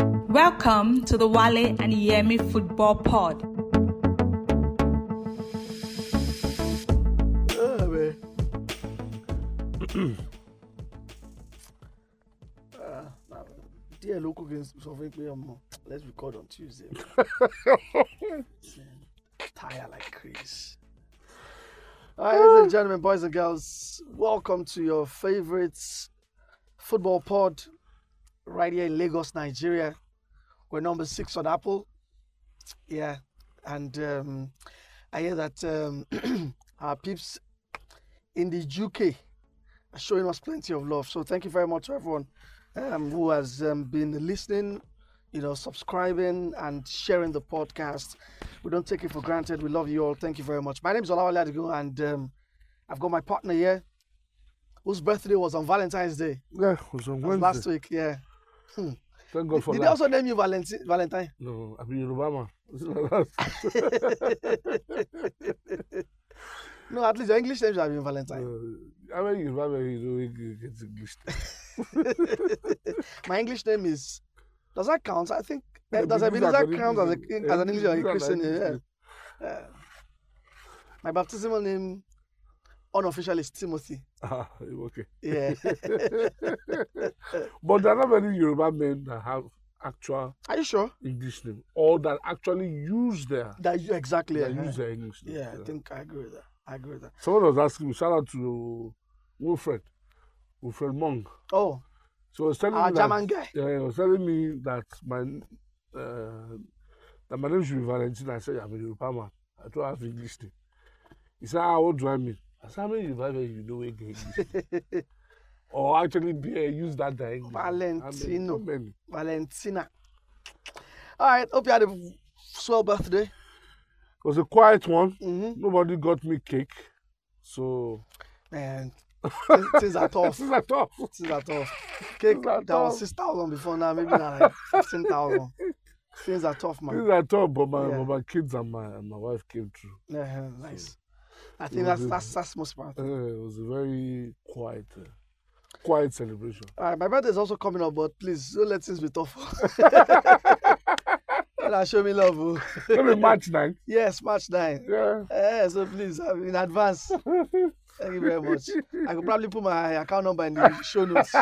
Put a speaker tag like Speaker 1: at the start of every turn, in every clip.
Speaker 1: Welcome to the Wale and Yemi Football Pod.
Speaker 2: Ah, man. Ah, nah, Díẹ̀ ló kù kí n sọ fún yín pé ọmọ let's record on Tuesday. Man, Tired like crazy. All right, ladies and gentlemen, boys and girls, welcome to your favorite football pod right here in Lagos, Nigeria. We're number six on Apple. Yeah, and um, I hear that um, our peeps in the UK are showing us plenty of love. So thank you very much to everyone um, who has um, been listening, you know, subscribing and sharing the podcast. We don't take it for granted. We love you all. Thank you very much. My name is Olawale Adigo, and um, I've got my partner here, whose birthday was on Valentine's Day
Speaker 3: Yeah, it was on
Speaker 2: That was
Speaker 3: Wednesday.
Speaker 2: last week. Yeah.
Speaker 3: Thank God for
Speaker 2: Did
Speaker 3: that.
Speaker 2: they also name you Valentine? Valentine?
Speaker 3: No, I'm Yoruba man. It's not that.
Speaker 2: No, at least your English names have been Valentine.
Speaker 3: Uh, I mean, Yoruba man, you know, you get English.
Speaker 2: My English name is. Does that count? I think.
Speaker 3: Yeah,
Speaker 2: does that, mean,
Speaker 3: because these
Speaker 2: does
Speaker 3: are
Speaker 2: that
Speaker 3: good
Speaker 2: count as, a,
Speaker 3: English-
Speaker 2: as an English or a
Speaker 3: these are
Speaker 2: Christian?
Speaker 3: like-
Speaker 2: Yeah. My baptismal name, unofficial, is Timothy.
Speaker 3: Ah, okay.
Speaker 2: Yeah.
Speaker 3: But there are not many Yoruba men that have actual
Speaker 2: Are you sure?
Speaker 3: English name or that actually use their,
Speaker 2: That you exactly.
Speaker 3: that
Speaker 2: uh-huh.
Speaker 3: use their English name.
Speaker 2: yeah, I think I agree with that. I agree with that.
Speaker 3: Someone was asking me, shout out to Wilfred, Wilfred Monk.
Speaker 2: Oh,
Speaker 3: So I was telling
Speaker 2: our
Speaker 3: me that,
Speaker 2: Ah, German guy.
Speaker 3: Yeah, he was telling me that my uh, that my name should be Valentine. I said, I'm a Yoruba man. I don't have English name. He said, ah, what do I mean? I said, how many Yoruba men you know in English? or actually be, uh, use that their English. name? I mean,
Speaker 2: Valentino.
Speaker 3: not many.
Speaker 2: Valentina. All right. Hope you had a swell birthday.
Speaker 3: It was a quiet one.
Speaker 2: Mm-hmm.
Speaker 3: Nobody got me cake. So,
Speaker 2: Man, things, things are tough.
Speaker 3: this is at all.
Speaker 2: Things are tough. Cake
Speaker 3: Things are
Speaker 2: that was
Speaker 3: tough.
Speaker 2: six thousand before now, maybe now like fifteen thousand. Things are tough,
Speaker 3: This
Speaker 2: man.
Speaker 3: is at all. But my,
Speaker 2: Yeah.
Speaker 3: but my kids and my, and my wife came through.
Speaker 2: Yeah, nice. I
Speaker 3: It
Speaker 2: think
Speaker 3: was
Speaker 2: that's
Speaker 3: a-
Speaker 2: that's that's most part. All
Speaker 3: Uh, it was a very quiet, uh, quiet celebration.
Speaker 2: right, my birthday is also coming up, but please don't let things be tough. Now show me love. oh.
Speaker 3: Maybe March 9th.
Speaker 2: Yes, March 9.
Speaker 3: Yeah.
Speaker 2: Eh, so please, I mean, in advance. Thank you very much. I could probably put my account number in the show notes.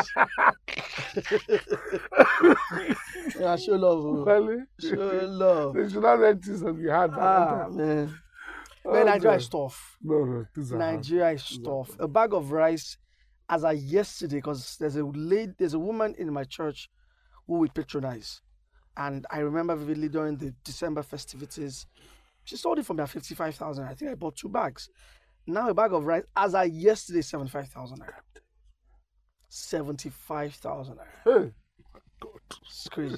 Speaker 2: yeah, show love. oh.
Speaker 3: Really?
Speaker 2: Show love.
Speaker 3: They should not let this on your hand.
Speaker 2: Ah, man.
Speaker 3: Oh,
Speaker 2: Man, Nigeria
Speaker 3: God.
Speaker 2: is tough.
Speaker 3: No, no, these are hard.
Speaker 2: Nigeria is tough. A bag of rice, as I yesterday, because there's a lady, there's a woman in my church who we patronize, and I remember vividly during the December festivities, she sold it for me at fifty-five thousand. I think I bought two bags. Now a bag of rice, as I yesterday, seventy-five thousand naira. Seventy-five thousand naira.
Speaker 3: Hey,
Speaker 2: It's crazy.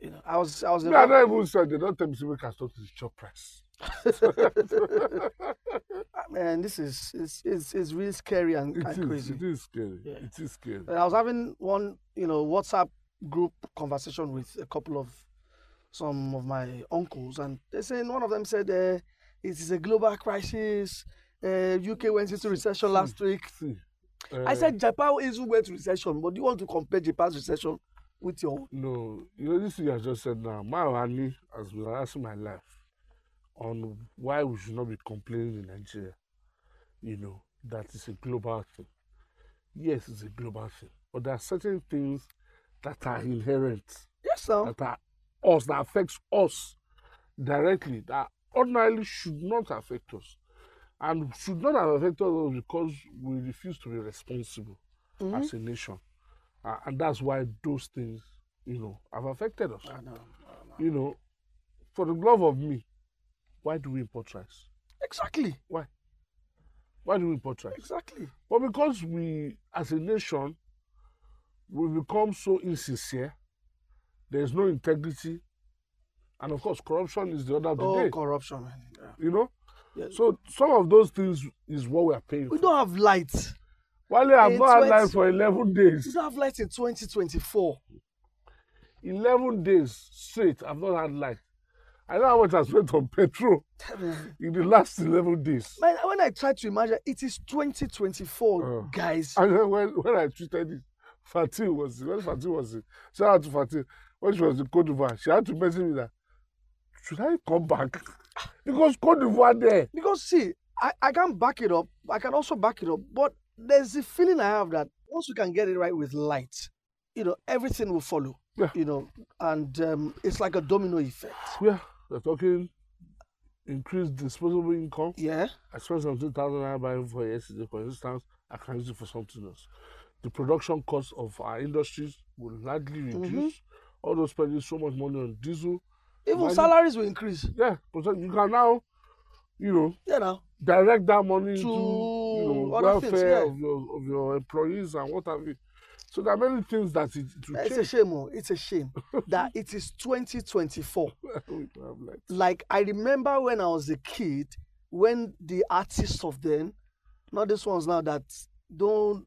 Speaker 2: You know, I was, I was.
Speaker 3: me, I don't even say they don't tell me to make a stop to the shop price.
Speaker 2: Man, this is it's it's, it's really scary and,
Speaker 3: It
Speaker 2: and
Speaker 3: is,
Speaker 2: Ah, crazy.
Speaker 3: it is scary.
Speaker 2: Yeah. Uh,
Speaker 3: It is scary.
Speaker 2: And I was having one, you know, WhatsApp group conversation with a couple of some of my uncles, and they saying one of them said, uh, "It is a global crisis. Uh, UK went into recession
Speaker 3: Hmm.
Speaker 2: last week."
Speaker 3: See,
Speaker 2: I
Speaker 3: uh,
Speaker 2: said Japan also went to recession, but do you want to compare Japan's recession with your? own?"
Speaker 3: no, you know this thing I just said now. My honey has been harassing my life on why we should not be complaining in Nigeria. You know that it's a global thing. Yes, it's a global thing, but there are certain things that are inherent.
Speaker 2: Yes, sir.
Speaker 3: that are us that affects us directly that ordinarily should not affect us and should not have affected us because we refuse to be responsible mm-hmm. as a nation uh, and that's why those things you know have affected us
Speaker 2: I know.
Speaker 3: you know for the love of me why do we import rice
Speaker 2: Exactly.
Speaker 3: why why do we import rice
Speaker 2: Exactly.
Speaker 3: But because we, as a nation, we become so insincere, there is no integrity, and of course, corruption is the order of the
Speaker 2: Oh,
Speaker 3: day.
Speaker 2: corruption, man. Yeah.
Speaker 3: You know,
Speaker 2: Yeah.
Speaker 3: so some of those things is what we are paying
Speaker 2: We
Speaker 3: for.
Speaker 2: don't have lights.
Speaker 3: Wale have
Speaker 2: It's
Speaker 3: not
Speaker 2: what-
Speaker 3: had light for eleven
Speaker 2: We
Speaker 3: days.
Speaker 2: don't have lights in 2024.
Speaker 3: Eleven days straight, I've not had light. I know how much I spent on petrol in the last eleven days.
Speaker 2: Man, when I try to imagine, it is 2024,
Speaker 3: Oh.
Speaker 2: guys.
Speaker 3: And then when, when I tweeted it, Fatih was when Fatih was shout out to Fatih. when she was in Cote d'Ivoire, she had to message me that, should I come back? because Cote d'Ivoire there,
Speaker 2: Because see, I, I can back it up. I can also back it up. But there's a feeling I have that once you can get it right with light, you know, everything will follow.
Speaker 3: Yeah.
Speaker 2: You know, and um, it's like a domino effect.
Speaker 3: where they're talking increased disposable income.
Speaker 2: Yeah.
Speaker 3: I spent some 2,000 naira buying for yesterday, for instance, I can use it for something else. The production cost of our industries will largely reduce. All those spending so much money on diesel.
Speaker 2: Even
Speaker 3: Imagine-
Speaker 2: salaries will increase.
Speaker 3: Yeah, but then you can now, you know,
Speaker 2: You know.
Speaker 3: direct that money
Speaker 2: To
Speaker 3: to, you know,
Speaker 2: other things,
Speaker 3: welfare
Speaker 2: yeah.
Speaker 3: of, your, of your employees and what have you. So there are many things that it, it will
Speaker 2: It's a
Speaker 3: change.
Speaker 2: shame. Oh, it's a shame that it is 2024.
Speaker 3: I'm like,
Speaker 2: Like I remember when I was a kid, when the artists of then, not these ones now that don't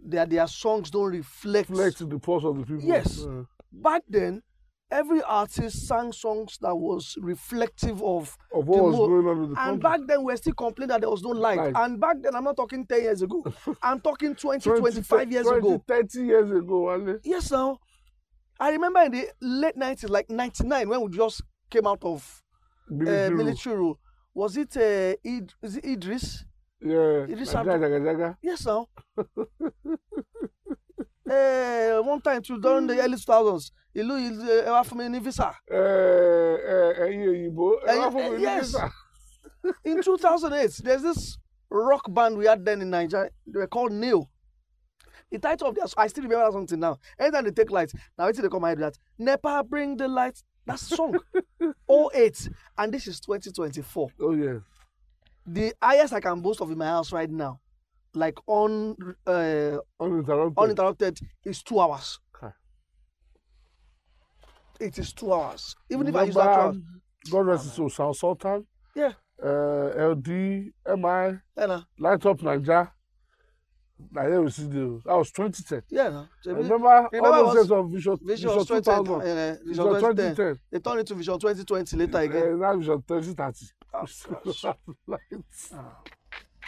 Speaker 2: their their songs don't reflect.
Speaker 3: Reflect the pulse of the people.
Speaker 2: Yes.
Speaker 3: Uh,
Speaker 2: Back then, every artist sang songs that was reflective of
Speaker 3: of what was
Speaker 2: mo-
Speaker 3: going on in the country.
Speaker 2: and back then we we're still complaining that there was no light.
Speaker 3: Light.
Speaker 2: And back then I'm not talking 10 years ago. I'm talking 20, 25 years
Speaker 3: 20,
Speaker 2: ago. Eh,
Speaker 3: 30 years ago, Wale.
Speaker 2: Yes, now. I remember in the late 90s, like 99, when we just came out of
Speaker 3: Military
Speaker 2: uh,
Speaker 3: rule.
Speaker 2: military rule. Was it, uh, Id- is it Idris?
Speaker 3: Yeah.
Speaker 2: It is
Speaker 3: Jaga,
Speaker 2: something-
Speaker 3: jaga, jaga.
Speaker 2: Yes, now. uh, one time, too, during the early 2000s, ìlú ìlú ẹ wá fún mi ní visa.
Speaker 3: Eh, eh, ẹ̀yin òyìnbó, ẹ
Speaker 2: Eh,
Speaker 3: wá fún mi
Speaker 2: eh,
Speaker 3: ní
Speaker 2: yes.
Speaker 3: visa.
Speaker 2: In 2008, there's this rock band we had then in Nigeria. They were called Neo. The title of their I still remember that something now. Anytime they take lights, now wait till they come out with that. Nepa bring the lights. That's the song. 08. And this is 2024.
Speaker 3: Oh, yes.
Speaker 2: The highest I can boast of in my house right now, like on uh,
Speaker 3: Uninterrupted.
Speaker 2: uninterrupted, is two hours.
Speaker 3: Okay.
Speaker 2: It is two hours. Even if I use that
Speaker 3: Remember,
Speaker 2: crowd.
Speaker 3: God rest his soul, Sound Sultan,
Speaker 2: Yeah.
Speaker 3: uh, LD, MI,
Speaker 2: Yeah, nah.
Speaker 3: Light Up Naija. Na here we see the. That was 2010.
Speaker 2: Yeah, nah. Jebi.
Speaker 3: Remember,
Speaker 2: remember
Speaker 3: all those
Speaker 2: was-
Speaker 3: days of Vision,
Speaker 2: Vision,
Speaker 3: Vision
Speaker 2: 2010,
Speaker 3: 2000.
Speaker 2: eh, Vision
Speaker 3: Vision
Speaker 2: 2010.
Speaker 3: 2010.
Speaker 2: They turned it to Vision 2020 later again.
Speaker 3: Eh, now Vision 2030.
Speaker 2: Oh,
Speaker 3: We
Speaker 2: gosh.
Speaker 3: still have lights.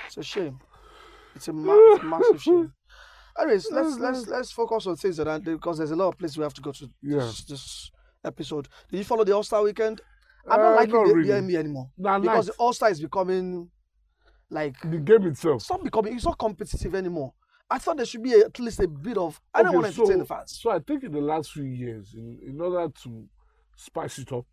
Speaker 2: It's a shame. It's a, ma- it's a massive shame. Anyways, let's let's let's focus on things that are because there's a lot of places we have to go to
Speaker 3: Yeah.
Speaker 2: this, this episode. Did you follow the All Star weekend? I'm not
Speaker 3: Uh,
Speaker 2: liking
Speaker 3: not
Speaker 2: the,
Speaker 3: really.
Speaker 2: the NBA anymore
Speaker 3: Nah,
Speaker 2: because
Speaker 3: nice.
Speaker 2: the All Star is becoming like
Speaker 3: The game itself.
Speaker 2: it's not becoming it's not competitive anymore. I thought there should be at least a bit of I don't
Speaker 3: Okay,
Speaker 2: want to entertain the fans.
Speaker 3: So I think in the last few years, in, in order to spice it up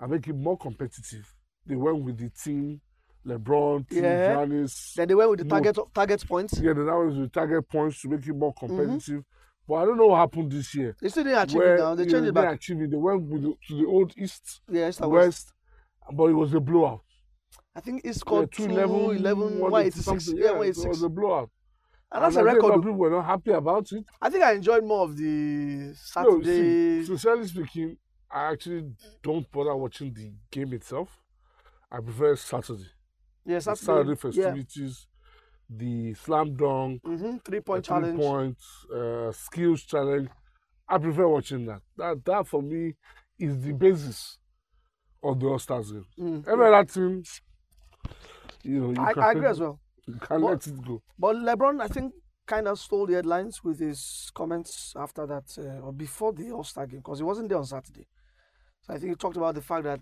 Speaker 3: and make it more competitive, they went with the team, LeBron, team
Speaker 2: Yeah.
Speaker 3: Giannis.
Speaker 2: Then they went with the
Speaker 3: No.
Speaker 2: target target points.
Speaker 3: yeah, then that was the target points to make it
Speaker 2: Mm-hmm.
Speaker 3: more competitive. But I don't know what happened this year.
Speaker 2: They still didn't achieve
Speaker 3: where,
Speaker 2: it now. They
Speaker 3: you
Speaker 2: changed
Speaker 3: know,
Speaker 2: it
Speaker 3: they
Speaker 2: back.
Speaker 3: achieved it. They went with the, to the old East,
Speaker 2: Yeah, it's like West.
Speaker 3: West, but it was a blowout.
Speaker 2: I think it's called
Speaker 3: yeah,
Speaker 2: 211, 186.
Speaker 3: something.
Speaker 2: Yeah,
Speaker 3: it was
Speaker 2: 186.
Speaker 3: a blowout.
Speaker 2: And that's a
Speaker 3: and I think lot
Speaker 2: record.
Speaker 3: of people were not happy about it.
Speaker 2: I think I enjoyed more of the
Speaker 3: No,
Speaker 2: Saturday.
Speaker 3: see, sincerely speaking, I actually don't bother watching the game itself. I prefer Saturday.
Speaker 2: yeah,
Speaker 3: The
Speaker 2: Saturday.
Speaker 3: Saturday
Speaker 2: yeah.
Speaker 3: festivities, the slam dunk,
Speaker 2: Mm-hmm. Three
Speaker 3: the
Speaker 2: point challenge.
Speaker 3: point, uh, skills challenge. I prefer watching that. That that for me is the basis of the All Stars game.
Speaker 2: Mm.
Speaker 3: Every other team, you know, you
Speaker 2: I,
Speaker 3: can,
Speaker 2: I agree as well.
Speaker 3: You can
Speaker 2: But-
Speaker 3: let it go.
Speaker 2: But LeBron, I think, kind of stole the headlines with his comments after that uh, or before the All Star game because he wasn't there on Saturday. So I think he talked about the fact that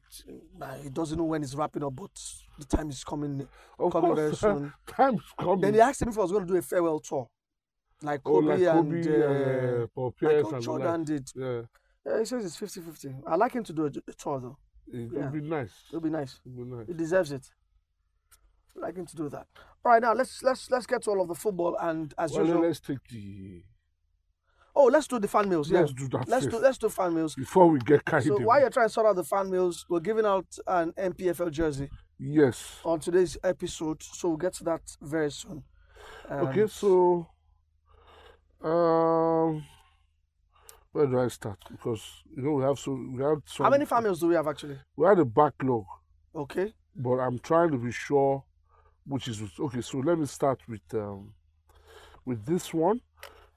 Speaker 2: uh, he doesn't know when it's wrapping up, but the time is coming uh,
Speaker 3: Of
Speaker 2: coming very
Speaker 3: course,
Speaker 2: soon.
Speaker 3: time's coming.
Speaker 2: Then they asked him if he was going to do a farewell tour, like
Speaker 3: oh,
Speaker 2: Kobe,
Speaker 3: like Kobe
Speaker 2: and, uh,
Speaker 3: and uh, Paul Pierce
Speaker 2: Michael
Speaker 3: and the like.
Speaker 2: Jordan did.
Speaker 3: Yeah,
Speaker 2: Yeah, he says it's 50 50. I like him to do a, a tour though.
Speaker 3: it
Speaker 2: Yeah.
Speaker 3: would be nice.
Speaker 2: It'll be nice.
Speaker 3: It'll be nice.
Speaker 2: He deserves it. I like him to do that. All right, now let's let's let's get to all of the football and as
Speaker 3: Well,
Speaker 2: usual.
Speaker 3: let's take the.
Speaker 2: oh, let's do the fan mails. Yeah.
Speaker 3: Let's do that
Speaker 2: Let's
Speaker 3: first.
Speaker 2: do let's do fan mails.
Speaker 3: Before we get carried
Speaker 2: So
Speaker 3: away.
Speaker 2: while you're trying to sort out the fan mails, we're giving out an MPFL jersey
Speaker 3: Yes.
Speaker 2: on today's episode. So we'll get to that very soon. Um,
Speaker 3: okay, so. Um, where do I start? Because you know we have so we have some.
Speaker 2: How many fan mails do we have actually?
Speaker 3: We had a backlog,
Speaker 2: Okay.
Speaker 3: but I'm trying to be sure which is which. okay. So let me start with um, with this one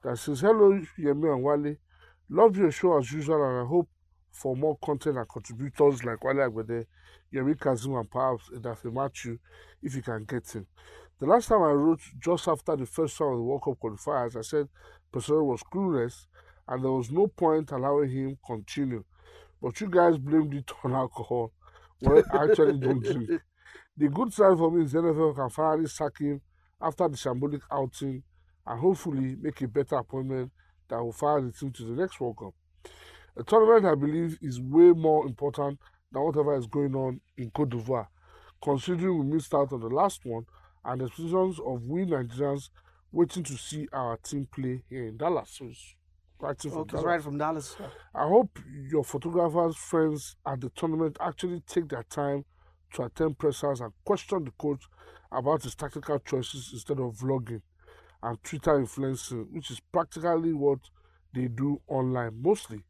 Speaker 3: that says, "Hello, Yemi and Wale. Love your show as usual, and I hope for more content and contributors like Wale Agbede, Yemi Kazim, and perhaps Edafe Matthew, if you can get in. The last time I wrote, just after the first round of the World Cup qualifiers, I said Pesaro was clueless and there was no point allowing him continue. But you guys blamed it on alcohol, when I actually don't drink. The good side for me is the NFL can finally sack him after the shambolic outing and hopefully make a better appointment that will fire the team to the next World Cup. A tournament I believe is way more important than whatever is going on in Cote d'Ivoire, considering we missed out on the last one and the expectations of we Nigerians waiting to see our team play here in Dallas. So it's writing for
Speaker 2: Okay,
Speaker 3: Dallas.
Speaker 2: right from Dallas.
Speaker 3: I hope your photographers' friends at the tournament actually take their time to attend pressers and question the coach about his tactical choices instead of vlogging and Twitter influencing, which is practically what they do online mostly.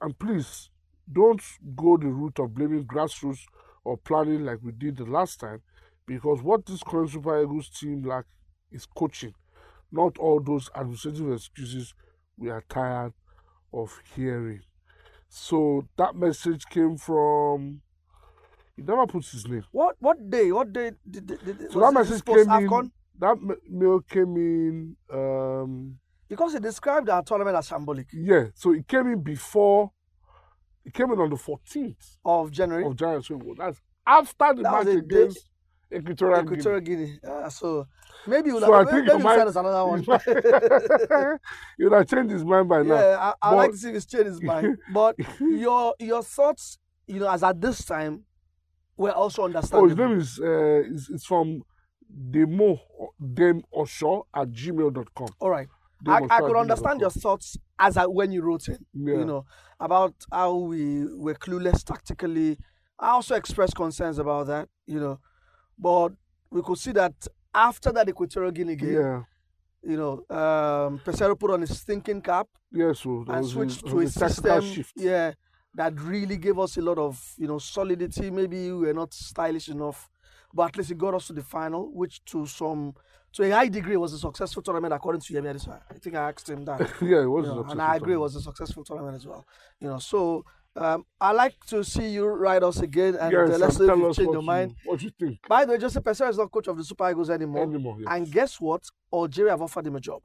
Speaker 3: And please don't go the route of blaming grassroots or planning like we did the last time, because what this current Super Eagles team lack is coaching, not all those administrative excuses we are tired of hearing. So that message came from. He never puts his name.
Speaker 2: What what day? What day did, did, did
Speaker 3: So
Speaker 2: was
Speaker 3: that
Speaker 2: it this
Speaker 3: message
Speaker 2: post
Speaker 3: came
Speaker 2: AFCON?
Speaker 3: in. That ma- mail came in. Um,
Speaker 2: Because he described our tournament as shambolic
Speaker 3: yeah, so it came in before. It came in on the 14th
Speaker 2: of January.
Speaker 3: of January. So it was- that's after the
Speaker 2: That was
Speaker 3: match
Speaker 2: a day-
Speaker 3: against Equatorial Guinea.
Speaker 2: Equatorial Guinea. Ah, so maybe we'll
Speaker 3: So I
Speaker 2: have,
Speaker 3: think
Speaker 2: maybe
Speaker 3: you
Speaker 2: we'll
Speaker 3: might-
Speaker 2: send us another one.
Speaker 3: he would have changed his mind by now.
Speaker 2: yeah, I, I
Speaker 3: But-
Speaker 2: like to see this change his mind. But your your thoughts, you know, as at this time, were also
Speaker 3: Oh,
Speaker 2: understandable.
Speaker 3: his name is uh, is it's from Demo Dem Osho at gmail.com.
Speaker 2: All right.
Speaker 3: Demo
Speaker 2: I,
Speaker 3: Osho
Speaker 2: I
Speaker 3: at
Speaker 2: could understand
Speaker 3: gmail.com.
Speaker 2: your thoughts as I, when you wrote it,
Speaker 3: Yeah.
Speaker 2: you know, about how we were clueless tactically. I also expressed concerns about that, you know, but we could see that after that Equatorial Guinea game,
Speaker 3: Yeah.
Speaker 2: you know, um, Pesero put on his thinking cap
Speaker 3: Yeah, so there
Speaker 2: and
Speaker 3: was
Speaker 2: switched
Speaker 3: a,
Speaker 2: to a
Speaker 3: was a tactical
Speaker 2: system,
Speaker 3: shift.
Speaker 2: yeah, that really gave us a lot of, you know, solidity. Maybe we were not stylish enough, but at least it got us to the final, which to some, to a high degree, was a successful tournament according to Yemi Adesanya. I think I asked him that.
Speaker 3: yeah, it was.
Speaker 2: you
Speaker 3: a
Speaker 2: know, and
Speaker 3: successful
Speaker 2: I agree, it
Speaker 3: tournament.
Speaker 2: was a successful tournament as well. You know, so um, I like to see you ride us again, and uh,
Speaker 3: yes,
Speaker 2: let's see
Speaker 3: and
Speaker 2: if
Speaker 3: tell
Speaker 2: you
Speaker 3: us
Speaker 2: change
Speaker 3: what
Speaker 2: your
Speaker 3: you,
Speaker 2: mind.
Speaker 3: What you think
Speaker 2: By the way, Joseph Pesero is not coach of the Super Eagles anymore.
Speaker 3: anymore? Yes.
Speaker 2: And guess what? Algeria have offered him a job.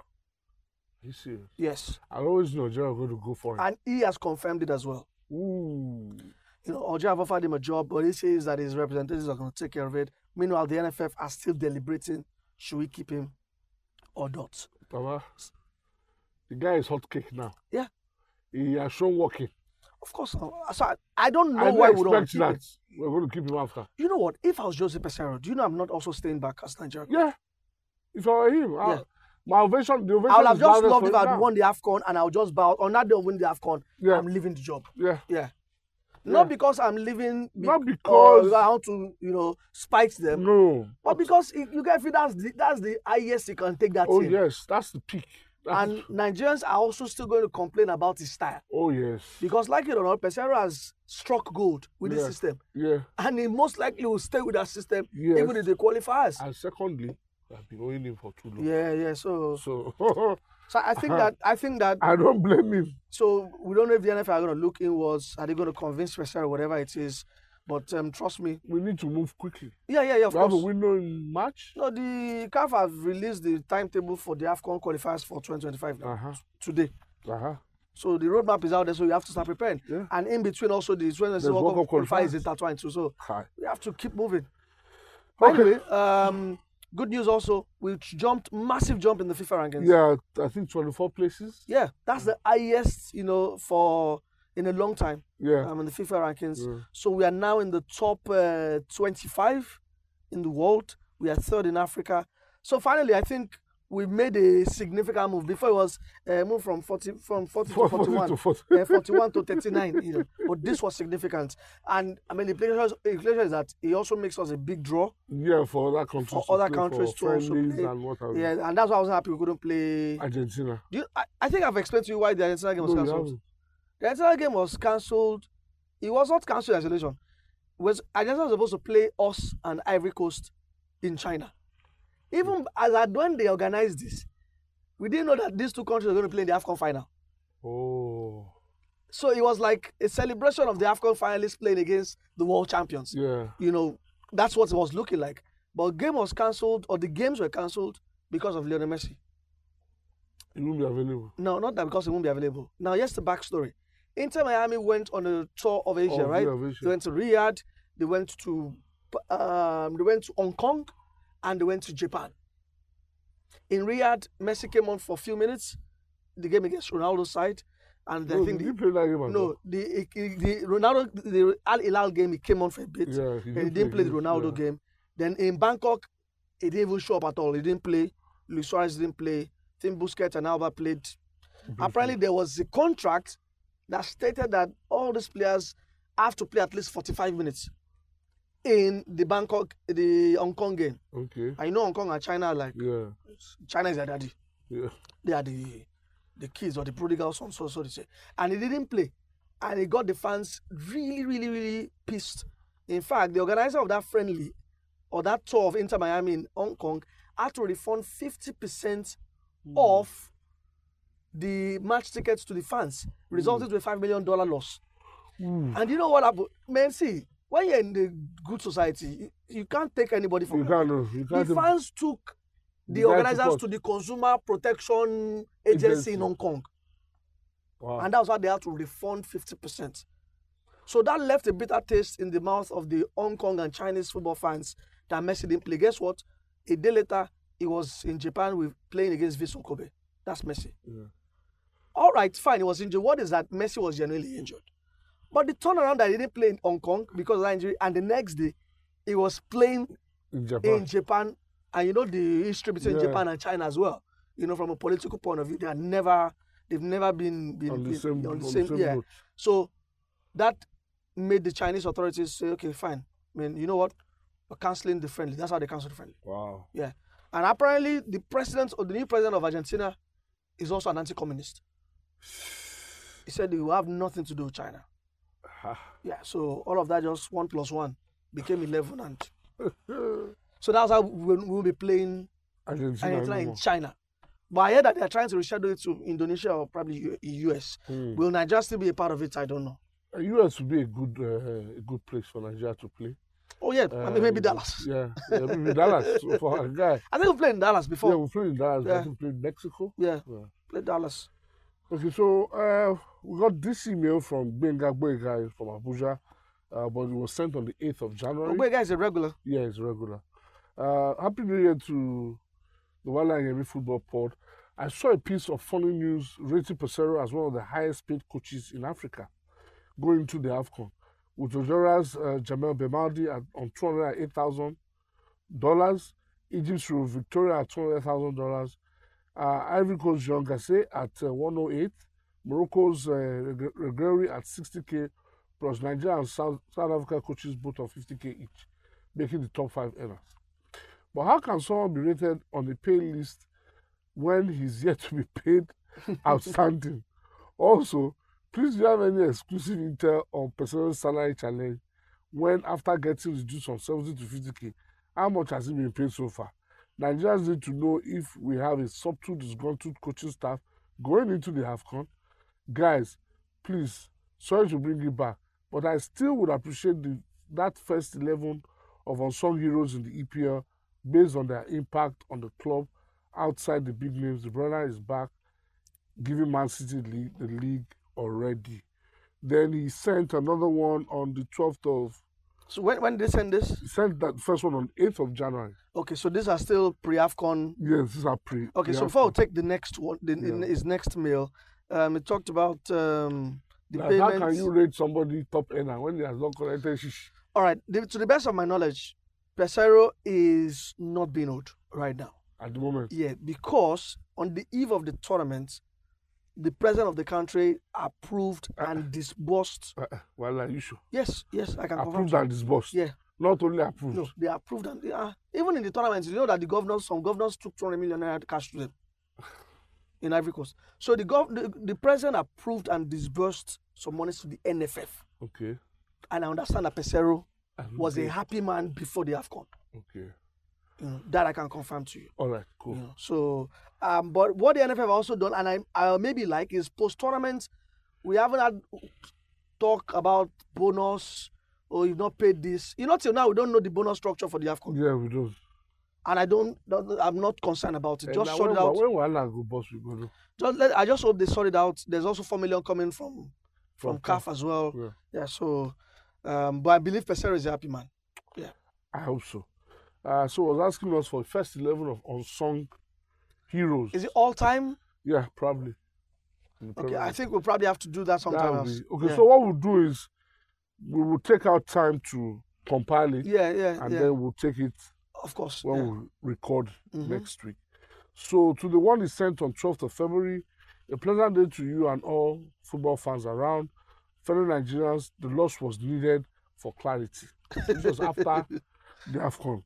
Speaker 3: you see,
Speaker 2: Yes,
Speaker 3: I always know Nigeria are going to go for it.
Speaker 2: and he has confirmed it as well.
Speaker 3: Ooh,
Speaker 2: you know, Algeria have offered him a job, but he says that his representatives are going to take care of it. Meanwhile, the NFF are still deliberating should we keep him or not.
Speaker 3: Baba, the guy is hot cake now.
Speaker 2: Yeah.
Speaker 3: he has shown working.
Speaker 2: Of course, not. so I, I don't know
Speaker 3: I
Speaker 2: why we
Speaker 3: didn't
Speaker 2: don't
Speaker 3: expect
Speaker 2: keep him.
Speaker 3: that. We're going to keep him after.
Speaker 2: You know what? If I was Joseph Pesero, do you know I'm not also staying back as Nigeria?
Speaker 3: Yeah, if I were him, I,
Speaker 2: Yeah.
Speaker 3: my ovation, the ovation
Speaker 2: I would have
Speaker 3: is
Speaker 2: just
Speaker 3: loudest
Speaker 2: loved
Speaker 3: for
Speaker 2: if
Speaker 3: him
Speaker 2: I'd
Speaker 3: now.
Speaker 2: won the AFCON and I would just bow out. On that day of winning the AFCON,
Speaker 3: Yeah,
Speaker 2: I'm leaving the job.
Speaker 3: yeah.
Speaker 2: Yeah.
Speaker 3: Yeah.
Speaker 2: Not because I'm leaving. bec-
Speaker 3: Not
Speaker 2: or
Speaker 3: because-
Speaker 2: I want to, you know, spite them.
Speaker 3: No.
Speaker 2: But because it, you get feel that's the, that's the highest you can take that
Speaker 3: Oh
Speaker 2: team.
Speaker 3: yes, that's the peak. That's
Speaker 2: and Nigerians are also still going to complain about his style
Speaker 3: oh yes,
Speaker 2: because, like it or not, Pesero has struck gold with this
Speaker 3: Yeah.
Speaker 2: system,
Speaker 3: yeah.
Speaker 2: and he most likely will stay with that system
Speaker 3: Yes.
Speaker 2: even if they qualify us.
Speaker 3: And secondly, I've been owing him for too long.
Speaker 2: yeah, yeah. So,
Speaker 3: So
Speaker 2: so I think
Speaker 3: Uh-huh.
Speaker 2: that I think that
Speaker 3: I don't blame him.
Speaker 2: so we don't know if the NFL are going to look inwards. Are they going to convince Pesero whatever it is? But um, trust me,
Speaker 3: We need to move quickly.
Speaker 2: yeah, yeah, yeah. Of
Speaker 3: we have a
Speaker 2: course.
Speaker 3: window in March.
Speaker 2: No, the CAF have released the timetable for the AFCON qualifiers for 2025 now,
Speaker 3: Uh huh.
Speaker 2: today.
Speaker 3: Uh huh.
Speaker 2: So the roadmap is out there, so you have to start preparing.
Speaker 3: Yeah.
Speaker 2: And in between, also the 2026
Speaker 3: There's
Speaker 2: World
Speaker 3: World
Speaker 2: Cup
Speaker 3: Cup qualifiers.
Speaker 2: qualifier is intertwined too. So
Speaker 3: Hi.
Speaker 2: we have to keep moving. By the way, um, good news also, we jumped massive jump in the FIFA rankings.
Speaker 3: Yeah, I think 24 places.
Speaker 2: Yeah, that's the highest you know for in a long time
Speaker 3: Yeah.
Speaker 2: um, in the FIFA rankings.
Speaker 3: Yeah.
Speaker 2: So we are now in the top uh, 25 in the world. We are third in Africa. So finally, I think we made a significant move. Before it was uh, moved from 40 from 40 to 41.
Speaker 3: to 40.
Speaker 2: uh, 41 to 39, you know. But this was significant. And I mean, the pleasure, the pleasure is that it also makes us a big draw.
Speaker 3: Yeah, for other countries.
Speaker 2: For
Speaker 3: to
Speaker 2: other
Speaker 3: play,
Speaker 2: countries to
Speaker 3: for
Speaker 2: also
Speaker 3: friendlies
Speaker 2: play.
Speaker 3: and what have you.
Speaker 2: Yeah, and that's why I was happy we couldn't play.
Speaker 3: Argentina.
Speaker 2: Do you, I, I think I've explained to you why the Argentina game was
Speaker 3: No, you
Speaker 2: cancelled.
Speaker 3: haven't.
Speaker 2: The Argentina game was cancelled. It was not cancelled in isolation. It Was Argentina was supposed to play us and Ivory Coast in China. Even as at when they organized this, we didn't know that these two countries were going to play in the AFCON final.
Speaker 3: Oh.
Speaker 2: So it was like a celebration of the AFCON finalists playing against the world champions.
Speaker 3: Yeah.
Speaker 2: you know, that's what it was looking like. But game was cancelled, or the games were cancelled because of Lionel Messi.
Speaker 3: It won't be available.
Speaker 2: No, not that because it won't be available. Now, here's the backstory. Inter Miami went on a tour of Asia,
Speaker 3: Of
Speaker 2: right?
Speaker 3: the Oh, Asia.
Speaker 2: They went to Riyadh, they went to um, they went to Hong Kong, and they went to Japan. In Riyadh, Messi came on for a few minutes. The game against Ronaldo's side, and I
Speaker 3: no,
Speaker 2: think
Speaker 3: did
Speaker 2: the-
Speaker 3: he play that game at all?
Speaker 2: no, the, the the Ronaldo the Al Hilal game he came on for a bit,
Speaker 3: Yeah, he
Speaker 2: and he didn't play the Ronaldo game. Then in Bangkok, he didn't even show up at all. He didn't play. Luis Suarez didn't play. I think Busquets and Alba played. Apparently, there was a contract that stated that all these players have to play at least 45 minutes in the Bangkok, the Hong Kong game.
Speaker 3: Okay.
Speaker 2: I know Hong Kong and China are like
Speaker 3: Yeah.
Speaker 2: China is their daddy
Speaker 3: Yeah.
Speaker 2: they are the the kids or the prodigal sons, so so they say. And he didn't play. And it got the fans really, really, really pissed. In fact, the organizer of that friendly or that tour of Inter Miami in Hong Kong had to refund 50% of the match tickets to the fans, resulting to a $5 million loss. And you know what happened? Man, see, when you're in the good society, you, you can't take anybody for
Speaker 3: You
Speaker 2: granted
Speaker 3: can't. know. You
Speaker 2: the
Speaker 3: can't.
Speaker 2: fans took the
Speaker 3: The guy
Speaker 2: organizers
Speaker 3: took
Speaker 2: to
Speaker 3: us.
Speaker 2: the consumer protection agency, in
Speaker 3: Agency.
Speaker 2: hong kong
Speaker 3: Wow.
Speaker 2: and that's why they had to refund 50% so that left a bitter taste in the mouth of the hong kong and chinese football fans that messi didn't play guess what a day later he was in japan with playing against vincent kobe that's messi
Speaker 3: Yeah.
Speaker 2: all right fine he was injured what is that messi was genuinely injured but the turnaround that he didn't play in hong kong because of that injury and the next day he was playing
Speaker 3: in Japan.
Speaker 2: in Japan, and you know the history between
Speaker 3: Yeah.
Speaker 2: Japan and China as well. You know, from a political point of view, they are never, they've never been, been
Speaker 3: on the
Speaker 2: been-
Speaker 3: same
Speaker 2: on the same, yeah.
Speaker 3: boat.
Speaker 2: So that made the Chinese authorities say, okay, fine. I mean, you know what? We're canceling the friendly. That's how they canceled the friendly.
Speaker 3: Wow.
Speaker 2: Yeah. And apparently, the president or the new president of Argentina is also an anti-communist. He said he will have nothing to do with China.
Speaker 3: Ha.
Speaker 2: Yeah. So all of that just one plus one became eleven, and so that's how we'll, we'll be playing
Speaker 3: Argentina.
Speaker 2: and it's
Speaker 3: no
Speaker 2: not in
Speaker 3: more.
Speaker 2: China. But I heard that they're trying to reschedule it to Indonesia or probably U- US.
Speaker 3: Hmm.
Speaker 2: Will Nigeria still be a part of it? I don't know.
Speaker 3: Uh, US would be a good, uh, a good place for Nigeria to play.
Speaker 2: Oh, yeah. I mean, maybe
Speaker 3: Uh,
Speaker 2: Dallas.
Speaker 3: Yeah, yeah maybe Dallas for a guy.
Speaker 2: I think we played in Dallas
Speaker 3: Yeah,
Speaker 2: before.
Speaker 3: we played in Dallas.
Speaker 2: Yeah.
Speaker 3: Yeah. We played Mexico.
Speaker 2: Yeah,
Speaker 3: Yeah.
Speaker 2: played Dallas.
Speaker 3: Okay, so uh, we got this email from Benga Boyga from Abuja, uh, but it was sent on the 8th of January.
Speaker 2: Ogbe guy is a regular.
Speaker 3: Yeah, it's regular. Uh, happy New Year to the Wala Yemi Football Pod. I saw a piece of funny news rating Pesero as one of the highest paid coaches in Africa going to the AFCON. With Ojora's uh, Jamel Bemaldi at on $208,000, Egypt's Rule Victoria at $200,000, uh, Ivory Coast Jean Gasset at uh, 108, Morocco's uh, Reg- Regreri at 60k, plus Nigeria and South, South Africa coaches both on 50k each making the top five ever. But how can someone be rated on a pay list when he's yet to be paid outstanding? Also, please do you have any exclusive intel on personal salary challenge when after getting reduced from 70 to 50k, how much has he been paid so far? Nigerians need to know if we have a subtle disgruntled coaching staff going into the AFCON. Guys, please, sorry to bring it back, but I still would appreciate the, that first 11 of unsung heroes in the EPL based on their impact on the club outside the big names. The brother is back, giving Man City league, the league already. Then he sent another one on the 12th of,
Speaker 2: So when, when they send this?
Speaker 3: he sent that first one on 8th of January.
Speaker 2: Okay, so these are still pre-AFCON.
Speaker 3: Yes, these are pre.
Speaker 2: Okay, so
Speaker 3: pre-
Speaker 2: before I take the next one, the,
Speaker 3: Yeah.
Speaker 2: his next mail, um, it talked about um, the
Speaker 3: Like, how
Speaker 2: payments.
Speaker 3: can you rate somebody top earner when he has not collected? shish?
Speaker 2: All right, the, to the best of my knowledge, Pesero is not being owed right now.
Speaker 3: At the moment,
Speaker 2: Yeah, because on the eve of the tournament, the president of the country approved and disbursed.
Speaker 3: uh, uh, well, are you sure?
Speaker 2: Yes, yes, I can confirm.
Speaker 3: Approved
Speaker 2: to you.
Speaker 3: and disbursed.
Speaker 2: Yeah.
Speaker 3: Not only approved.
Speaker 2: No, they approved and they are. Even in the tournament, you know that the governors, some governors took 20 million naira cash to them in Ivory Coast. So the, gov- the the president approved and disbursed some monies to the NFF.
Speaker 3: Okay.
Speaker 2: And I understand that Pesero was a
Speaker 3: Okay.
Speaker 2: happy man before the AFCON.
Speaker 3: Okay.
Speaker 2: You know, that I can confirm to you.
Speaker 3: All right, cool.
Speaker 2: you know. So, um, but what the NFF have also done, and I, I maybe like, is post tournament, we haven't had talk about oh, bonus or you've not paid this. You know, till now, we don't know the bonus structure for the AFCON.
Speaker 3: Yeah, we do.
Speaker 2: and I don't, don't I'm not concerned about it.
Speaker 3: Eh,
Speaker 2: Just
Speaker 3: na
Speaker 2: sort
Speaker 3: when
Speaker 2: it out.
Speaker 3: wa- When wahala go bust, we go know.
Speaker 2: Just let, I just hope they sort it out. There's also four million coming from from, CAF as well.
Speaker 3: Yeah.
Speaker 2: Yeah, so um, but I believe Pesero is a happy man.
Speaker 3: I hope so. Uh, so I was asking us for first eleven of unsung heroes.
Speaker 2: Is it all time?
Speaker 3: yeah, probably. In the
Speaker 2: Okay,
Speaker 3: Premier
Speaker 2: I
Speaker 3: League.
Speaker 2: think we'll probably have to do that
Speaker 3: That
Speaker 2: sometime
Speaker 3: would
Speaker 2: else.
Speaker 3: be- okay,
Speaker 2: yeah.
Speaker 3: so what we'll do is we will take our time to compile it,
Speaker 2: yeah, yeah,
Speaker 3: and
Speaker 2: yeah.
Speaker 3: then we'll take it
Speaker 2: of course.
Speaker 3: when
Speaker 2: yeah.
Speaker 3: we record
Speaker 2: Mhm.
Speaker 3: next week. So to the one is sent on 12th of February, a pleasant day to you and all football fans around. Fellow Nigerians, the loss was needed for clarity. This was after the AFCON.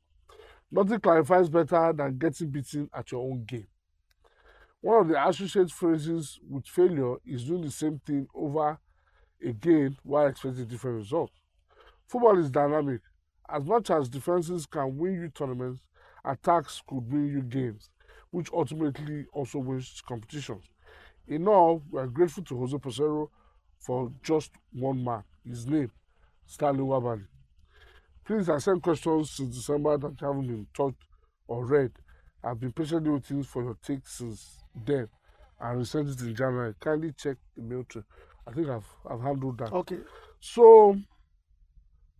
Speaker 3: Nothing clarifies better than getting beaten at your own game. One of the associated phrases with failure is doing the same thing over again while expecting different results. Football is dynamic. As much as defenses can win you tournaments, attacks could win you games, which ultimately also wins competitions. In all, we are grateful to Jose Pesero for just one man, his name, Stanley Wabali. Please, I sent questions since December that haven't been taught or read. I've been patiently waiting for your take since then. I resent it in January. Kindly check the mail tray. I think I've, I've handled that.
Speaker 2: Okay.
Speaker 3: So,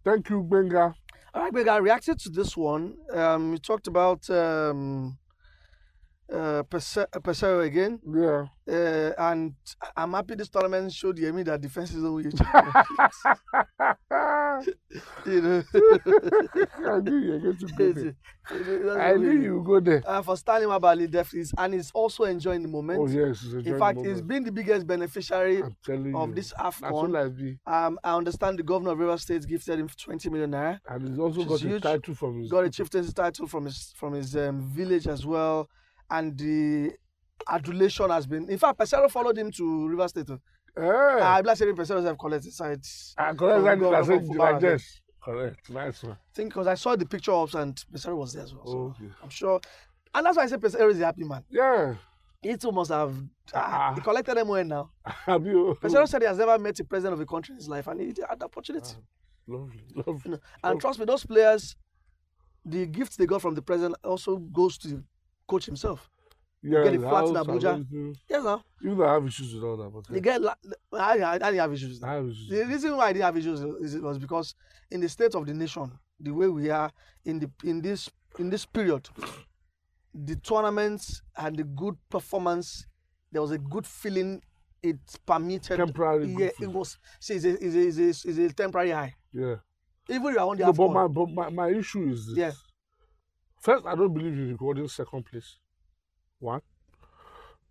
Speaker 3: thank you, Benga.
Speaker 2: All right, Greg, I reacted to this one. Um, you talked about um, uh, Pese- Pesero again.
Speaker 3: Yeah.
Speaker 2: Uh, and I- I'm happy this tournament showed Yemi that defense is always, you know.
Speaker 3: I knew you were going to go there. I
Speaker 2: I
Speaker 3: knew you would go there.
Speaker 2: Uh, for Stanley Mabali, definitely, is- and he's also enjoying the moment.
Speaker 3: Oh, yes. It's a
Speaker 2: In
Speaker 3: joint
Speaker 2: fact,
Speaker 3: moment.
Speaker 2: he's been the biggest beneficiary
Speaker 3: I'm telling
Speaker 2: of
Speaker 3: you.
Speaker 2: this
Speaker 3: That's all
Speaker 2: AFCON.
Speaker 3: I be.
Speaker 2: Um, I understand the governor of Rivers State gifted him 20 million naira.
Speaker 3: And he's also
Speaker 2: Which
Speaker 3: got
Speaker 2: is
Speaker 3: a
Speaker 2: huge.
Speaker 3: title from his.
Speaker 2: Got a chieftaincy title from his from his um, village as well, and the adulation has been. In fact, Pesero followed him to Rivers State. oh. Ah,
Speaker 3: Yeah.
Speaker 2: I'm not saying Pesero have collected side.
Speaker 3: Uh, Eh. correct.
Speaker 2: from
Speaker 3: Like,
Speaker 2: God
Speaker 3: that's
Speaker 2: of
Speaker 3: it,
Speaker 2: Fubara.
Speaker 3: like this. Correct. Nice one. Oh,
Speaker 2: think because I saw the picture ups and Pesero was there as well. So
Speaker 3: Okay.
Speaker 2: I'm sure, and that's why I say Pesero is a happy man.
Speaker 3: Yeah.
Speaker 2: He too must have ah, he
Speaker 3: Ah.
Speaker 2: collected MON now.
Speaker 3: Have you?
Speaker 2: Pesero said he has never met a president of a country in his life, and he had the opportunity.
Speaker 3: Lovely. Lovely.
Speaker 2: And trust me, those players, the gifts they got from the president also goes to the coach himself.
Speaker 3: Yeah.
Speaker 2: get a
Speaker 3: the
Speaker 2: flat in
Speaker 3: house and
Speaker 2: Abuja.
Speaker 3: everything.
Speaker 2: Yes, now
Speaker 3: Even though I have issues with all that, but
Speaker 2: they get. La- I, I, I didn't have issues.
Speaker 3: I have issues.
Speaker 2: The reason why I didn't have issues is it was because in the state of the nation, the way we are in the in this in this period, the tournaments and the good performance, there was a good feeling. It permitted.
Speaker 3: Temporary good
Speaker 2: Yeah, it
Speaker 3: feeling.
Speaker 2: was. See, it's a, it's a, it's a, it's a temporary high.
Speaker 3: Yeah.
Speaker 2: Even if you are on the
Speaker 3: No, but
Speaker 2: AFCON,
Speaker 3: my, but my, my issue is this.
Speaker 2: Yeah.
Speaker 3: First, I don't believe in recording second place. One.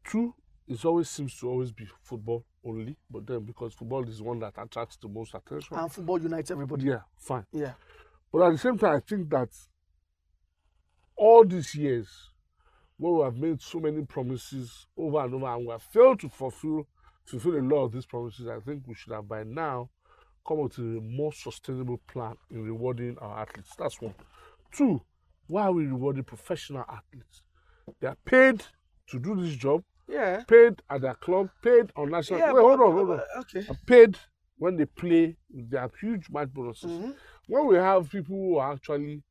Speaker 3: Two, it always seems to always be football only, but then because football is one that attracts the most attention.
Speaker 2: and football unites everybody.
Speaker 3: yeah, fine.
Speaker 2: Yeah.
Speaker 3: But at the same time, I think that all these years, where we have made so many promises over and over, and we have failed to fulfill fulfill a lot of these promises, I think we should have by now come up with a more sustainable plan in rewarding our athletes. That's one. Two, why are we rewarding professional athletes? They are paid to do this job,
Speaker 2: Yeah.
Speaker 3: paid at their club, paid on national.
Speaker 2: Yeah,
Speaker 3: Wait,
Speaker 2: but-
Speaker 3: hold on, hold on.
Speaker 2: but- Okay.
Speaker 3: Are paid when they play. They have huge match bonuses
Speaker 2: Mhm.
Speaker 3: when we have people who are actually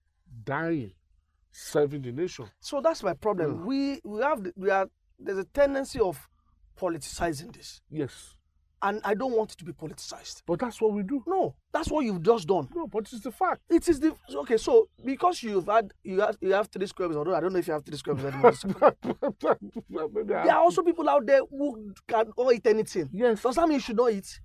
Speaker 3: dying serving the nation.
Speaker 2: So that's my problem. We we have the- we are there's a tendency of politicizing this,
Speaker 3: Yes.
Speaker 2: and I don't want it to be politicized.
Speaker 3: But that's what we do.
Speaker 2: No, that's what you've just done.
Speaker 3: No, but it's the fact.
Speaker 2: It is the okay. So because you've had you have you have three squares, although I don't know if you have three squares anymore.
Speaker 3: Maybe I-
Speaker 2: there are also people out there who can all eat anything.
Speaker 3: yes.
Speaker 2: Does that mean you should not eat?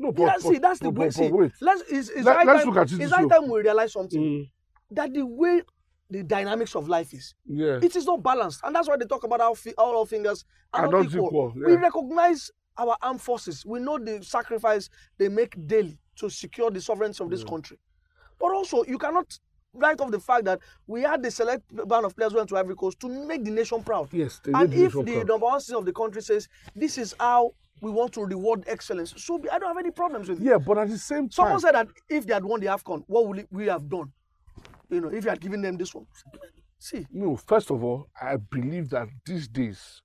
Speaker 3: No, but,
Speaker 2: Yeah, see,
Speaker 3: but-
Speaker 2: that's the
Speaker 3: but-
Speaker 2: way.
Speaker 3: but-
Speaker 2: See,
Speaker 3: but wait.
Speaker 2: let's it's, it's
Speaker 3: Let-
Speaker 2: high
Speaker 3: let's
Speaker 2: time,
Speaker 3: look at it
Speaker 2: it's
Speaker 3: this
Speaker 2: high
Speaker 3: way.
Speaker 2: time we realize something
Speaker 3: Mm,
Speaker 2: that the way the dynamics of life is,
Speaker 3: yeah.
Speaker 2: it is not balanced and that's why they talk about how fi- all our fingers are
Speaker 3: Are
Speaker 2: not
Speaker 3: not
Speaker 2: equal,
Speaker 3: equal,
Speaker 2: we
Speaker 3: yeah.
Speaker 2: recognize our armed forces we know the sacrifice they make daily to secure the sovereignty of this
Speaker 3: Mm.
Speaker 2: country but also you cannot write off the fact that we had the select band of players who went to ivory coast to make the nation proud
Speaker 3: Yes, they
Speaker 2: and
Speaker 3: made the
Speaker 2: if
Speaker 3: nation
Speaker 2: the
Speaker 3: proud.
Speaker 2: number one citizen of the country says this is how we want to reward excellence so be- i don't have any problems with it
Speaker 3: Yeah, but at the same time,
Speaker 2: someone said that if they had won the afcon what would we have done you know if you had given them this one see
Speaker 3: no, first of all, I believe that these days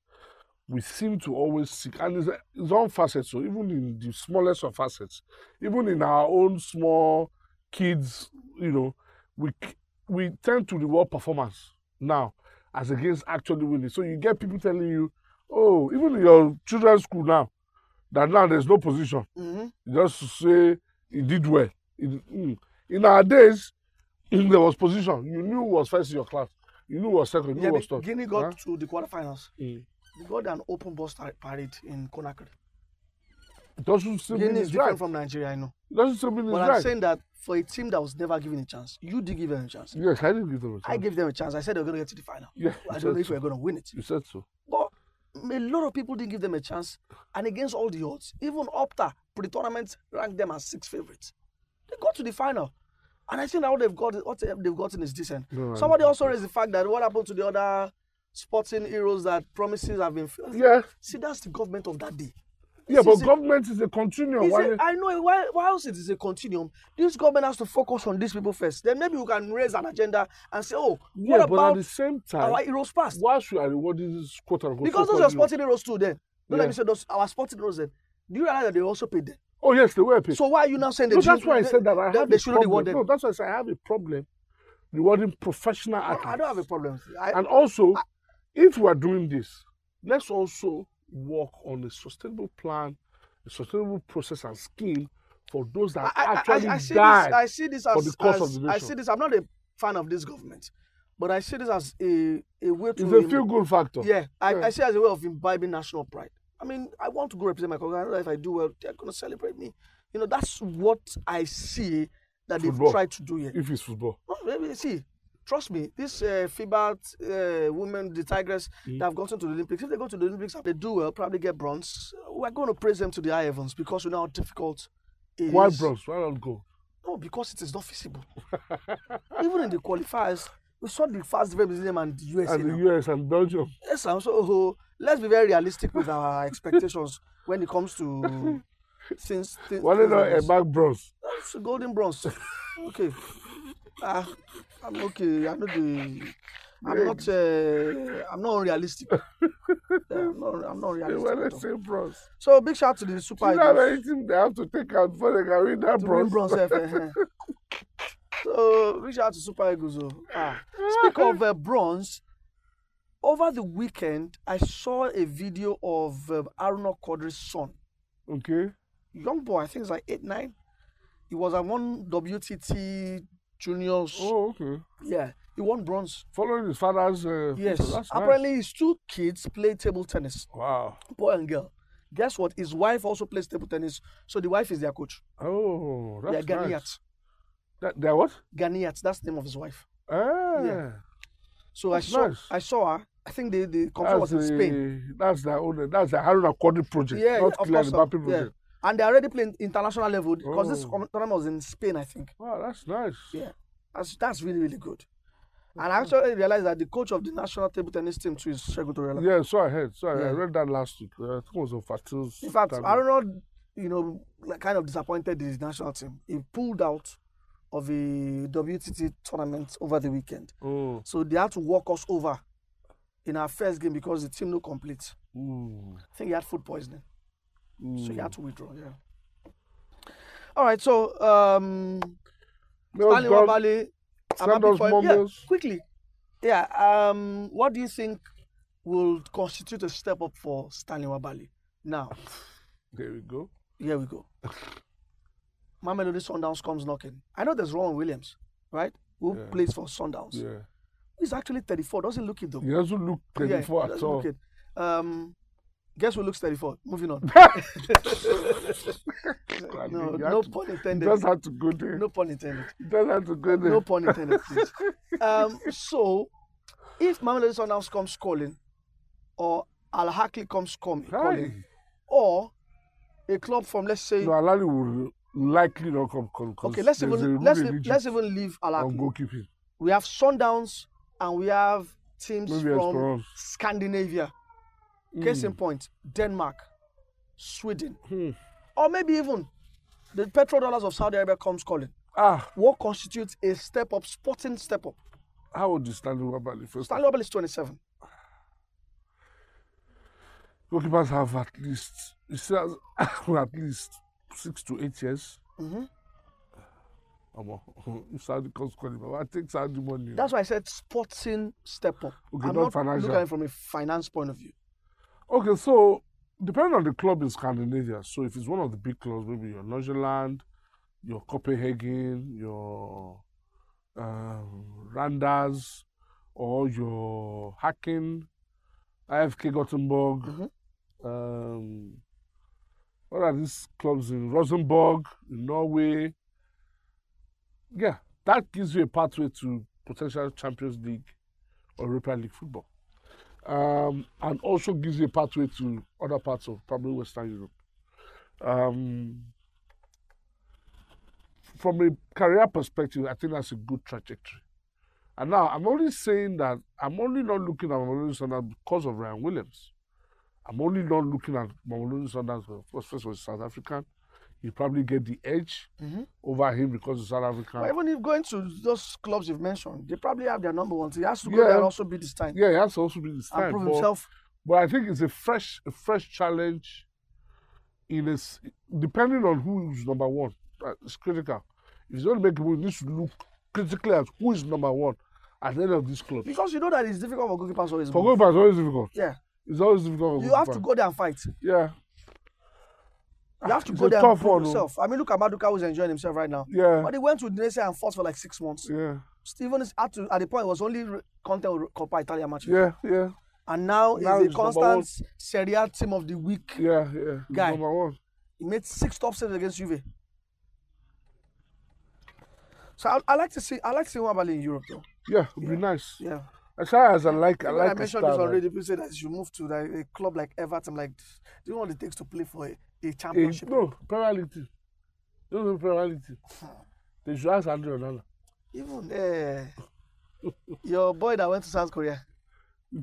Speaker 3: we seem to always seek, and it's, it's on facets, so even in the smallest of facets, even in our own small kids, you know, we c- we tend to reward performance now as against actually winning. So you get people telling you, oh, even in your children's school now, that now there's no position.
Speaker 2: Mm-hmm.
Speaker 3: You just say he did well. He did- mm. In our days, if there was position, you knew who was first in your class, you knew who was second, you knew
Speaker 2: Yeah,
Speaker 3: who was
Speaker 2: but
Speaker 3: third.
Speaker 2: Guinea got
Speaker 3: Huh?
Speaker 2: to the quarterfinals.
Speaker 3: Mm.
Speaker 2: They got an open bus tar- parade in Conakry.
Speaker 3: It doesn't still mean
Speaker 2: Guinea is
Speaker 3: it's
Speaker 2: different
Speaker 3: right.
Speaker 2: from Nigeria, I know.
Speaker 3: It doesn't still mean it's
Speaker 2: But I'm
Speaker 3: right.
Speaker 2: saying that for a team that was never given a chance, you did give them a chance.
Speaker 3: Yes, I didn't give them a chance.
Speaker 2: I gave them a chance. I said they were going to get to the final.
Speaker 3: yeah,
Speaker 2: I
Speaker 3: you
Speaker 2: don't know
Speaker 3: said
Speaker 2: if
Speaker 3: so.
Speaker 2: we're going to win it.
Speaker 3: You said so.
Speaker 2: But a lot of people didn't give them a chance. And against all the odds, even Opta pre tournament ranked them as six favorites. They got to the final. And I think now they've got what they've gotten is decent.
Speaker 3: No, I-
Speaker 2: Somebody also raised the fact that what happened to the other sporting heroes that promises have been filled.
Speaker 3: Yeah,
Speaker 2: See, that's the government of that day.
Speaker 3: yeah,
Speaker 2: This
Speaker 3: but
Speaker 2: is a-
Speaker 3: government is a continuum.
Speaker 2: It's
Speaker 3: Why
Speaker 2: a, I know why, why else it is a continuum. This government has to focus on these people first. Then maybe we can raise an agenda and say, oh, what
Speaker 3: yeah, but at
Speaker 2: about
Speaker 3: the same time,
Speaker 2: our heroes past?
Speaker 3: whilst we are rewarding this quote unquote
Speaker 2: Because those
Speaker 3: so-called
Speaker 2: are
Speaker 3: heroes-
Speaker 2: sporting heroes too then. Don't let
Speaker 3: Yeah.
Speaker 2: me say those our sporting heroes then. Do you realize that they also paid them?
Speaker 3: Oh yes, they were paid.
Speaker 2: So why are you now saying they
Speaker 3: no,
Speaker 2: should-
Speaker 3: that's why I
Speaker 2: they-
Speaker 3: said that I
Speaker 2: they,
Speaker 3: have
Speaker 2: they
Speaker 3: a
Speaker 2: shouldn't reward
Speaker 3: problem.
Speaker 2: them?
Speaker 3: No, that's why I said I have a problem rewarding professional
Speaker 2: No, I
Speaker 3: athletes.
Speaker 2: don't have a problem. with it. I,
Speaker 3: And also, if we are doing this, let's also work on a sustainable plan, a sustainable process and scheme for those that
Speaker 2: I, I,
Speaker 3: actually
Speaker 2: I, I see
Speaker 3: died.
Speaker 2: this. I see this
Speaker 3: for
Speaker 2: as,
Speaker 3: the cause
Speaker 2: as
Speaker 3: of the
Speaker 2: I
Speaker 3: nation.
Speaker 2: see this. I'm not a fan of this government, but I see this as a, a way to.
Speaker 3: it's
Speaker 2: im-
Speaker 3: a feel good factor.
Speaker 2: Yeah, I,
Speaker 3: Yeah.
Speaker 2: I see it as a way of imbibing national pride. I mean, I want to go represent my country. I know that if I do well, they're going to celebrate me. You know, that's what I see that
Speaker 3: Football.
Speaker 2: they've tried to do here.
Speaker 3: If it's football,
Speaker 2: No, maybe- see, trust me, this uh, FIBA uh, women, the Tigress,
Speaker 3: Mm.
Speaker 2: that have gotten to the Olympics, if they go to the Olympics and they do well, probably get bronze, we're going to praise them to the high heavens because we know how difficult it is.
Speaker 3: why bronze? Why not gold?
Speaker 2: No, because it is not feasible. Even in the qualifiers, we saw the first Belgium and the USA.
Speaker 3: And
Speaker 2: now.
Speaker 3: the US and Belgium.
Speaker 2: Yes, I'm so. oh, let's be very realistic with our expectations when it comes to since. thi-
Speaker 3: Why
Speaker 2: things
Speaker 3: not
Speaker 2: like
Speaker 3: a
Speaker 2: this.
Speaker 3: back bronze?
Speaker 2: That's golden bronze. Okay. Ah, I'm okay. I know the. I'm not. Uh, I'm not unrealistic. Yeah, I'm not. I'm not
Speaker 3: Yeah, why
Speaker 2: realistic.
Speaker 3: not
Speaker 2: at all.
Speaker 3: say bronze?
Speaker 2: So big shout to the
Speaker 3: Do
Speaker 2: Super
Speaker 3: you know how
Speaker 2: Eagles.
Speaker 3: many teams they have to take out before they can win that
Speaker 2: To win
Speaker 3: bronze?
Speaker 2: bronze, eh, eh, eh. So big shout to Super Eagles. oh. Ah, speak of uh, bronze. Over the weekend, I saw a video of um, Aruna Kodri's son.
Speaker 3: Okay.
Speaker 2: young boy, I think it's like eight, nine. He was at one WTT juniors.
Speaker 3: Oh, okay.
Speaker 2: Yeah, he won bronze.
Speaker 3: Following his father's. Uh,
Speaker 2: Yes.
Speaker 3: footsteps, That's nice.
Speaker 2: Apparently, his two kids play table tennis,
Speaker 3: Wow.
Speaker 2: boy and girl. Guess what? His wife also plays table tennis. So the wife is their coach.
Speaker 3: Oh, that's
Speaker 2: they are
Speaker 3: nice.
Speaker 2: Ghanaians.
Speaker 3: That, they're what?
Speaker 2: Ghanaians, that's the name of his wife.
Speaker 3: Ah,
Speaker 2: So
Speaker 3: That's
Speaker 2: I saw
Speaker 3: Oh, nice.
Speaker 2: I saw her. I think the, the concert
Speaker 3: that's
Speaker 2: was in Spain.
Speaker 3: the that's the own that's the Haruna Kwadi project,
Speaker 2: Yeah,
Speaker 3: not
Speaker 2: of
Speaker 3: clear
Speaker 2: course.
Speaker 3: the
Speaker 2: so,
Speaker 3: mapping
Speaker 2: yeah.
Speaker 3: project.
Speaker 2: And they're already playing international level because this
Speaker 3: Oh.
Speaker 2: tournament was in Spain, I think.
Speaker 3: Wow, that's nice.
Speaker 2: Yeah, that's that's really really good. And I actually realized that the coach of the national table tennis team too is Segun Torreira.
Speaker 3: Yeah, so I heard. So I- I
Speaker 2: Yeah.
Speaker 3: read that last week. Uh, I think it was on Fatil's.
Speaker 2: In fact,
Speaker 3: tablet.
Speaker 2: I don't know, you know, like kind of disappointed the national team. He pulled out of a WTT tournament over the weekend,
Speaker 3: Oh,
Speaker 2: so they had to walk us over in our first game because the team no complete.
Speaker 3: mm,
Speaker 2: I think he had food poisoning, so he
Speaker 3: mm.
Speaker 2: had to withdraw. Yeah. All right, so um,
Speaker 3: Well
Speaker 2: Stanley
Speaker 3: done.
Speaker 2: Wabale, I'm
Speaker 3: Send
Speaker 2: happy
Speaker 3: us
Speaker 2: for him.
Speaker 3: more
Speaker 2: Yeah,
Speaker 3: mails.
Speaker 2: quickly. Yeah. Um, what do you think will constitute a step up for Stanley Wabale? Now,
Speaker 3: There we go.
Speaker 2: here we go. Mamelodi Sundowns comes knocking. I know there's Ron Williams, right? Who
Speaker 3: Yeah.
Speaker 2: plays for Sundowns.
Speaker 3: Yeah,
Speaker 2: He's actually 34. Doesn't look it though.
Speaker 3: he doesn't look
Speaker 2: Yeah,
Speaker 3: 24 at
Speaker 2: doesn't
Speaker 3: all.
Speaker 2: look it. Um, guess who looks 34? Moving on. no,
Speaker 3: You
Speaker 2: no
Speaker 3: have to-
Speaker 2: pun
Speaker 3: He
Speaker 2: intended.
Speaker 3: doesn't have to go there.
Speaker 2: No pun intended.
Speaker 3: He doesn't have to go there.
Speaker 2: No pun intended, please. um, so, if Mamelodi Sundowns comes calling, or Al Hakli comes com- calling,
Speaker 3: Hi.
Speaker 2: or a club from let's say,
Speaker 3: No, Alali will likely not come. come 'cause
Speaker 2: okay, let's
Speaker 3: there's a
Speaker 2: even
Speaker 3: rule
Speaker 2: let's
Speaker 3: in
Speaker 2: le-
Speaker 3: Egypt
Speaker 2: let's even leave Al
Speaker 3: on
Speaker 2: Hakli.
Speaker 3: goalkeeping.
Speaker 2: We have Sundowns and we have teams
Speaker 3: Maybe Hmm.
Speaker 2: from
Speaker 3: Esperance.
Speaker 2: Scandinavia. Case in point, Denmark, Sweden,
Speaker 3: Hmm.
Speaker 2: or maybe even the petrodollars of Saudi Arabia comes calling.
Speaker 3: Ah,
Speaker 2: What constitutes a step up, sporting step up?
Speaker 3: how old is Stanley Wabali first?
Speaker 2: Stanley Obel is 27.
Speaker 3: Goalkeepers have at least he still has, at least six to eight years.
Speaker 2: Mhm.
Speaker 3: Omo, if Saudi comes calling, Baba, take Saudi money. o.
Speaker 2: That's why I said sporting step up.
Speaker 3: Okay,
Speaker 2: I'm
Speaker 3: not
Speaker 2: not looking
Speaker 3: financial.
Speaker 2: at it from a finance point of view.
Speaker 3: Okay, so depending on the club in Scandinavia, so if it's one of the big clubs, maybe your Norgeland, your Copenhagen, your um, Randers, or your Hacken, IFK Gothenburg,
Speaker 2: Mhm.
Speaker 3: um, what are these clubs in Rosenborg, in Norway? Yeah, that gives you a pathway to potential Champions League or Europa League football um, and also gives you a pathway to other parts of probably Western Europe. Um, from a career perspective, I think that's a good trajectory. And now I'm only saying that I'm only not looking at Mamelodi Sundowns because of Ryan Williams. I'm only not looking at Mamelodi Sundowns because first, first of all, he's South African. He probably get the edge
Speaker 2: Mhm.
Speaker 3: over him because he's South African.
Speaker 2: But even if going to those clubs you've mentioned, they probably have their number one. So he has to go
Speaker 3: Yeah.
Speaker 2: there and also be this time
Speaker 3: yeah, he has to also be the
Speaker 2: and
Speaker 3: star.
Speaker 2: prove
Speaker 3: but-
Speaker 2: himself.
Speaker 3: but I think it's a fresh, a fresh challenge. In a s depending on who's number one, uh, it's critical. If you don't make a move, you need to look critically at who is number one at the end of this club.
Speaker 2: Because you know that it's difficult for goalkeepers always.
Speaker 3: For
Speaker 2: move.
Speaker 3: goalkeeper, it's always difficult.
Speaker 2: Yeah.
Speaker 3: It's always difficult. For
Speaker 2: You have to
Speaker 3: goalkeeper.
Speaker 2: go there and fight.
Speaker 3: Yeah.
Speaker 2: You have to
Speaker 3: It's
Speaker 2: go
Speaker 3: a
Speaker 2: there and
Speaker 3: tough
Speaker 2: prove
Speaker 3: one, oh.
Speaker 2: yourself. I mean, look at Maduka who's enjoying himself right now.
Speaker 3: Yeah.
Speaker 2: But he went to Indonesia and fought for like six months.
Speaker 3: Yeah.
Speaker 2: Steven is at, to, at the point it was only re- content with Coppa Italia matches.
Speaker 3: Yeah. Yeah.
Speaker 2: And now,
Speaker 3: Now
Speaker 2: he's
Speaker 3: he's
Speaker 2: a
Speaker 3: number
Speaker 2: constant Serie A team of the week.
Speaker 3: Yeah. Yeah. He's
Speaker 2: Guy.
Speaker 3: Number one.
Speaker 2: He made six top saves against Juve. So I, I like to see I like to see Wabali in Europe though.
Speaker 3: Yeah. It'd be nice.
Speaker 2: Yeah.
Speaker 3: As far as I like, I
Speaker 2: When
Speaker 3: like
Speaker 2: I
Speaker 3: the
Speaker 2: mentioned
Speaker 3: style,
Speaker 2: this
Speaker 3: right?
Speaker 2: already. People say that you should move to like, a club like Everton. Like, do you know what it takes to play for a, a
Speaker 3: Eh,
Speaker 2: championship?
Speaker 3: no, Premier League team. Those are Premier League team.
Speaker 2: Hmm.
Speaker 3: They should ask Andre Onana.
Speaker 2: Even eh, your boy that went to South Korea,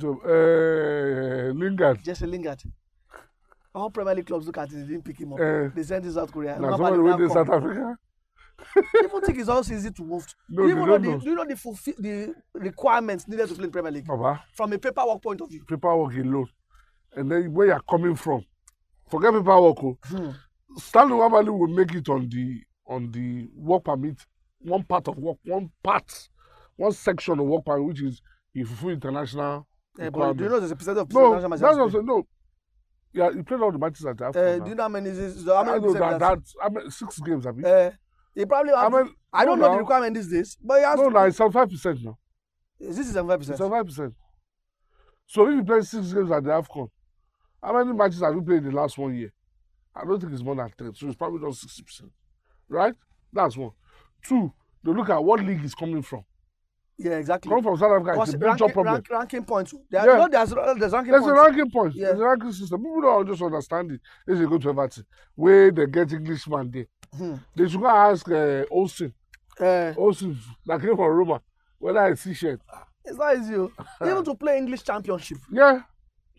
Speaker 3: So, uh, Lingard.
Speaker 2: Jesse Lingard. All Premier League clubs look at it, they didn't pick him up.
Speaker 3: Eh.
Speaker 2: they sent him to South Korea. Nwabali
Speaker 3: Now somebody
Speaker 2: now
Speaker 3: went in
Speaker 2: come.
Speaker 3: South Africa.
Speaker 2: People think it's also easy to move.
Speaker 3: No,
Speaker 2: do you
Speaker 3: they
Speaker 2: even
Speaker 3: don't
Speaker 2: know
Speaker 3: know.
Speaker 2: the, do you know the, fulfill, the requirements needed to play in Premier League
Speaker 3: Baba,
Speaker 2: from a paperwork point of view?
Speaker 3: paperwork alone. And then where you're coming from. Forget paperwork. oh. Stanley Wabali will make it on the on the work permit, one part of work, one part, one section of work permit, which is if you fulfill international.
Speaker 2: Yeah, but do Eh, you
Speaker 3: requirement.
Speaker 2: know there's a percentage of
Speaker 3: no,
Speaker 2: international
Speaker 3: that's
Speaker 2: matches
Speaker 3: what I'm
Speaker 2: played?
Speaker 3: saying. No. Yeah, he played all the matches at the
Speaker 2: Uh,
Speaker 3: Afcon.
Speaker 2: do
Speaker 3: now.
Speaker 2: you know how many is this? How
Speaker 3: I
Speaker 2: many
Speaker 3: know
Speaker 2: percent
Speaker 3: that,
Speaker 2: that's-
Speaker 3: that's I mean, six games, I mean.
Speaker 2: Uh, he probably.
Speaker 3: I
Speaker 2: Have,
Speaker 3: mean,
Speaker 2: I don't
Speaker 3: no,
Speaker 2: know
Speaker 3: now.
Speaker 2: the requirement these days, but he has.
Speaker 3: no, no, it's 75% now.
Speaker 2: Is this is seventy-five percent?
Speaker 3: Seventy-five percent. So if you play six games at the AFCON, how many matches have you played in the last one year? I don't think it's more than ten, so it's probably not sixty percent, right? That's one. Two, they look at what league is coming from.
Speaker 2: Yeah, exactly.
Speaker 3: Come from South Africa, it's
Speaker 2: Because
Speaker 3: a
Speaker 2: ranking,
Speaker 3: major problem.
Speaker 2: rank- ranking points. There,
Speaker 3: Yeah.
Speaker 2: yeah. no, there's, there's ranking
Speaker 3: There's a
Speaker 2: points.
Speaker 3: ranking point.
Speaker 2: Yeah.
Speaker 3: There's a ranking system. People don't just understand it. They should go to Everton. Where they get Englishman there.
Speaker 2: Hmm.
Speaker 3: They should go ask uh, Olsen.
Speaker 2: Eh,
Speaker 3: Olsen that came from Roma. Whether it's t-shirt.
Speaker 2: it's not easy. oh. Even to play English Championship.
Speaker 3: Yeah.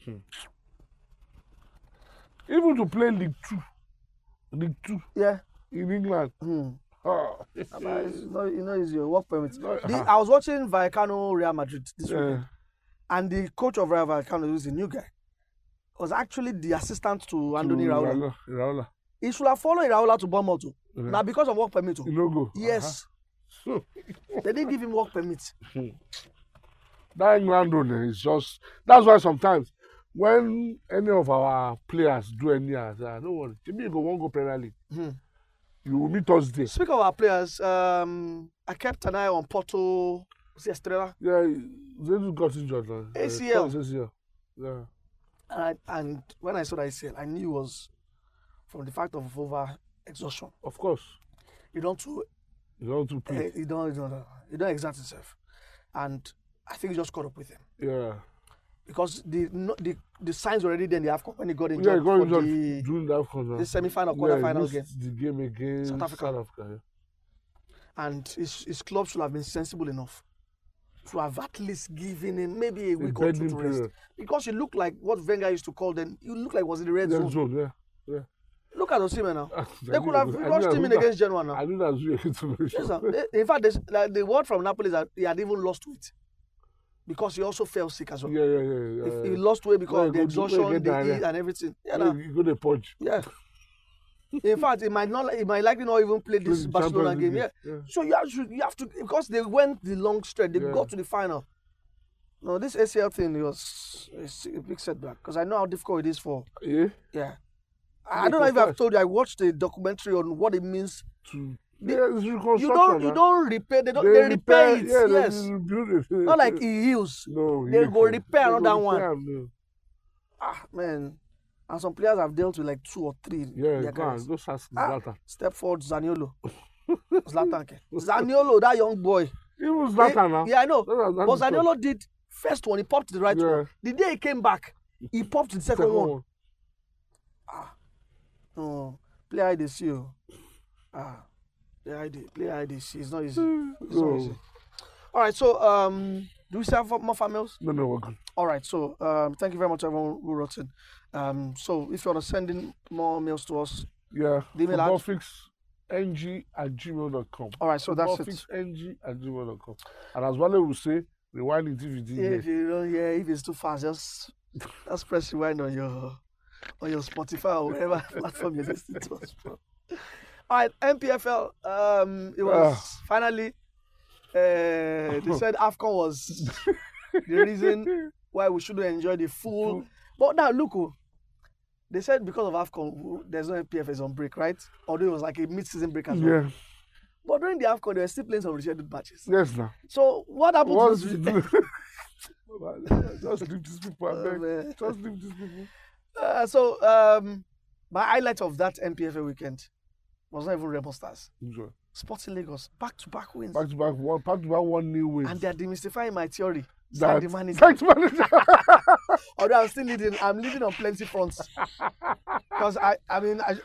Speaker 2: Hmm.
Speaker 3: Even to play League Two, League Two
Speaker 2: Yeah.
Speaker 3: in England.
Speaker 2: Hmm.
Speaker 3: Oh.
Speaker 2: But it's not, it's not easy. oh, Work permit.
Speaker 3: not-
Speaker 2: The, I was watching Vallecano Real Madrid this weekend,
Speaker 3: Yeah.
Speaker 2: and the coach of Real Vallecano, who's a new guy, was actually the assistant to Anthony
Speaker 3: To
Speaker 2: Raola.
Speaker 3: Raola- Raola.
Speaker 2: He should have followed Raola to Bournemouth. oh.
Speaker 3: Yeah.
Speaker 2: Now because of work permit. oh.
Speaker 3: You no go.
Speaker 2: Yes.
Speaker 3: Uh-huh.
Speaker 2: they didn't give him work permit.
Speaker 3: That England road eh, is just. That's why sometimes when any of our players do any, I say, "Ah, don't worry. Jimmy go won't go Premier League.
Speaker 2: Mhm.
Speaker 3: You will meet us there.
Speaker 2: Speaking of our players, um, I kept an eye on Porto. Was it Estrella?
Speaker 3: Yeah, they just got injured. now. Eh,
Speaker 2: ACL.
Speaker 3: twice ACL. Yeah.
Speaker 2: And, I, and when I saw that ACL, I knew it was from the fact of over exhaustion.
Speaker 3: Of course.
Speaker 2: You don't too,
Speaker 3: You don't to
Speaker 2: eh,
Speaker 3: play.
Speaker 2: you don't, you don't, you don't exert yourself. And I think he just caught up with him
Speaker 3: Yeah.
Speaker 2: because the no, the, the signs were already then. They have when he got
Speaker 3: Yeah,
Speaker 2: injured
Speaker 3: got
Speaker 2: for
Speaker 3: injured
Speaker 2: the,
Speaker 3: during that corner.
Speaker 2: the semi-final, quarter-final
Speaker 3: yeah,
Speaker 2: game,
Speaker 3: against The game against
Speaker 2: South
Speaker 3: South
Speaker 2: Africa.
Speaker 3: Africa. South Africa
Speaker 2: and his, his club should have been sensible enough to have at least given him maybe a
Speaker 3: yeah.
Speaker 2: week or two
Speaker 3: bending
Speaker 2: to rest.
Speaker 3: period.
Speaker 2: because you look like what Wenger used to call then. You look like was in the red
Speaker 3: Red
Speaker 2: zone.
Speaker 3: zone, yeah.
Speaker 2: Look at Osimhen now.
Speaker 3: I
Speaker 2: they
Speaker 3: knew
Speaker 2: could have
Speaker 3: that- I knew
Speaker 2: launched
Speaker 3: that-
Speaker 2: him in
Speaker 3: I-
Speaker 2: against Genoa now.
Speaker 3: I knew that was really good to
Speaker 2: Yes,
Speaker 3: mention.
Speaker 2: sir. They- in fact, they, like, the word from Napoli is that he had even lost weight because he also fell sick as well.
Speaker 3: Yeah, yeah, yeah.
Speaker 2: If
Speaker 3: yeah.
Speaker 2: he lost weight because
Speaker 3: Well,
Speaker 2: of the
Speaker 3: he go- he go
Speaker 2: exhaustion,
Speaker 3: get
Speaker 2: the
Speaker 3: diarrhea.
Speaker 2: heat, and everything. Yeah,
Speaker 3: yeah,
Speaker 2: now.
Speaker 3: you go to punch.
Speaker 2: yeah. in fact, it might not, it might likely not even play this
Speaker 3: Champions
Speaker 2: Barcelona game.
Speaker 3: League,
Speaker 2: Yeah.
Speaker 3: yeah.
Speaker 2: So you have to, you have to, because they went the long stretch. They
Speaker 3: Yeah.
Speaker 2: got to the final. No, this ACL thing was it's a big setback because I know how difficult it is for.
Speaker 3: Yeah.
Speaker 2: Yeah. I I don't know if I've told you. I watched a documentary on what it means.
Speaker 3: To yeah, it's reconstruction.
Speaker 2: You don't, you
Speaker 3: man.
Speaker 2: don't repair. They don't. They, repair, it.
Speaker 3: Yeah,
Speaker 2: yes.
Speaker 3: They rebuild it.
Speaker 2: Not like it heals.
Speaker 3: no.
Speaker 2: they
Speaker 3: yeah,
Speaker 2: go
Speaker 3: yeah.
Speaker 2: repair
Speaker 3: They go
Speaker 2: another one.
Speaker 3: repair, no.
Speaker 2: Ah, man. And some players have dealt with like two or three. in
Speaker 3: Yeah,
Speaker 2: their
Speaker 3: go on,
Speaker 2: careers.
Speaker 3: just ask
Speaker 2: Ah.
Speaker 3: Zlatan.
Speaker 2: Step forward, Zaniolo. Zlatan. ke. Zaniolo, that young boy.
Speaker 3: It was
Speaker 2: Eh,
Speaker 3: Zlatan now.
Speaker 2: Yeah, I know.
Speaker 3: Zlatan,
Speaker 2: But
Speaker 3: Zlatan.
Speaker 2: Zaniolo did first one. He popped the right
Speaker 3: Yeah.
Speaker 2: one. The day he came back, he popped the second,
Speaker 3: Second
Speaker 2: one.
Speaker 3: one.
Speaker 2: No, play hide and seek. oh. Ah, play hide, and- play hide and seek. It's not easy. It's not
Speaker 3: No.
Speaker 2: easy. All right. So, um, do we still have more famous?
Speaker 3: No, no, we're good.
Speaker 2: All right. So, um, thank you very much, everyone who wrote in. Um, so if you want to send in more mails to us,
Speaker 3: Yeah.
Speaker 2: The email ad-
Speaker 3: ng at gmail.com.
Speaker 2: all right. So that's it.
Speaker 3: ng at gmail.com. And as Wale will say, rewind it if you did.
Speaker 2: Yeah,
Speaker 3: hear.
Speaker 2: if you don't, yeah, if it's too fast, just just press rewind on your on your Spotify or whatever platform you're listening to us from. All right, MPFL. Um, it was finally. Uh, they said Afcon was the reason why we shouldn't enjoy the full. But now look, oh, they said because of Afcon, w- there's no MPF is on break, right? Although it was like a mid-season break as well.
Speaker 3: Yeah.
Speaker 2: But during the Afcon, they were still playing some rescheduled matches.
Speaker 3: Yes, now.
Speaker 2: So what happened? to
Speaker 3: Once
Speaker 2: this-
Speaker 3: you do. Just leave these people. I
Speaker 2: Oh,
Speaker 3: beg.
Speaker 2: man.
Speaker 3: Just leave these people.
Speaker 2: Uh, so um, my highlight of that NPFA weekend was not even Rebel Stars.
Speaker 3: Enjoy.
Speaker 2: Sporting Lagos, back to back wins.
Speaker 3: Back to back one, back to back one new win.
Speaker 2: and they're demystifying my theory. Sack
Speaker 3: That-
Speaker 2: the manager.
Speaker 3: Thanks, manager.
Speaker 2: Although I'm still leading, I'm leading on plenty fronts. Because I, I mean, I,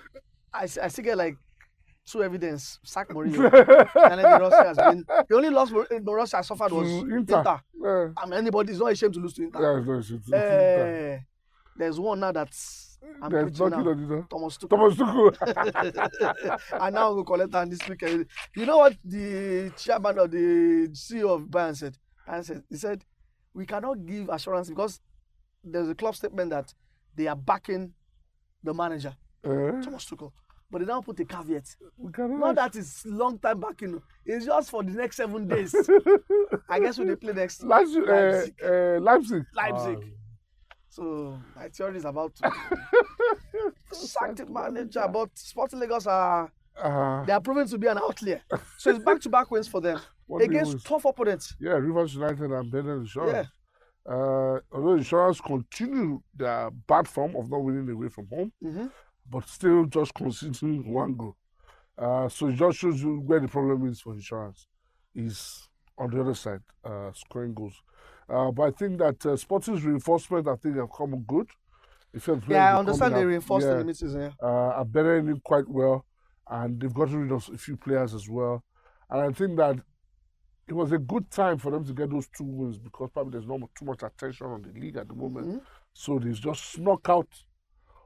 Speaker 2: I, s- I still get like two evidence. Sack Mourinho. and then Borussia has been the only loss Mor- Borussia has suffered was
Speaker 3: To
Speaker 2: Inter.
Speaker 3: Inter. Yeah.
Speaker 2: I mean, anybody is not ashamed to lose to Inter.
Speaker 3: Yeah, it's nice. It's- it's Inter.
Speaker 2: Eh, there's one now that's I'm
Speaker 3: There's
Speaker 2: preaching
Speaker 3: nothing
Speaker 2: now.
Speaker 3: on it, huh?
Speaker 2: Thomas Tuchel.
Speaker 3: Thomas Tuchel.
Speaker 2: and now we collect am this weekend. You know what the chairman of the CEO of Bayern said? Bayern said he said we cannot give assurance because there's a club statement that they are backing the manager
Speaker 3: Eh?
Speaker 2: Thomas Tuchel, but they now put a caveat.
Speaker 3: We cannot-
Speaker 2: Not that it's long time backing. It's just for the next seven days. I guess when they play next
Speaker 3: Leipzig. eh,
Speaker 2: Leipzig.
Speaker 3: eh, Leipzig.
Speaker 2: Leipzig.
Speaker 3: Ah.
Speaker 2: So my theory is about to sack the manager, but Sporting Lagos are
Speaker 3: Ah,
Speaker 2: they are proven to be an outlier. So it's back to back wins for them
Speaker 3: What they
Speaker 2: against
Speaker 3: was-
Speaker 2: tough opponents.
Speaker 3: yeah, Rivers United and Benin Insurance. Uh, although Insurance continue their bad form of not winning away from home,
Speaker 2: Mhm.
Speaker 3: but still just conceding one goal. Uh, so it just shows you where the problem is for Insurance. Is on the other side, uh, scoring goals. Uh, but I think that uh, Sporting's reinforcement, I think, have come good. If you're
Speaker 2: Yeah, I understand they reinforced
Speaker 3: yeah,
Speaker 2: in the mid-season. Yeah.
Speaker 3: uh, are bearing it quite well, and they've gotten rid of a few players as well. And I think that it was a good time for them to get those two wins because probably there's not mu- too much attention on the league at the moment. So they've just snuck out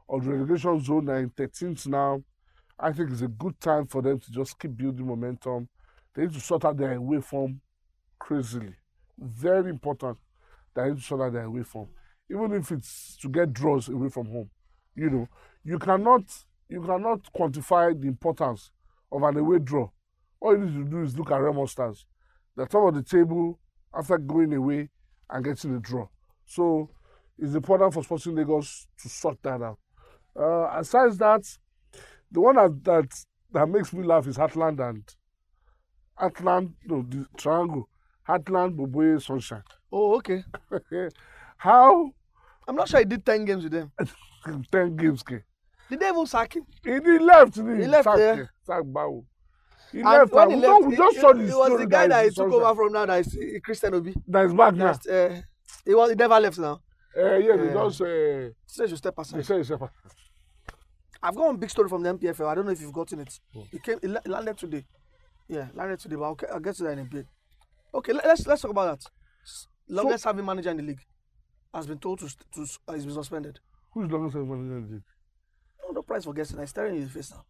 Speaker 3: of the relegation zone. They're in 13th now. I think it's a good time for them to just keep building momentum. They need to sort out their away form crazily. Very important that they need to sort out their away form. Even if it's to get draws away from home. You know, you cannot you cannot quantify the importance of an away draw. All you need to do is look at Remo Stars. The top of the table after going away and getting a draw. So it's important for Sporting Lagos to sort that out. Uh, aside that, the one that, that that makes me laugh is Heartland and Heartland, no, the triangle. Heartland, Boboye, Sunshine.
Speaker 2: Oh, okay.
Speaker 3: How
Speaker 2: I'm not sure he did ten games with them.
Speaker 3: 10 games came?
Speaker 2: Did they even sack him?
Speaker 3: He, he left. He,
Speaker 2: He left,
Speaker 3: Sack,
Speaker 2: yeah.
Speaker 3: eh, Sack Bawo. He
Speaker 2: And
Speaker 3: left.
Speaker 2: when
Speaker 3: and
Speaker 2: he
Speaker 3: we don't-
Speaker 2: left,
Speaker 3: we
Speaker 2: it-
Speaker 3: just
Speaker 2: it-
Speaker 3: saw this
Speaker 2: it was
Speaker 3: story
Speaker 2: the guy that he
Speaker 3: is
Speaker 2: took
Speaker 3: Sunshine.
Speaker 2: over from now. That is eh, Christian Obi.
Speaker 3: That is back now.
Speaker 2: Just, uh, he was he never left now.
Speaker 3: Eh, yeah, they
Speaker 2: Yeah.
Speaker 3: just uh,
Speaker 2: So you step
Speaker 3: they
Speaker 2: aside.
Speaker 3: say it's a-
Speaker 2: I've got one big story from the MPFL. I don't know if you've gotten it. It came. It la- landed today. Yeah, landed today. But I'll, ca- I'll get to that in a bit. Okay, let, let's let's talk about that. S- Longest serving manager in the league has been told to st- to s- uh, he's been suspended.
Speaker 3: who's longest serving manager in the league?
Speaker 2: No, the price for guessing. I staring in your face now.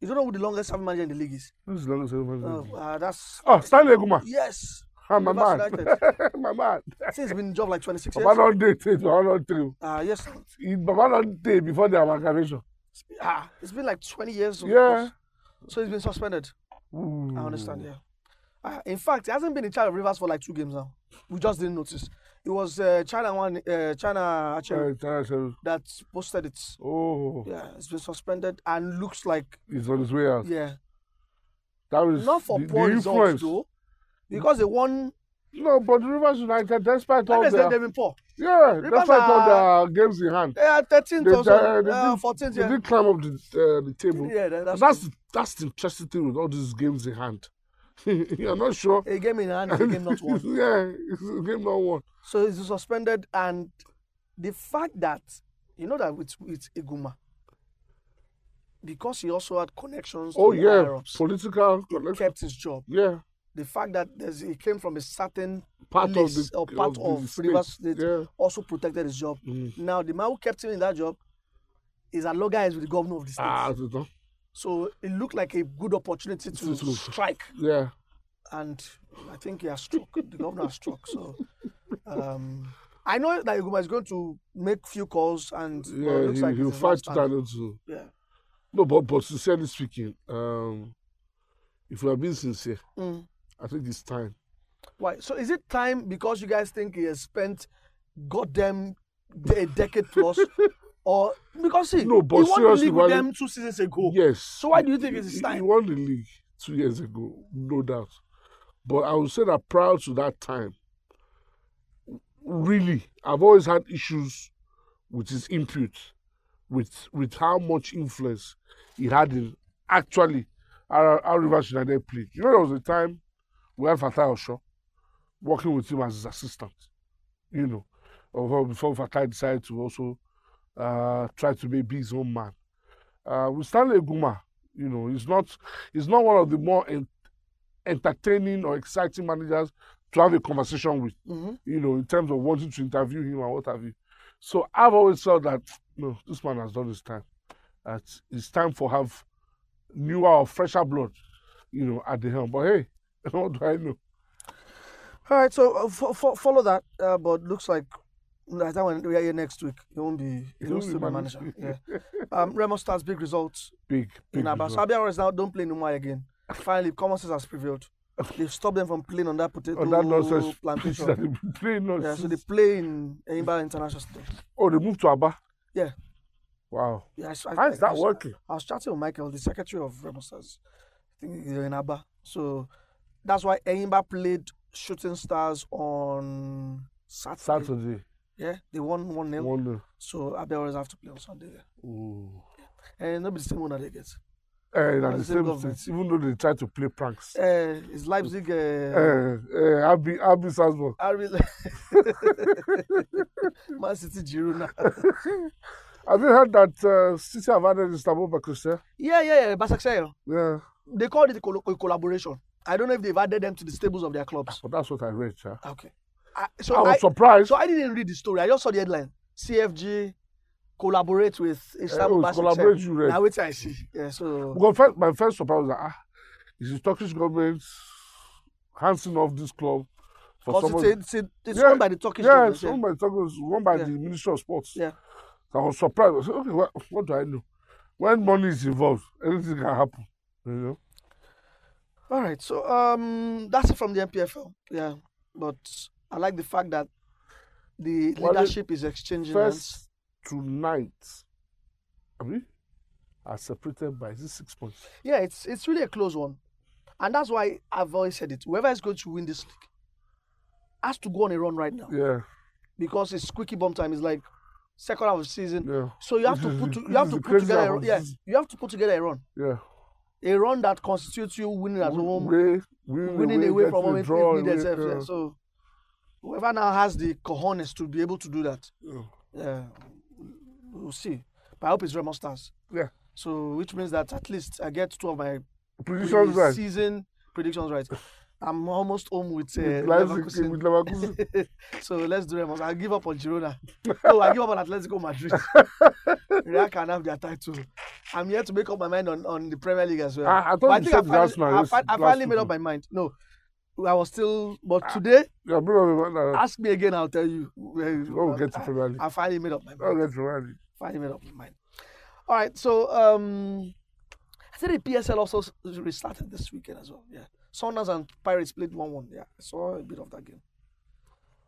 Speaker 2: You don't know who the longest serving manager in the league is.
Speaker 3: Who's longest serving manager? in
Speaker 2: Uh,
Speaker 3: the league?
Speaker 2: uh, that's
Speaker 3: Oh, Stanley Eguma.
Speaker 2: yes.
Speaker 3: Ah, my man.
Speaker 2: Rivers
Speaker 3: my man.
Speaker 2: I think he's been in job like 26 years.
Speaker 3: Baba don dey tey, Baba don tey.
Speaker 2: Uh, yes.
Speaker 3: He- Baba don tey before the amalgamation.
Speaker 2: It's been, ah, it's been like 20 years. of
Speaker 3: Yeah. Mm.
Speaker 2: course. So he's been suspended. I understand,
Speaker 3: Ooh.
Speaker 2: yeah. Uh, in fact, he hasn't been in charge of Rivers for like two games now. We just didn't notice. It was uh, China one, uh, China Achebe
Speaker 3: Uh, Tana said,
Speaker 2: that posted it.
Speaker 3: oh,
Speaker 2: Yeah, it's been suspended and looks like,
Speaker 3: he's on his way out.
Speaker 2: yeah,
Speaker 3: That was
Speaker 2: not for
Speaker 3: the,
Speaker 2: poor
Speaker 3: the
Speaker 2: results
Speaker 3: influence.
Speaker 2: though, because they won.
Speaker 3: No, but Rivers United, despite all
Speaker 2: Unless
Speaker 3: their,
Speaker 2: they've been poor.
Speaker 3: yeah,
Speaker 2: Rivers
Speaker 3: despite all
Speaker 2: are-
Speaker 3: their games in hand,
Speaker 2: They are 13th
Speaker 3: they,
Speaker 2: or so,
Speaker 3: they, they,
Speaker 2: uh,
Speaker 3: did,
Speaker 2: 14th,
Speaker 3: they
Speaker 2: yeah.
Speaker 3: did climb up the, uh, the table.
Speaker 2: Yeah, that, that's,
Speaker 3: And that's the, that's the interesting thing with all these games in hand. You're not sure.
Speaker 2: a game in hand, a game not won.
Speaker 3: yeah, it's a game not won.
Speaker 2: So he's suspended, and the fact that you know that with with Iguma, because he also had connections.
Speaker 3: Oh
Speaker 2: to the
Speaker 3: yeah,
Speaker 2: higher-ups,
Speaker 3: political
Speaker 2: he
Speaker 3: connection.
Speaker 2: kept his job.
Speaker 3: Yeah,
Speaker 2: The fact that there's, he came from a certain
Speaker 3: part of
Speaker 2: place
Speaker 3: the
Speaker 2: or part
Speaker 3: the
Speaker 2: of,
Speaker 3: state.
Speaker 2: Rivers State
Speaker 3: Yeah.
Speaker 2: also protected his job.
Speaker 3: Mm.
Speaker 2: Now the man who kept him in that job is at loggerheads with the governor of the state.
Speaker 3: Ah, I don't know.
Speaker 2: so it looked like a good opportunity to
Speaker 3: To- to-
Speaker 2: strike.
Speaker 3: yeah.
Speaker 2: and I think he has struck. the governor has struck. So um, I know that Iguma is going to make few calls and well, it
Speaker 3: Yeah,
Speaker 2: looks
Speaker 3: he,
Speaker 2: like
Speaker 3: he'll
Speaker 2: it's his last
Speaker 3: fight
Speaker 2: stand.
Speaker 3: 2002.
Speaker 2: Yeah.
Speaker 3: No, but, but sincerely speaking, um, if we are being sincere,
Speaker 2: Mm.
Speaker 3: I think it's time.
Speaker 2: Why? So is it time because you guys think he has spent goddamn de- a decade plus, or because see,
Speaker 3: No, but
Speaker 2: he won the
Speaker 3: seriously,
Speaker 2: league with
Speaker 3: Wale-
Speaker 2: them two seasons ago.
Speaker 3: Yes.
Speaker 2: So why do you think
Speaker 3: He-
Speaker 2: it's his
Speaker 3: he- He
Speaker 2: time?
Speaker 3: won the league two years ago, no doubt. But I would say that prior to that time, really, I've always had issues with his input, with with how much influence he had in actually how, how Rivers United played. You know, there was a time we had Fatai Osho working with him as his assistant, you know, before, before Fatai decided to also uh, try to maybe be his own man. Uh, with Stanley Guma, you know, he's not he's not one of the more en- entertaining or exciting managers to have a conversation with,
Speaker 2: Mhm.
Speaker 3: you know, in terms of wanting to interview him and what have you. So I've always felt that no, this man has done his time. That it's time for have newer or fresher blood, you know, at the helm. But hey, what do I know?
Speaker 2: All right, so uh, fo- fo- follow that, uh, but looks like by the time when we are here next week, he won't be. He
Speaker 3: will
Speaker 2: will
Speaker 3: be
Speaker 2: still be
Speaker 3: managed.
Speaker 2: manager. Yeah. Um, Remo starts big results.
Speaker 3: Big, big.
Speaker 2: in Abba. So
Speaker 3: result.
Speaker 2: Abia Warriors now don't play Numa again. Finally, common sense has prevailed. They've stopped them from playing on that potato
Speaker 3: On Oh, that nonsense pitch
Speaker 2: plantation.
Speaker 3: that they've been playing
Speaker 2: yeah, so they
Speaker 3: nonsense.
Speaker 2: play in Eimba International Stadium.
Speaker 3: Oh, they moved to Abba.
Speaker 2: Yeah.
Speaker 3: Wow.
Speaker 2: Yeah, so
Speaker 3: How is that
Speaker 2: was-
Speaker 3: working?
Speaker 2: I was chatting with Michael, the secretary of Remosas. I think they're in Abba. So that's why Eimba played Shooting Stars on Saturday.
Speaker 3: Saturday.
Speaker 2: Yeah, they won 1 0.
Speaker 3: One nil.
Speaker 2: So Abia Warriors have to play on Sunday. Yeah.
Speaker 3: Ooh.
Speaker 2: And nobody the same owner they get.
Speaker 3: Eh,
Speaker 2: Not the
Speaker 3: at
Speaker 2: same
Speaker 3: the same
Speaker 2: government.
Speaker 3: stage, even though they try to play pranks.
Speaker 2: Uh, it's Leipzig. Uh,
Speaker 3: Eh, eh, Abi, Abi Salzburg.
Speaker 2: I really Man City Girona.
Speaker 3: Have you heard that uh, City have added Istanbul Bakristan?
Speaker 2: Yeah, yeah, yeah. Basaksehir.
Speaker 3: Yeah,
Speaker 2: They called it a, col- a collaboration. I don't know if they've added them to the stables of their clubs.
Speaker 3: but that's what I read. Sir.
Speaker 2: Okay. I, so
Speaker 3: I was
Speaker 2: I,
Speaker 3: surprised.
Speaker 2: so I didn't read the story. I just saw the headline. CFG collaborates with Istanbul
Speaker 3: Eh, oh,
Speaker 2: Basaksehir.
Speaker 3: collaborate you read.
Speaker 2: Now wait till I see. Yeah. So
Speaker 3: Because first, my first surprise was that ah, is the Turkish government handing off this club for
Speaker 2: because
Speaker 3: someone?
Speaker 2: it's, it's, it's
Speaker 3: Yeah,
Speaker 2: owned by the Turkish
Speaker 3: yeah,
Speaker 2: government.
Speaker 3: it's owned by Turkish, owned by
Speaker 2: Yeah.
Speaker 3: the Ministry of Sports.
Speaker 2: Yeah.
Speaker 3: I was surprised. I said, okay, what, what do I know? When money is involved, anything can happen. You know.
Speaker 2: All right. So um, that's it from the MPFL. Yeah. But I like the fact that the
Speaker 3: Well, it-
Speaker 2: leadership is exchanging hands.
Speaker 3: first tonight, I mean, are separated by is it six points.
Speaker 2: Yeah, it's it's really a close one, and that's why I've always said it. Whoever is going to win this league has to go on a run right now
Speaker 3: Yeah,
Speaker 2: because it's squeaky bum time. It's like second half of the season,
Speaker 3: yeah,
Speaker 2: so you have
Speaker 3: This
Speaker 2: to
Speaker 3: is
Speaker 2: put to,
Speaker 3: the-
Speaker 2: you
Speaker 3: this
Speaker 2: have
Speaker 3: is
Speaker 2: to
Speaker 3: the
Speaker 2: put
Speaker 3: crazy
Speaker 2: together.
Speaker 3: half
Speaker 2: A,
Speaker 3: of the
Speaker 2: yeah,
Speaker 3: season.
Speaker 2: you have to put together a run,
Speaker 3: yeah.
Speaker 2: a run that constitutes you winning at home,
Speaker 3: Way, winning,
Speaker 2: winning away from
Speaker 3: getting
Speaker 2: home
Speaker 3: a
Speaker 2: if
Speaker 3: draw uh,
Speaker 2: if needed.
Speaker 3: away,
Speaker 2: Yeah.
Speaker 3: yeah.
Speaker 2: So whoever now has the cojones to be able to do that,
Speaker 3: Yeah.
Speaker 2: yeah, we'll see. But I hope it's Remo Stars.
Speaker 3: Yeah.
Speaker 2: So which means that at least I get two of my
Speaker 3: Positions right.
Speaker 2: season predictions right. I'm almost home with, uh,
Speaker 3: With Leipzig, with
Speaker 2: Leverkusen.
Speaker 3: Leverkusen.
Speaker 2: so let's do them. I'll give up on Girona. no, I give up on Atletico Madrid. Real can have their title. I'm here to make up my mind on, on the Premier League as well.
Speaker 3: Ah, I thought
Speaker 2: But
Speaker 3: you
Speaker 2: think
Speaker 3: said
Speaker 2: finally-
Speaker 3: Arsenal
Speaker 2: I,
Speaker 3: yes-
Speaker 2: fin- I
Speaker 3: last Ah.
Speaker 2: finally made
Speaker 3: week.
Speaker 2: up my mind. No, I was still. But today,
Speaker 3: Yeah, bring on the man that-
Speaker 2: ask me again. I'll tell you.
Speaker 3: When we get to
Speaker 2: I-
Speaker 3: Premier League.
Speaker 2: ah. I finally made up my
Speaker 3: When
Speaker 2: mind.
Speaker 3: we get to Premier League.
Speaker 2: Finally made up my mind. All right, so um, I think the PSL also s- restarted this weekend as well. Yeah, Saunders and Pirates played one-one. Yeah, I saw a bit of that game.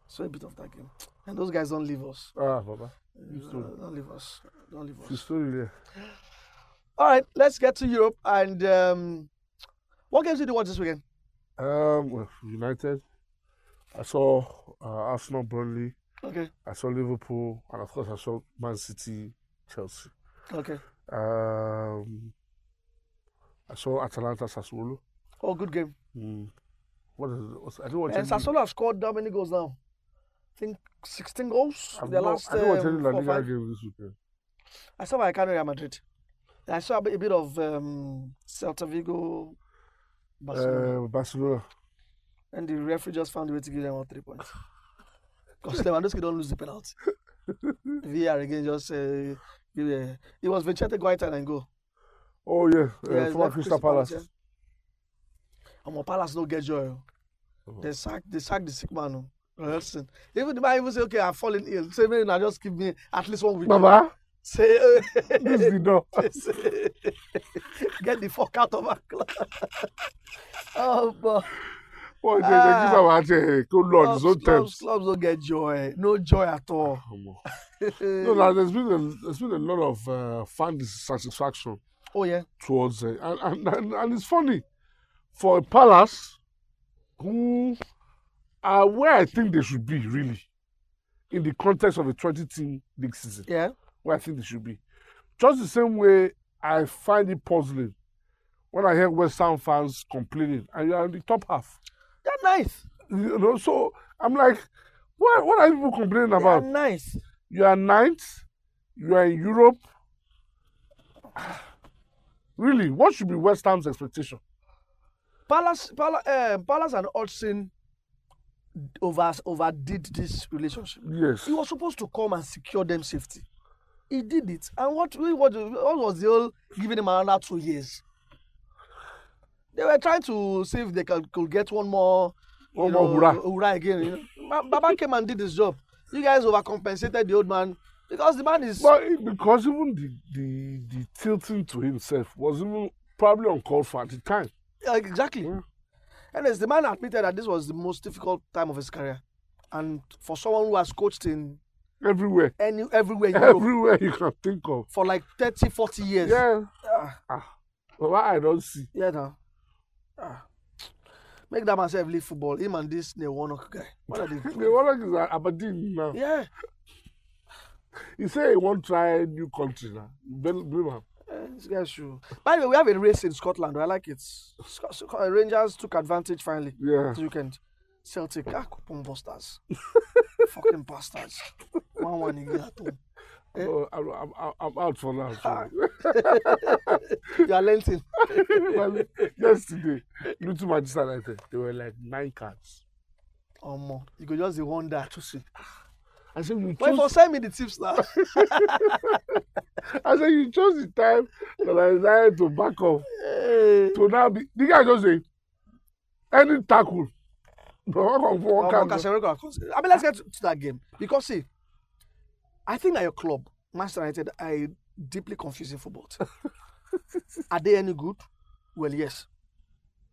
Speaker 2: Saw a bit of that game, and those guys don't leave us.
Speaker 3: Ah, Baba.
Speaker 2: Uh, don't leave us. Don't leave
Speaker 3: The
Speaker 2: us.
Speaker 3: story there.
Speaker 2: All right, let's get to Europe and um, what games did you watch this weekend?
Speaker 3: Um, well, United. I saw uh, Arsenal, Burnley.
Speaker 2: Okay,
Speaker 3: I saw Liverpool, and of course, I saw Man City, Chelsea.
Speaker 2: okay.
Speaker 3: Um, I saw Atalanta, Sassuolo.
Speaker 2: Oh, good game.
Speaker 3: Mm. What is it? What's, I don't watch
Speaker 2: And
Speaker 3: any-
Speaker 2: Sassuolo have scored how many goals now? I think 16 goals.
Speaker 3: I've
Speaker 2: Their
Speaker 3: not-
Speaker 2: last
Speaker 3: I don't watch
Speaker 2: um,
Speaker 3: any La
Speaker 2: four or
Speaker 3: Liga
Speaker 2: five.
Speaker 3: game this weekend.
Speaker 2: I saw Vallecano Real Madrid. I saw a bit, a bit of um, Celta Vigo, Barcelona.
Speaker 3: Barcelona. Uh, Barcelona.
Speaker 2: and the referee just found a way to give them all three points. Because Lewandowski don't lose the penalty. VR again just uh, give a, it was Vincente Guaita and go.
Speaker 3: Oh, yeah. Uh,
Speaker 2: Yeah, it's
Speaker 3: former
Speaker 2: left
Speaker 3: Crystal Palace.
Speaker 2: And my Palace don't get joy. oh.
Speaker 3: Oh.
Speaker 2: They sack they sack the sick man. oh. Listen, even the man even say, okay, I've fallen ill. Say, maybe now just give me at least one week.
Speaker 3: Baba,
Speaker 2: Say, uh,
Speaker 3: this is the door.
Speaker 2: get the fuck out of my club. oh, but
Speaker 3: Oh, they, they
Speaker 2: Ah.
Speaker 3: give our head. Good Lord,
Speaker 2: clubs,
Speaker 3: his own
Speaker 2: clubs,
Speaker 3: terms.
Speaker 2: clubs don't get joy. No joy at all.
Speaker 3: Come on. No, no, there's been a, there's been a lot of uh, fan dissatisfaction
Speaker 2: oh, yeah.
Speaker 3: towards uh, and, and, and and it's funny for a Palace who are where I think they should be really in the context of a 20 team league season
Speaker 2: Yeah.
Speaker 3: where I think they should be. Just the same way I find it puzzling when I hear West Ham fans complaining and you are in the top half.
Speaker 2: They're nice.
Speaker 3: You know, so I'm like, what what are people complaining
Speaker 2: They are
Speaker 3: about?
Speaker 2: nice.
Speaker 3: You are ninth. You are in Europe. Really, what should be West Ham's expectation?
Speaker 2: Palace, Palace, uh, Palace and Hudson over, overdid this relationship.
Speaker 3: Yes.
Speaker 2: He was supposed to come and secure them safety. He did it. And what what, what, what was the whole giving him another two years? They were trying to see if they could, could get one more, you
Speaker 3: One more hurrah.
Speaker 2: hurrah again. You know? Ma- Baba came and did his job. You guys overcompensated the old man because the man is.
Speaker 3: But it- because even the, the the tilting to himself was even probably uncalled for at the time.
Speaker 2: Yeah, exactly.
Speaker 3: Yeah.
Speaker 2: And as the man admitted that this was the most difficult time of his career. And for someone who has coached in
Speaker 3: Everywhere.
Speaker 2: any everywhere in Europe
Speaker 3: Everywhere you can think of.
Speaker 2: for like 30, 40 years.
Speaker 3: Yeah.
Speaker 2: Ah,
Speaker 3: Ah. But why I don't see.
Speaker 2: yeah, now. Ah. Make that man say leave football. Him and this Neil Warnock guy. What are they?
Speaker 3: The one is at Aberdeen now.
Speaker 2: yeah.
Speaker 3: He said he won't try new country now. Bel- Birmingham.
Speaker 2: Eh, This guy should. By the way, we have a race in Scotland. I like it. Sc- Sc- Rangers took advantage finally.
Speaker 3: Yeah.
Speaker 2: this weekend. Celtic, ah, coupon busters. Fucking bastards. One one in at home. Eh.
Speaker 3: Oh, I'm, I'm, I'm- I'm out for now.
Speaker 2: Ah.
Speaker 3: sorry.
Speaker 2: You are lenting.
Speaker 3: Well, yesterday, Luton Manchester United, they were like nine cards.
Speaker 2: Omo, you go just dey wonder.
Speaker 3: I said, you
Speaker 2: Wait
Speaker 3: chose,
Speaker 2: for send me the tips now.
Speaker 3: I said, you chose the time that I decided to back off.
Speaker 2: eh,
Speaker 3: To now be, the guy just say, any tackle. No, I come for one
Speaker 2: Omo,
Speaker 3: card.
Speaker 2: Casemiro can consider- I mean, let's get to to that game because see, I think that your club, Manchester United, are a deeply confusing football. team. are they any good? Well, yes,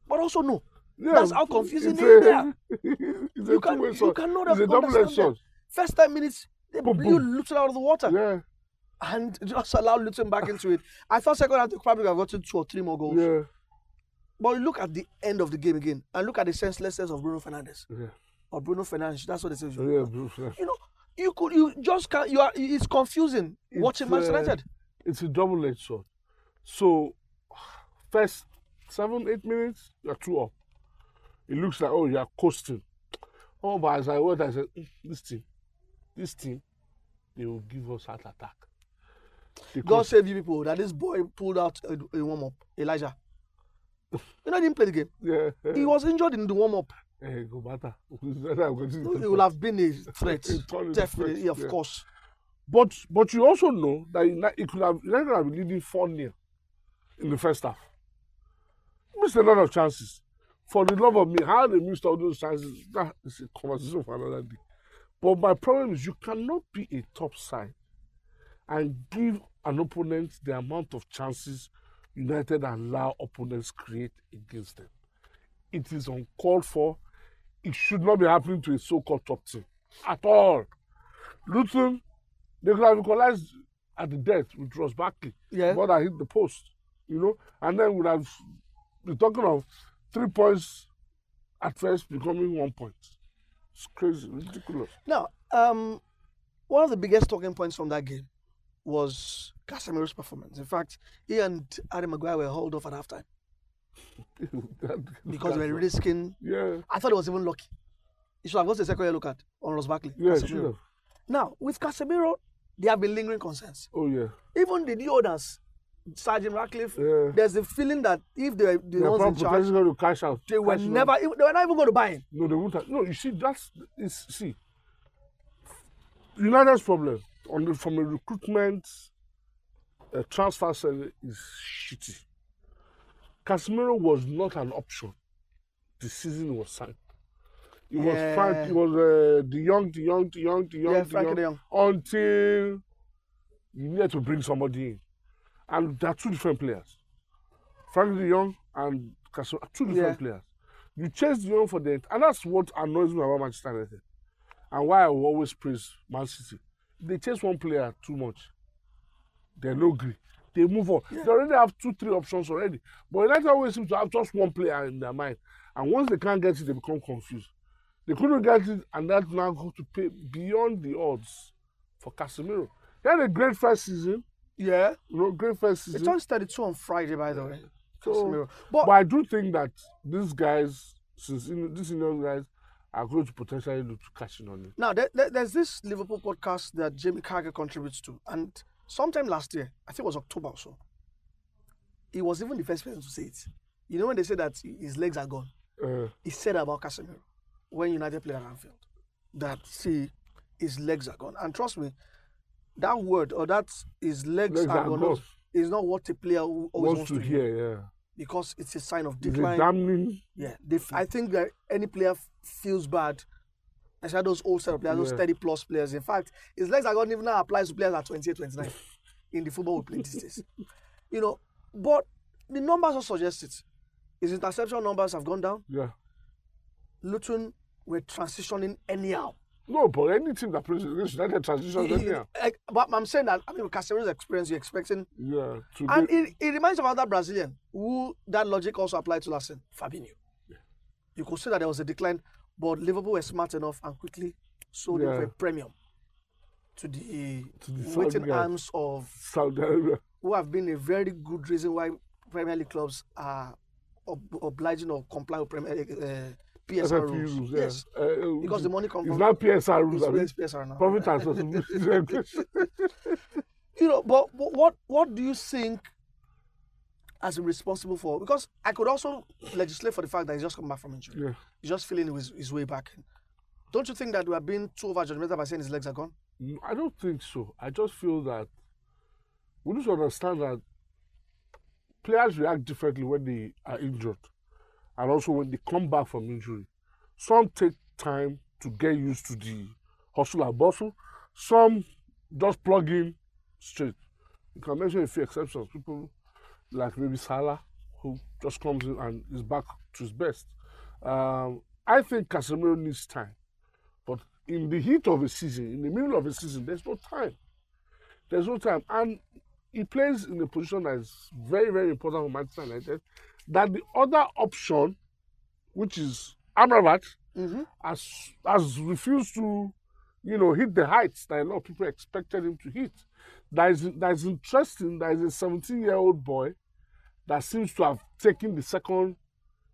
Speaker 2: but also no.
Speaker 3: Yeah,
Speaker 2: That's how confusing
Speaker 3: it's
Speaker 2: they
Speaker 3: a-
Speaker 2: are.
Speaker 3: It's
Speaker 2: You
Speaker 3: a
Speaker 2: can
Speaker 3: two-way
Speaker 2: you
Speaker 3: shot.
Speaker 2: cannot
Speaker 3: It's a double-edged
Speaker 2: understand
Speaker 3: shot.
Speaker 2: them. First ten minutes, they
Speaker 3: Boom,
Speaker 2: blew
Speaker 3: boom.
Speaker 2: Luton out of the water
Speaker 3: Yeah,
Speaker 2: and just allowed Luton back into it. I thought second half they probably would have gotten two or three more goals.
Speaker 3: yeah,
Speaker 2: But look at the end of the game again and look at the senselessness of Bruno Fernandes.
Speaker 3: yeah.
Speaker 2: Or Bruno Fernandes, that's what they say.
Speaker 3: Yeah, bro, yeah.
Speaker 2: You know, you could you just can't you are it's confusing watching
Speaker 3: It's,
Speaker 2: Manchester
Speaker 3: uh,
Speaker 2: United.
Speaker 3: It's a double-edged sword. So, first seven, eight minutes, you're two up. It looks like, oh, you're coasting. Oh, but as I went, I said, "Mm, this team, this team, they will give us heart attack. They
Speaker 2: God
Speaker 3: coast.
Speaker 2: save you people that this boy pulled out a, a warm up, Elijah. You know, he didn't play the game.
Speaker 3: Yeah.
Speaker 2: He was injured in the warm up.
Speaker 3: Eh, go matter. I'm going to-
Speaker 2: It would have been a threat,
Speaker 3: It's totally
Speaker 2: definitely,
Speaker 3: different,
Speaker 2: of
Speaker 3: yeah.
Speaker 2: course.
Speaker 3: But but you also know that Uni- it could have United could have been leading four 0 in the first half. Missed a lot of chances. For the love of me, how they missed all those chances, that is a conversation for another day. But my problem is you cannot be a top side and give an opponent the amount of chances United allow opponents create against them. It is uncalled for. It should not be happening to a so-called top team at all. Luton, they could have equalized at the death with Ross Barkley.
Speaker 2: Yeah.
Speaker 3: But I hit the post, you know, and then would have we're talking of three points at first becoming one point. It's crazy, ridiculous.
Speaker 2: Now, um, one of the biggest talking points from that game was Casemiro's performance. In fact, he and Adam Maguire were hauled off at halftime because they were risking.
Speaker 3: Yeah.
Speaker 2: I thought it was even lucky. He should have got the second yellow card on Ross Barkley.
Speaker 3: Yeah,
Speaker 2: Casemiro.
Speaker 3: should have.
Speaker 2: Now, with Casemiro, there have been lingering concerns.
Speaker 3: Oh yeah.
Speaker 2: Even the owners, Sergeant Ratcliffe,
Speaker 3: Yeah.
Speaker 2: there's a feeling that if they were the
Speaker 3: They are
Speaker 2: ones in
Speaker 3: probably
Speaker 2: charge,
Speaker 3: potentially going to cash out.
Speaker 2: they were
Speaker 3: cash it out.
Speaker 2: never, even- they were not even going to buy him.
Speaker 3: No, they won't. Have, no, you see, that's it's, see. United's problem on the, from a recruitment uh, transfer side is shitty. Casemiro was not an option. The season was signed. It was
Speaker 2: Yeah.
Speaker 3: Frank. It was uh, the young, the young, the young, the young,
Speaker 2: Yeah,
Speaker 3: De
Speaker 2: Frankie De
Speaker 3: Jong, until you needed to bring somebody in, and there are two different players. Frank de Jong and Casemiro are two different
Speaker 2: Yeah.
Speaker 3: players. You chase de Jong for the and that's what annoys me about Manchester United and why I will always praise Man City. They chase one player too much. They no gree. They move on. Yeah. They already have two, three options already. But United always seem to have just one player in their mind. And once they can't get it, they become confused. They couldn't get it, and that now go to pay beyond the odds for Casemiro. He had a great first season.
Speaker 2: Yeah.
Speaker 3: You know, great first
Speaker 2: He
Speaker 3: season.
Speaker 2: turns 32 on Friday, by the way.
Speaker 3: Mm-hmm. So-
Speaker 2: Casemiro. But,
Speaker 3: But, I do think that these guys, since in, these Indian guys, are going to potentially look to cash in on it.
Speaker 2: now, there, there- there's this Liverpool podcast that Jamie Carragher contributes to. And sometime last year, I think it was October or so, he was even the first person to say it. You know when they say that his legs are gone?
Speaker 3: Uh,
Speaker 2: he said about Casemiro when United played at Anfield that see his legs are gone. And trust me, that word or that his legs,
Speaker 3: Legs
Speaker 2: are,
Speaker 3: are
Speaker 2: gone,
Speaker 3: gone.
Speaker 2: is not what a player who always
Speaker 3: wants
Speaker 2: wants,
Speaker 3: to
Speaker 2: hear
Speaker 3: hear, yeah.
Speaker 2: because it's a sign of
Speaker 3: It's a
Speaker 2: decline.
Speaker 3: damning
Speaker 2: yeah, they, f- I think that any player f- feels bad. I said those old set of players, those
Speaker 3: Yeah.
Speaker 2: 30 plus players. In fact, his legs are gone even now applies to players at 28, 29 in the football we play these days. You know, but the numbers also suggest it. His interception numbers have gone down.
Speaker 3: Yeah.
Speaker 2: Luton were transitioning anyhow.
Speaker 3: No, but anything that plays against United transitions,
Speaker 2: He- he-
Speaker 3: anyhow.
Speaker 2: like, but I'm saying that I mean with Casemiro's experience, you're expecting,
Speaker 3: Yeah. Today,
Speaker 2: and it, it reminds me of that Brazilian who that logic also applied to last season, Fabinho. You could say that there was a decline, but Liverpool were smart enough and quickly sold him for a
Speaker 3: Yeah.
Speaker 2: premium to the,
Speaker 3: To the
Speaker 2: waiting
Speaker 3: Saudi guy.
Speaker 2: arms of
Speaker 3: Saudi Arabia.
Speaker 2: who have been a very good reason why Premier League clubs are ob- obliging or comply with Premier League, uh, PSR
Speaker 3: SFP
Speaker 2: rules.
Speaker 3: rules, yeah.
Speaker 2: Yes,
Speaker 3: Uh,
Speaker 2: because the money comes
Speaker 3: It's
Speaker 2: from
Speaker 3: not PSR rules. I mean,
Speaker 2: it's PSR now.
Speaker 3: profit and responsibility.
Speaker 2: you know, but, but what what do you think has been responsible for? Because I could also legislate for the fact that he's just come back from injury.
Speaker 3: yeah.
Speaker 2: He's just feeling his, his way back. Don't you think that we are being too over judgmental by saying his legs are gone?
Speaker 3: No, I don't think so. I just feel that we need to understand that players react differently when they are injured and also when they come back from injury. Some take time to get used to the hustle and bustle, some just plug in straight. You can mention a few exceptions. People like maybe Salah, who just comes in and is back to his best. Um, I think Casemiro needs time. But in the heat of a season, in the middle of a season, there's no time. There's no time. And he plays in a position that is very, very important for Manchester United. That the other option, which is Amrabat,
Speaker 2: Mm-hmm.
Speaker 3: has, has refused to, you know, hit the heights that a lot of people expected him to hit. That is, that is interesting. That is a 17-year-old boy that seems to have taken the second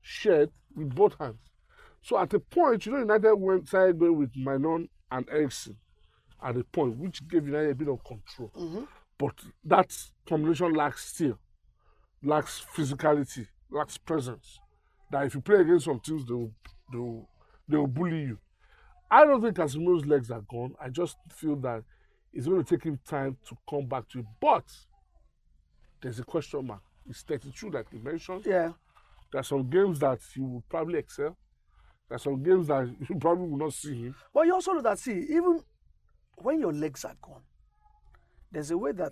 Speaker 3: shed with both hands. So at a point, you know, United went side going with Manon and Ericsson at a point, which gave United a bit of control. But that combination lacks still, lacks physicality, lacks presence. That if you play against some teams, they will, they will, they will bully you. I don't think Casemiro's legs are gone. I just feel that it's going to take him time to come back to it. But there's a question mark. It's 32 that you mentioned.
Speaker 2: Yeah.
Speaker 3: There are some games that you will probably excel. There are some games that you probably will not see him.
Speaker 2: But you also know that, see, even when your legs are gone, there's a way that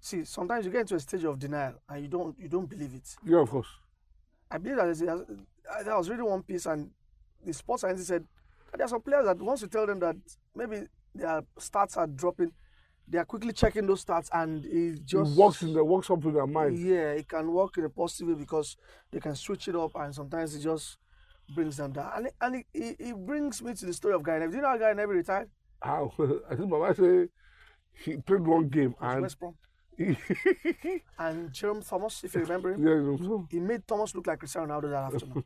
Speaker 2: see sometimes you get into a stage of denial and you don't you don't believe it.
Speaker 3: Yeah, of course.
Speaker 2: I believe that there's a- I I was reading one piece and the sports scientist said that there are some players that once you tell them that maybe their stats are dropping, they are quickly checking those stats and it just
Speaker 3: it works in the works up in their mind.
Speaker 2: Yeah, it can work in a positive way because they can switch it up and sometimes it just brings them down. And it, and it, it, it brings me to the story of Guy Neville. Do you know how Guy Neville retired?
Speaker 3: How I think Baba say he played one game
Speaker 2: It was
Speaker 3: and
Speaker 2: West Brom.
Speaker 3: he,
Speaker 2: And Jerome Thomas, if you remember him,
Speaker 3: yeah, so,
Speaker 2: he made Thomas look like Cristiano Ronaldo that afternoon.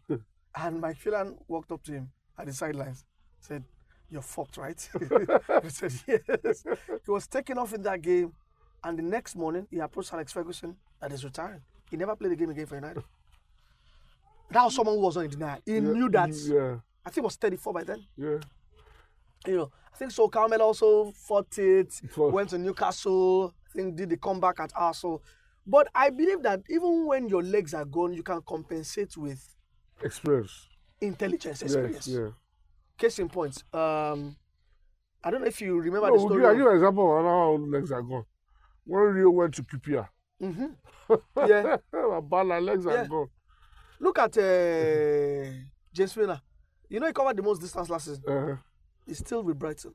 Speaker 2: and Mike Phelan walked up to him at the sidelines, said, You're fucked, right? he said, Yes. He was taken off in that game. And the next morning, he approached Alex Ferguson that he's retiring. He never played the game again for United. That was someone who was on denial. He knew that.
Speaker 3: Yeah,
Speaker 2: I think he was 34 by then.
Speaker 3: yeah.
Speaker 2: You know, I think so. Carmel also fought it,
Speaker 3: was-
Speaker 2: went to Newcastle, I think did the comeback at Arsenal. But I believe that even when your legs are gone, you can compensate with
Speaker 3: Experience.
Speaker 2: intelligence experience.
Speaker 3: Yes, yeah.
Speaker 2: Case in point, um, I don't know if you remember
Speaker 3: No,
Speaker 2: the
Speaker 3: we'll
Speaker 2: story.
Speaker 3: give, I'll give you an example of how legs are gone. When Rio went to QPR,
Speaker 2: of- Mm-hmm. yeah,
Speaker 3: Bala legs
Speaker 2: Yeah.
Speaker 3: are gone.
Speaker 2: look at uh, James Milner. You know he covered the most distance last season.
Speaker 3: Uh,
Speaker 2: He's still with Brighton.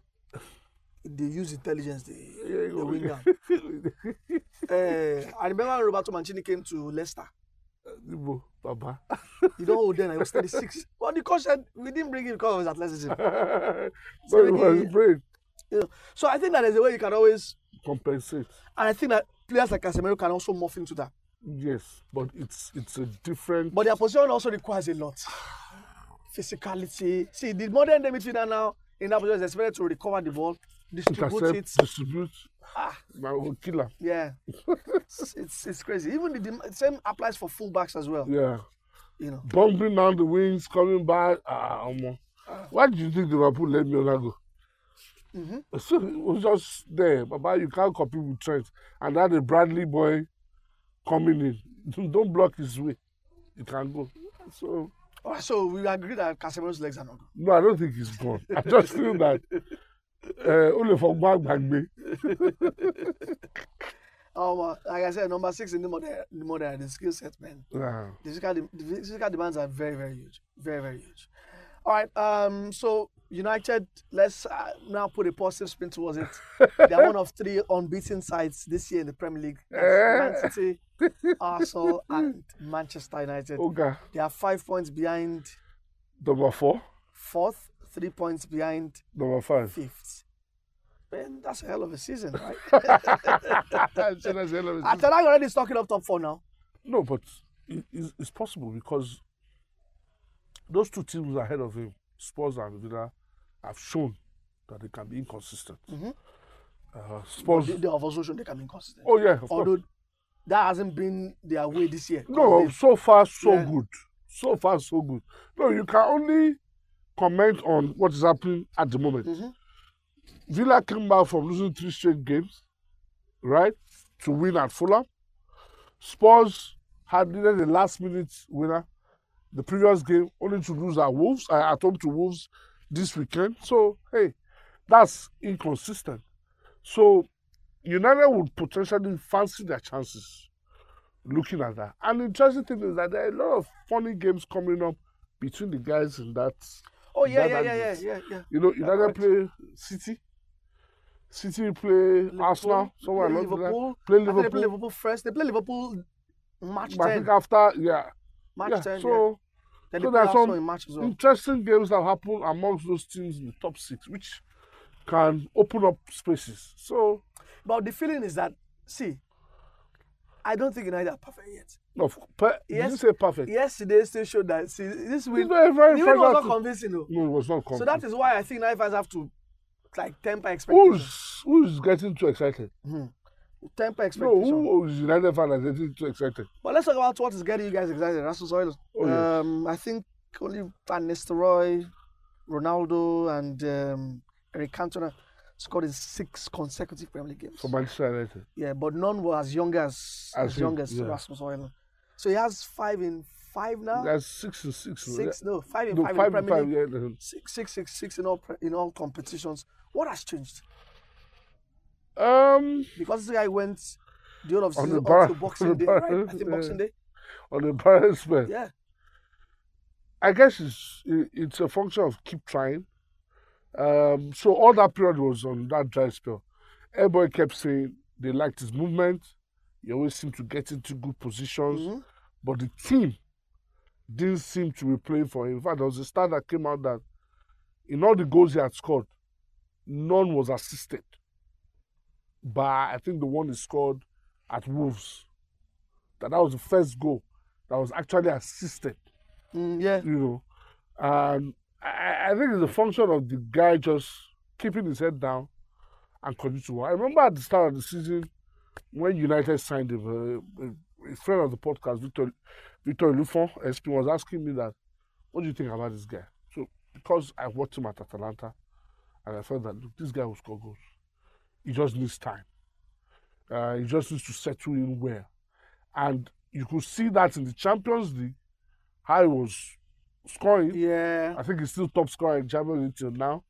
Speaker 2: They use intelligence. They,
Speaker 3: yeah,
Speaker 2: they win down. uh, I remember when Roberto Mancini came to Leicester.
Speaker 3: Igbo, Baba.
Speaker 2: You don't hold then. I was 36. But the coach said we didn't bring him because of his athleticism.
Speaker 3: but
Speaker 2: Seventy
Speaker 3: it was
Speaker 2: years.
Speaker 3: great.
Speaker 2: You know, So I think that there's a way you can always,
Speaker 3: Compensate.
Speaker 2: and I think that players like Casemiro can also morph into that.
Speaker 3: Yes, but it's it's a different.
Speaker 2: But their position also requires a lot. Physicality. See, the modern day midfielder now in that position is expected to recover the ball, distribute it.
Speaker 3: intercept, distribute.
Speaker 2: Ah,
Speaker 3: My own killer.
Speaker 2: yeah. it's, it's it's crazy. Even the, the same applies for fullbacks as well.
Speaker 3: Yeah.
Speaker 2: You know.
Speaker 3: Bumping down the wings, coming back. Ah, um, why do you think Liverpool let Miola go? Mm-hmm. So it was just there. Baba, you can't compete with Trent. And that the Bradley boy coming in. Don't block his way. He can go. So,
Speaker 2: All right, so we agree that Casemiro's legs are not good.
Speaker 3: no, I don't think he's gone. I just feel that uh, only for Gbagbagbe.
Speaker 2: Um, uh, like I said, number six in the modern the modern the skill set, man.
Speaker 3: Yeah.
Speaker 2: The physical, de- the physical demands are very, very huge. Very, very huge. All right. Um, so United, let's uh, now put a positive spin towards it. They're one of three unbeaten sides this year in the Premier League. That's Man City, Arsenal, and Manchester United.
Speaker 3: Okay.
Speaker 2: They are five points behind
Speaker 3: Number four,
Speaker 2: fourth, three points behind
Speaker 3: number five.
Speaker 2: fifth. Man, that's a hell of a season, right?
Speaker 3: So that's the end of the season.
Speaker 2: Atalanta already stocking up top four now.
Speaker 3: No, but it, it's, it's possible because those two teams ahead of him, Spurs and Villa, have shown that they can be inconsistent. Uh, Spurs.
Speaker 2: Mm-hmm. They, they have also shown they can be inconsistent.
Speaker 3: oh yeah, of course.
Speaker 2: Although that hasn't been their way this year.
Speaker 3: No, so far so
Speaker 2: Yeah.
Speaker 3: good. So far so good. No, you can only comment on what is happening at the moment. Villa came back from losing three straight games, right, to win at Fulham. Spurs had needed a last-minute winner the previous game, only to lose at Wolves uh, at home to Wolves this weekend. So hey, that's inconsistent. So United would potentially fancy their chances looking at that. And the interesting thing is that there are a lot of funny games coming up between the guys in that.
Speaker 2: Oh yeah,
Speaker 3: That-
Speaker 2: yeah, yeah,
Speaker 3: that
Speaker 2: yeah,
Speaker 3: is-
Speaker 2: yeah, yeah.
Speaker 3: You know, United
Speaker 2: correct.
Speaker 3: play City. City play Arsenal. Somewhere
Speaker 2: play
Speaker 3: along the line.
Speaker 2: Liverpool.
Speaker 3: Play
Speaker 2: I think they play
Speaker 3: Liverpool.
Speaker 2: Liverpool first. They play Liverpool match
Speaker 3: But I
Speaker 2: ten.
Speaker 3: think after, yeah.
Speaker 2: Match
Speaker 3: yeah.
Speaker 2: ten. yeah.
Speaker 3: so
Speaker 2: Then
Speaker 3: so
Speaker 2: they play
Speaker 3: Mm. there's
Speaker 2: Arsenal
Speaker 3: some
Speaker 2: in match as well.
Speaker 3: interesting games that happen amongst those teams in the top six, which can open up spaces. So,
Speaker 2: But the feeling is that see, I don't think United are perfect yet.
Speaker 3: no, per, yes.
Speaker 2: Yes.
Speaker 3: you say perfect.
Speaker 2: Yesterday still showed that see this win.
Speaker 3: It's very, very
Speaker 2: the win was
Speaker 3: fragile
Speaker 2: not
Speaker 3: team.
Speaker 2: convincing though.
Speaker 3: No, it was not
Speaker 2: So
Speaker 3: complete.
Speaker 2: that is why I think United fans have to like temper expectations. Hmm.
Speaker 3: who's, who's getting too excited?
Speaker 2: Temper
Speaker 3: No,
Speaker 2: expectations.
Speaker 3: who is United fan that's getting too excited?
Speaker 2: But let's talk about what is getting you guys excited. Rasmus Oil.
Speaker 3: Oh, yes.
Speaker 2: um, I think only Van Nistelrooy, Ronaldo, and um, Eric Cantona scored in six consecutive Premier League games.
Speaker 3: For Manchester United.
Speaker 2: yeah, but none were as young as as,
Speaker 3: As him,
Speaker 2: young as
Speaker 3: yeah.
Speaker 2: Rasmus Oil. So he has five in five now.
Speaker 3: That's six and six. no?
Speaker 2: six, no, five in
Speaker 3: No,
Speaker 2: five, in
Speaker 3: five,
Speaker 2: Premier
Speaker 3: and five,
Speaker 2: League.
Speaker 3: yeah, no.
Speaker 2: Six, six, six, six in all pre- in all competitions. What has changed?
Speaker 3: Um,
Speaker 2: Because this guy went the whole of
Speaker 3: On the
Speaker 2: season up
Speaker 3: bar-
Speaker 2: to
Speaker 3: on
Speaker 2: Boxing
Speaker 3: the
Speaker 2: Day, right?
Speaker 3: bar-
Speaker 2: I think
Speaker 3: yeah.
Speaker 2: Boxing Day.
Speaker 3: on embarrassment.
Speaker 2: Yeah.
Speaker 3: I guess it's it- it's a function of keep trying. Um, so all that period was on that dry spell. Everybody kept saying they liked his movement. He always seemed to get into good positions,
Speaker 2: Mhm.
Speaker 3: but the team didn't seem to be playing for him. In fact, there was a stat that came out that in all the goals he had scored, none was assisted. But I think the one he scored at Wolves, that that was the first goal that was actually assisted
Speaker 2: Mm, yeah.
Speaker 3: you know. And I- I, I think it's a function of the guy just keeping his head down and continue to work. I remember at the start of the season when United signed him, uh, a, a friend of the podcast, Victor Victor Lufon, SP, was asking me that, what do you think about this guy? So because I watched him at Atalanta, and I felt that look, this guy will score goals. He just needs time. Uh, he just needs to settle in well, and you could see that in the Champions League, how he was scoring.
Speaker 2: Yeah.
Speaker 3: I think he's still top scorer in Champions League till now.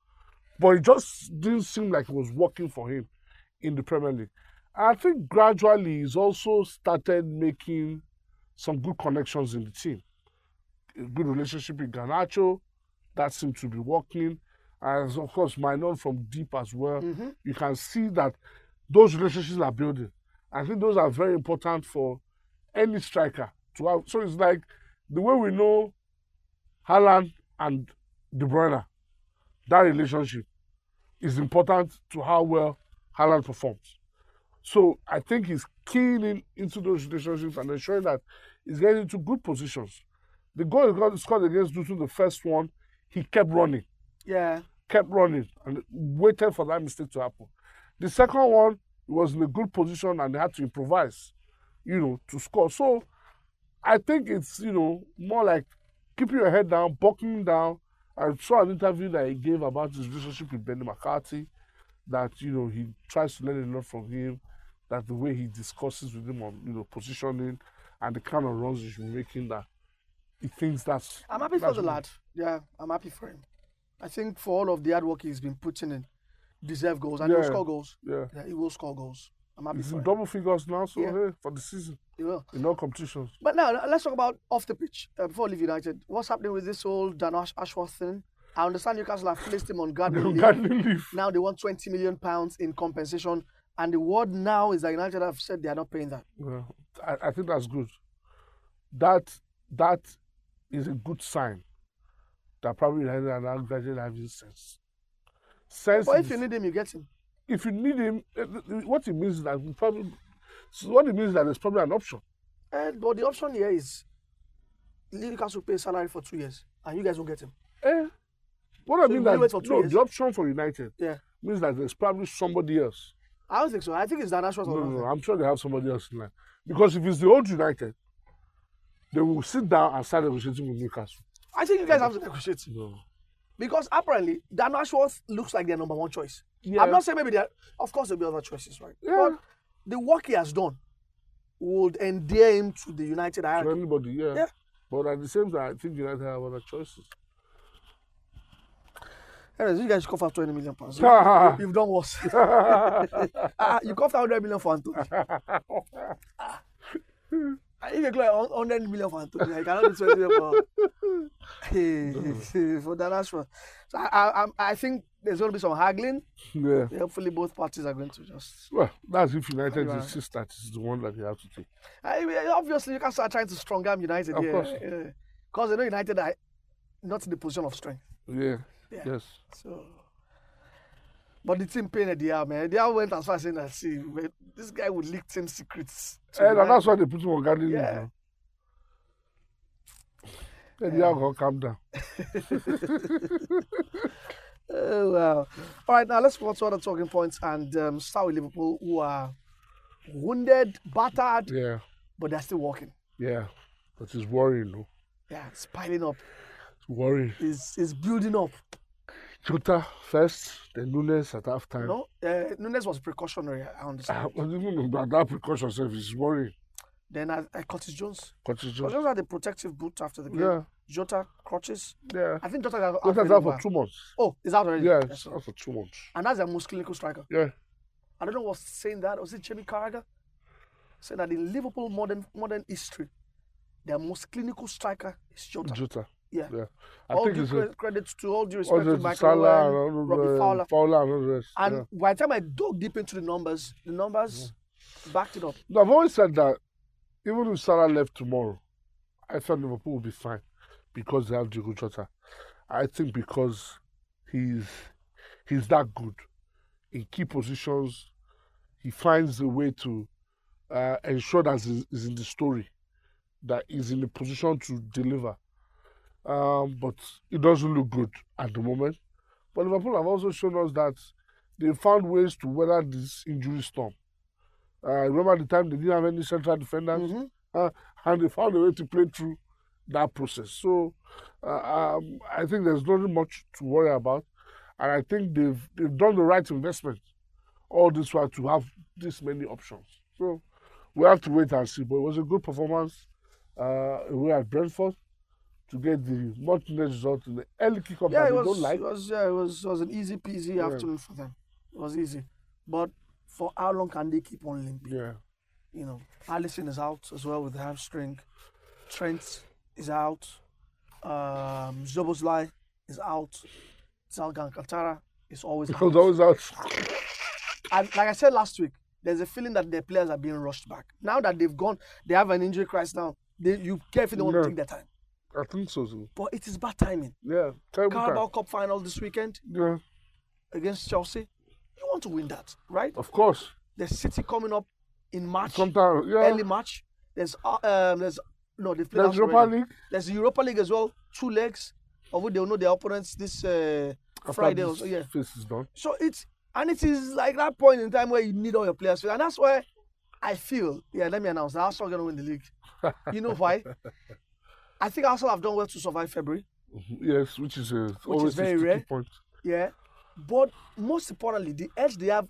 Speaker 3: But it just didn't seem like it was working for him in the Premier League. I think gradually he's also started making some good connections in the team. A good relationship with Ganacho, that seemed to be working. And of course, Minon from deep as well.
Speaker 2: Mhm.
Speaker 3: You can see that those relationships are building. I think those are very important for any striker to have. So it's like the way we know Haaland and De Bruyne, that relationship is important to how well Haaland performs. So I think he's keying in into those relationships and ensuring that he's getting into good positions. The goal he got- scored against Dutu, the first one, he kept running
Speaker 2: Yeah.
Speaker 3: kept running and waited for that mistake to happen. The second one he was in a good position and they had to improvise, you know, to score. So I think it's, you know, more like keeping your head down, buckling down. I saw an interview that he gave about his relationship with Benny McCarthy, that, you know, he tries to learn a lot from him, that the way he discusses with him on, you know, positioning and the kind of runs he should be making that he thinks that's
Speaker 2: I'm happy for
Speaker 3: that's
Speaker 2: the
Speaker 3: good.
Speaker 2: lad. Yeah, I'm happy for him. I think for all of the hard work he's been putting in, deserve goals. And he'll
Speaker 3: Yeah.
Speaker 2: score goals.
Speaker 3: Yeah.
Speaker 2: Yeah, he will score goals. I'm happy
Speaker 3: He's
Speaker 2: for
Speaker 3: in
Speaker 2: him.
Speaker 3: double figures now, so
Speaker 2: Yeah.
Speaker 3: hey, for the season.
Speaker 2: He will.
Speaker 3: in all competitions.
Speaker 2: But now uh, let's talk about off the pitch uh, before we leave United. What's happening with this whole Dan Ash- Ashworth thing? I understand Newcastle have placed him on garden. leave.
Speaker 3: Gardening leave.
Speaker 2: Now they want 20 million pounds in compensation, and the word now is that United have said they are not paying that.
Speaker 3: Yeah, I, I think that's good. That that is a good sign that probably United are now gradually having sense. Sense.
Speaker 2: But
Speaker 3: is-
Speaker 2: if you need him, you get him.
Speaker 3: if you need him, eh, eh, what it means is that we probably so what it means is that there's probably an option.
Speaker 2: Uh, but the option here is Newcastle pay salary for two years, and you guys won't get him.
Speaker 3: Eh? What I
Speaker 2: So
Speaker 3: mean
Speaker 2: you
Speaker 3: that
Speaker 2: wait for two
Speaker 3: no,
Speaker 2: years?
Speaker 3: the option for United
Speaker 2: Yeah,
Speaker 3: means that there's probably somebody else.
Speaker 2: I don't think so. I think it's Dan Ashworth.
Speaker 3: No,
Speaker 2: or
Speaker 3: no,
Speaker 2: nothing.
Speaker 3: no. I'm sure they have somebody else in line because if it's the old United, they will sit down and start negotiating with Newcastle.
Speaker 2: I think you guys have to negotiate
Speaker 3: No.
Speaker 2: because apparently Dan Ashworth looks like their number one choice.
Speaker 3: Yeah.
Speaker 2: I'm not saying maybe there. Of course, there'll be other choices, right?
Speaker 3: Yeah.
Speaker 2: But the work he has done would endear him to the United
Speaker 3: to
Speaker 2: hierarchy.
Speaker 3: anybody, yeah.
Speaker 2: Yeah.
Speaker 3: But at the same time, I think United have other choices.
Speaker 2: Anyways, you guys cough out 20 million pounds.
Speaker 3: That's
Speaker 2: You've done worse. Ah, you cough out 100 million for Anthony. Ah. If you clear 100 million for Anthony, I cannot do 20 million for, for Dan Ashworth. So I, I, I'm- I think there's going to be some haggling.
Speaker 3: yeah.
Speaker 2: Hopefully, both parties are going to just.
Speaker 3: Well, that's if United
Speaker 2: Anyway.
Speaker 3: insists that it's the one that they have to take.
Speaker 2: I mean, obviously, you can start trying to strong arm United.
Speaker 3: Of
Speaker 2: yeah,
Speaker 3: course.
Speaker 2: Because they know United are not in the position of strength.
Speaker 3: Yeah.
Speaker 2: Yeah.
Speaker 3: Yes.
Speaker 2: So, but the team pain at the arm, man. They all went as far as saying that, see, man, this guy would leak team secrets. to
Speaker 3: And
Speaker 2: the
Speaker 3: Eh, that's why they put him on gardening
Speaker 2: Yeah.
Speaker 3: leave now. Then the alcohol calm down.
Speaker 2: man. Oh, wow. All right, now let's move on to other talking points and um, start with Liverpool, who are wounded, battered,
Speaker 3: Yeah.
Speaker 2: but they're still walking.
Speaker 3: Yeah. But it's worrying, though.
Speaker 2: Yeah, it's piling up.
Speaker 3: It's worrying.
Speaker 2: It's, it's building up.
Speaker 3: Jota first, then Nunes at half time.
Speaker 2: No, uh, Nunes was precautionary, I understand.
Speaker 3: I wasn't even that, that precaution self is worrying.
Speaker 2: Then I, I Curtis Jones.
Speaker 3: Continue.
Speaker 2: Curtis Jones had a protective boot after the game.
Speaker 3: Yeah.
Speaker 2: Jota crutches.
Speaker 3: Yeah.
Speaker 2: I think Jota got out.
Speaker 3: Jota's
Speaker 2: for
Speaker 3: out for
Speaker 2: longer.
Speaker 3: two months.
Speaker 2: Oh, is out already.
Speaker 3: Yeah, it's out for two months.
Speaker 2: And that's their most clinical striker.
Speaker 3: Yeah.
Speaker 2: I don't know what's saying that. Was it Jimmy Carragher? said that in Liverpool modern modern history, their most clinical striker is Jota.
Speaker 3: Jota.
Speaker 2: yeah.
Speaker 3: Yeah. I
Speaker 2: all
Speaker 3: think
Speaker 2: due
Speaker 3: it's
Speaker 2: cre-
Speaker 3: a,
Speaker 2: credit to all due
Speaker 3: all
Speaker 2: respect to
Speaker 3: the
Speaker 2: Michael
Speaker 3: Salah
Speaker 2: Owen,
Speaker 3: and all the
Speaker 2: Robbie Fowler.
Speaker 3: Fowler and all the rest.
Speaker 2: And
Speaker 3: yeah.
Speaker 2: by the time I dug deep into the numbers, the numbers backed it up.
Speaker 3: No, I've always said that even if Salah left tomorrow, I thought Liverpool would be fine because they have Diogo Jota. I think because he's he's that good in key positions, he finds a way to uh, ensure that he's he's in the story, that he's in a position to deliver. Um, but it doesn't look good at the moment. But Liverpool have also shown us that they found ways to weather this injury storm. Uh, remember the time they didn't have any central defenders,
Speaker 2: Mhm.
Speaker 3: uh, and they found a way to play through that process. So uh, um, I think there's nothing much to worry about, and I think they've they've done the right investment all this while to have this many options. So we have to wait and see. But it was a good performance uh, away at Brentford to get the much needed result in the early kickoff
Speaker 2: Yeah, it
Speaker 3: that they
Speaker 2: was, uh,
Speaker 3: don't like.
Speaker 2: it was yeah, it was it was an easy peasy
Speaker 3: Yeah.
Speaker 2: afternoon for them. It was easy, but for how long can they keep on limping?
Speaker 3: Yeah.
Speaker 2: You know, Allison is out as well with the hamstring. Trent is out. Um, Zoboslai is out. Zalgan Katara is always
Speaker 3: Because
Speaker 2: out.
Speaker 3: always out.
Speaker 2: And like I said last week, there's a feeling that their players are being rushed back. Now that they've gone, they have an injury crisis now. They, you carefully want
Speaker 3: Yeah.
Speaker 2: to take their time.
Speaker 3: I think so too.
Speaker 2: But it is bad timing.
Speaker 3: Yeah. Terrible
Speaker 2: Carabao
Speaker 3: time.
Speaker 2: Cup final this weekend
Speaker 3: Yeah.
Speaker 2: against Chelsea. You want to win that, right?
Speaker 3: Of course.
Speaker 2: There's City coming up in March,
Speaker 3: Sometimes yeah.
Speaker 2: early March. There's uh, um, there's no they've played out
Speaker 3: There's Europa
Speaker 2: already.
Speaker 3: League.
Speaker 2: There's the Europa League as well, two legs of which they'll know their opponents this uh,
Speaker 3: after
Speaker 2: Friday.
Speaker 3: this
Speaker 2: Also, yeah.
Speaker 3: Face is done.
Speaker 2: So it's and it is like that point in time where you need all your players, and that's why I feel yeah. Let me announce that Arsenal are going to win the league. You know why? I think Arsenal have done well to survive February.
Speaker 3: Yes, which is a always
Speaker 2: very
Speaker 3: a sticky
Speaker 2: rare.
Speaker 3: point.
Speaker 2: Yeah, but most importantly, the edge they have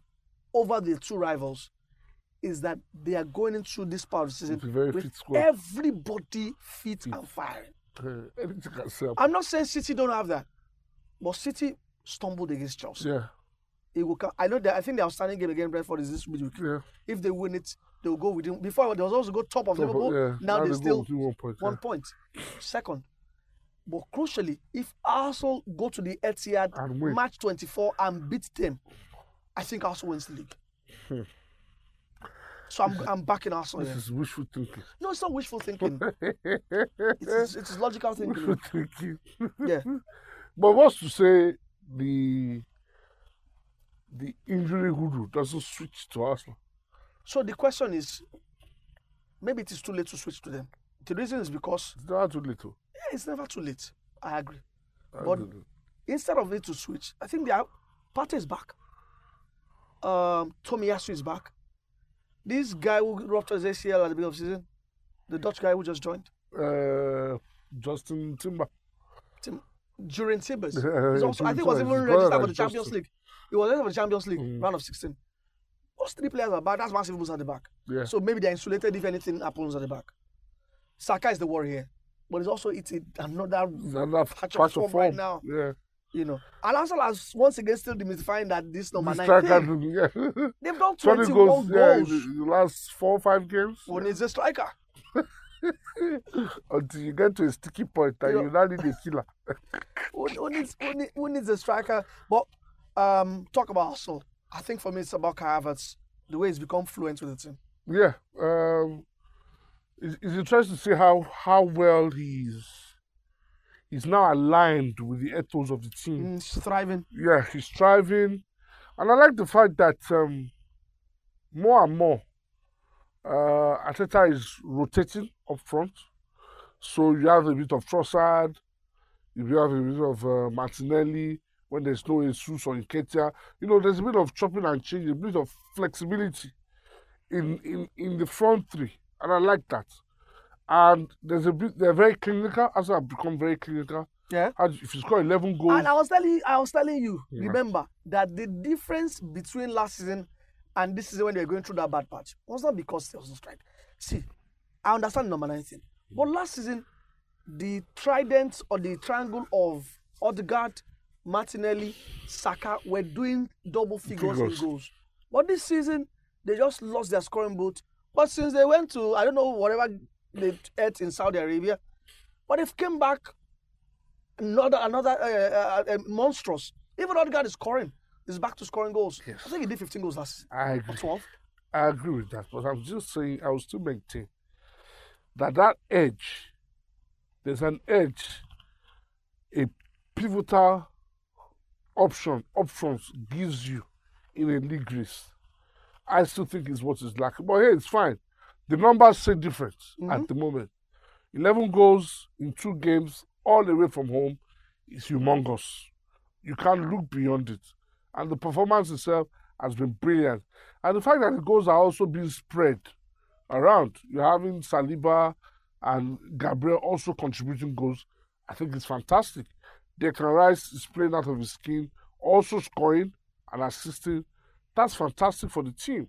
Speaker 2: over the two rivals is that they are going into this part of the season
Speaker 3: With a very
Speaker 2: with
Speaker 3: fit squad.
Speaker 2: everybody fit and firing.
Speaker 3: Uh, anything can sell.
Speaker 2: I'm not saying City don't have that, but City stumbled against Chelsea.
Speaker 3: Yeah,
Speaker 2: It will come, I know that I think the outstanding game against Brentford is this midweek.
Speaker 3: yeah.
Speaker 2: if they win it, they'll go with him. Before there was also go top of
Speaker 3: So,
Speaker 2: Liverpool.
Speaker 3: yeah,
Speaker 2: Now, they
Speaker 3: go
Speaker 2: still
Speaker 3: with one point.
Speaker 2: one
Speaker 3: yeah.
Speaker 2: point, second. But crucially, if Arsenal go to the Etihad
Speaker 3: And win.
Speaker 2: match 24 and beat them, I think Arsenal wins the league. so I'm, I'm backing Arsenal.
Speaker 3: Hmm. This
Speaker 2: here.
Speaker 3: is wishful thinking.
Speaker 2: No, it's not wishful thinking. it, is, it is logical
Speaker 3: Wishful
Speaker 2: thinking.
Speaker 3: thinking.
Speaker 2: Yeah.
Speaker 3: But what's to say the the injury hoodoo doesn't switch to Arsenal?
Speaker 2: So the question is, maybe it is too late to switch to them. The reason is because
Speaker 3: It's not too little.
Speaker 2: yeah, it's never too late. I agree.
Speaker 3: I
Speaker 2: But-
Speaker 3: don't know.
Speaker 2: instead of it to switch, I think they are Partey is back. Um, Tomiyasu is back. This guy who ruptured his ACL at the beginning of the season, the Dutch guy who just joined,
Speaker 3: uh, Justin Timber.
Speaker 2: Tim, Jurin Timbers,
Speaker 3: Yeah,
Speaker 2: is also, I think was
Speaker 3: Timber is
Speaker 2: even
Speaker 3: his
Speaker 2: registered
Speaker 3: brother,
Speaker 2: for the Champions
Speaker 3: Justin.
Speaker 2: League. He was registered for the Champions League
Speaker 3: Mm.
Speaker 2: round of 16. Those three players are back. That's massive moves at the back.
Speaker 3: Yeah.
Speaker 2: So maybe they're insulated if anything happens at the back. Saka is the worry here, but it's also it's a- another
Speaker 3: He's another
Speaker 2: Patch of
Speaker 3: patch
Speaker 2: form
Speaker 3: of
Speaker 2: right
Speaker 3: form.
Speaker 2: now.
Speaker 3: Yeah.
Speaker 2: you know. And Arsenal has once again still demystifying that this number
Speaker 3: This
Speaker 2: nine.
Speaker 3: striker,
Speaker 2: thing.
Speaker 3: yeah.
Speaker 2: They've done
Speaker 3: 20
Speaker 2: 21
Speaker 3: goals, yeah, in
Speaker 2: goals.
Speaker 3: the- the last four or five games.
Speaker 2: One is a striker.
Speaker 3: Until you get to a sticky point and
Speaker 2: Yeah.
Speaker 3: you now need a killer.
Speaker 2: One, one, is, one, is- one is a striker. But um, talk about Arsenal. I think for me, it's about Kai Havertz, the way he's become fluent with the team.
Speaker 3: Yeah. Um, it's, it's interesting to see how, how well he's he's now aligned with the ethos of the team.
Speaker 2: Mm, He's thriving.
Speaker 3: yeah, he's striving. And I like the fact that um, more and more, uh, Ateta is rotating up front. So you have a bit of Trossard, you have a bit of uh, Martinelli when there's no Jesus or Nketiah. You know, there's a bit of chopping and changing, a bit of flexibility in, in, in the front three. And I like that. And there's a bit, they're very clinical. As I've become very clinical,
Speaker 2: Yeah.
Speaker 3: As- if you score 11 goals,
Speaker 2: And I was telling, I was telling you,
Speaker 3: Yeah.
Speaker 2: remember that the difference between last season and this season when they were going through that bad patch was not because there was no strike. See, I understand number nine thing, but last season the trident or the triangle of Odegaard, Martinelli, Saka were doing double figures in
Speaker 3: Figures.
Speaker 2: goals. But this season they just lost their scoring boot But since they went to, I don't know, whatever they ate in Saudi Arabia, but they've came back another another uh, uh, uh, monstrous. Even Odegaard is scoring. He's back to scoring goals.
Speaker 3: Yes.
Speaker 2: I think he did 15 goals last season.
Speaker 3: I
Speaker 2: Or
Speaker 3: agree.
Speaker 2: 12.
Speaker 3: I agree with that, but I'm just saying I will still maintain that that edge, there's an edge, a pivotal option options gives you in a league race. I still think is what is lacking, but hey, it's fine. The numbers say different at the moment. Eleven goals in two games, all away from home, is humongous you can't look beyond it. And the performance itself has been brilliant. And the fact that the goals are also being spread around, you're having Saliba and Gabriel also contributing goals, I think it's fantastic. Declan Rice is playing out of his skin, also scoring and assisting. That's fantastic for the team.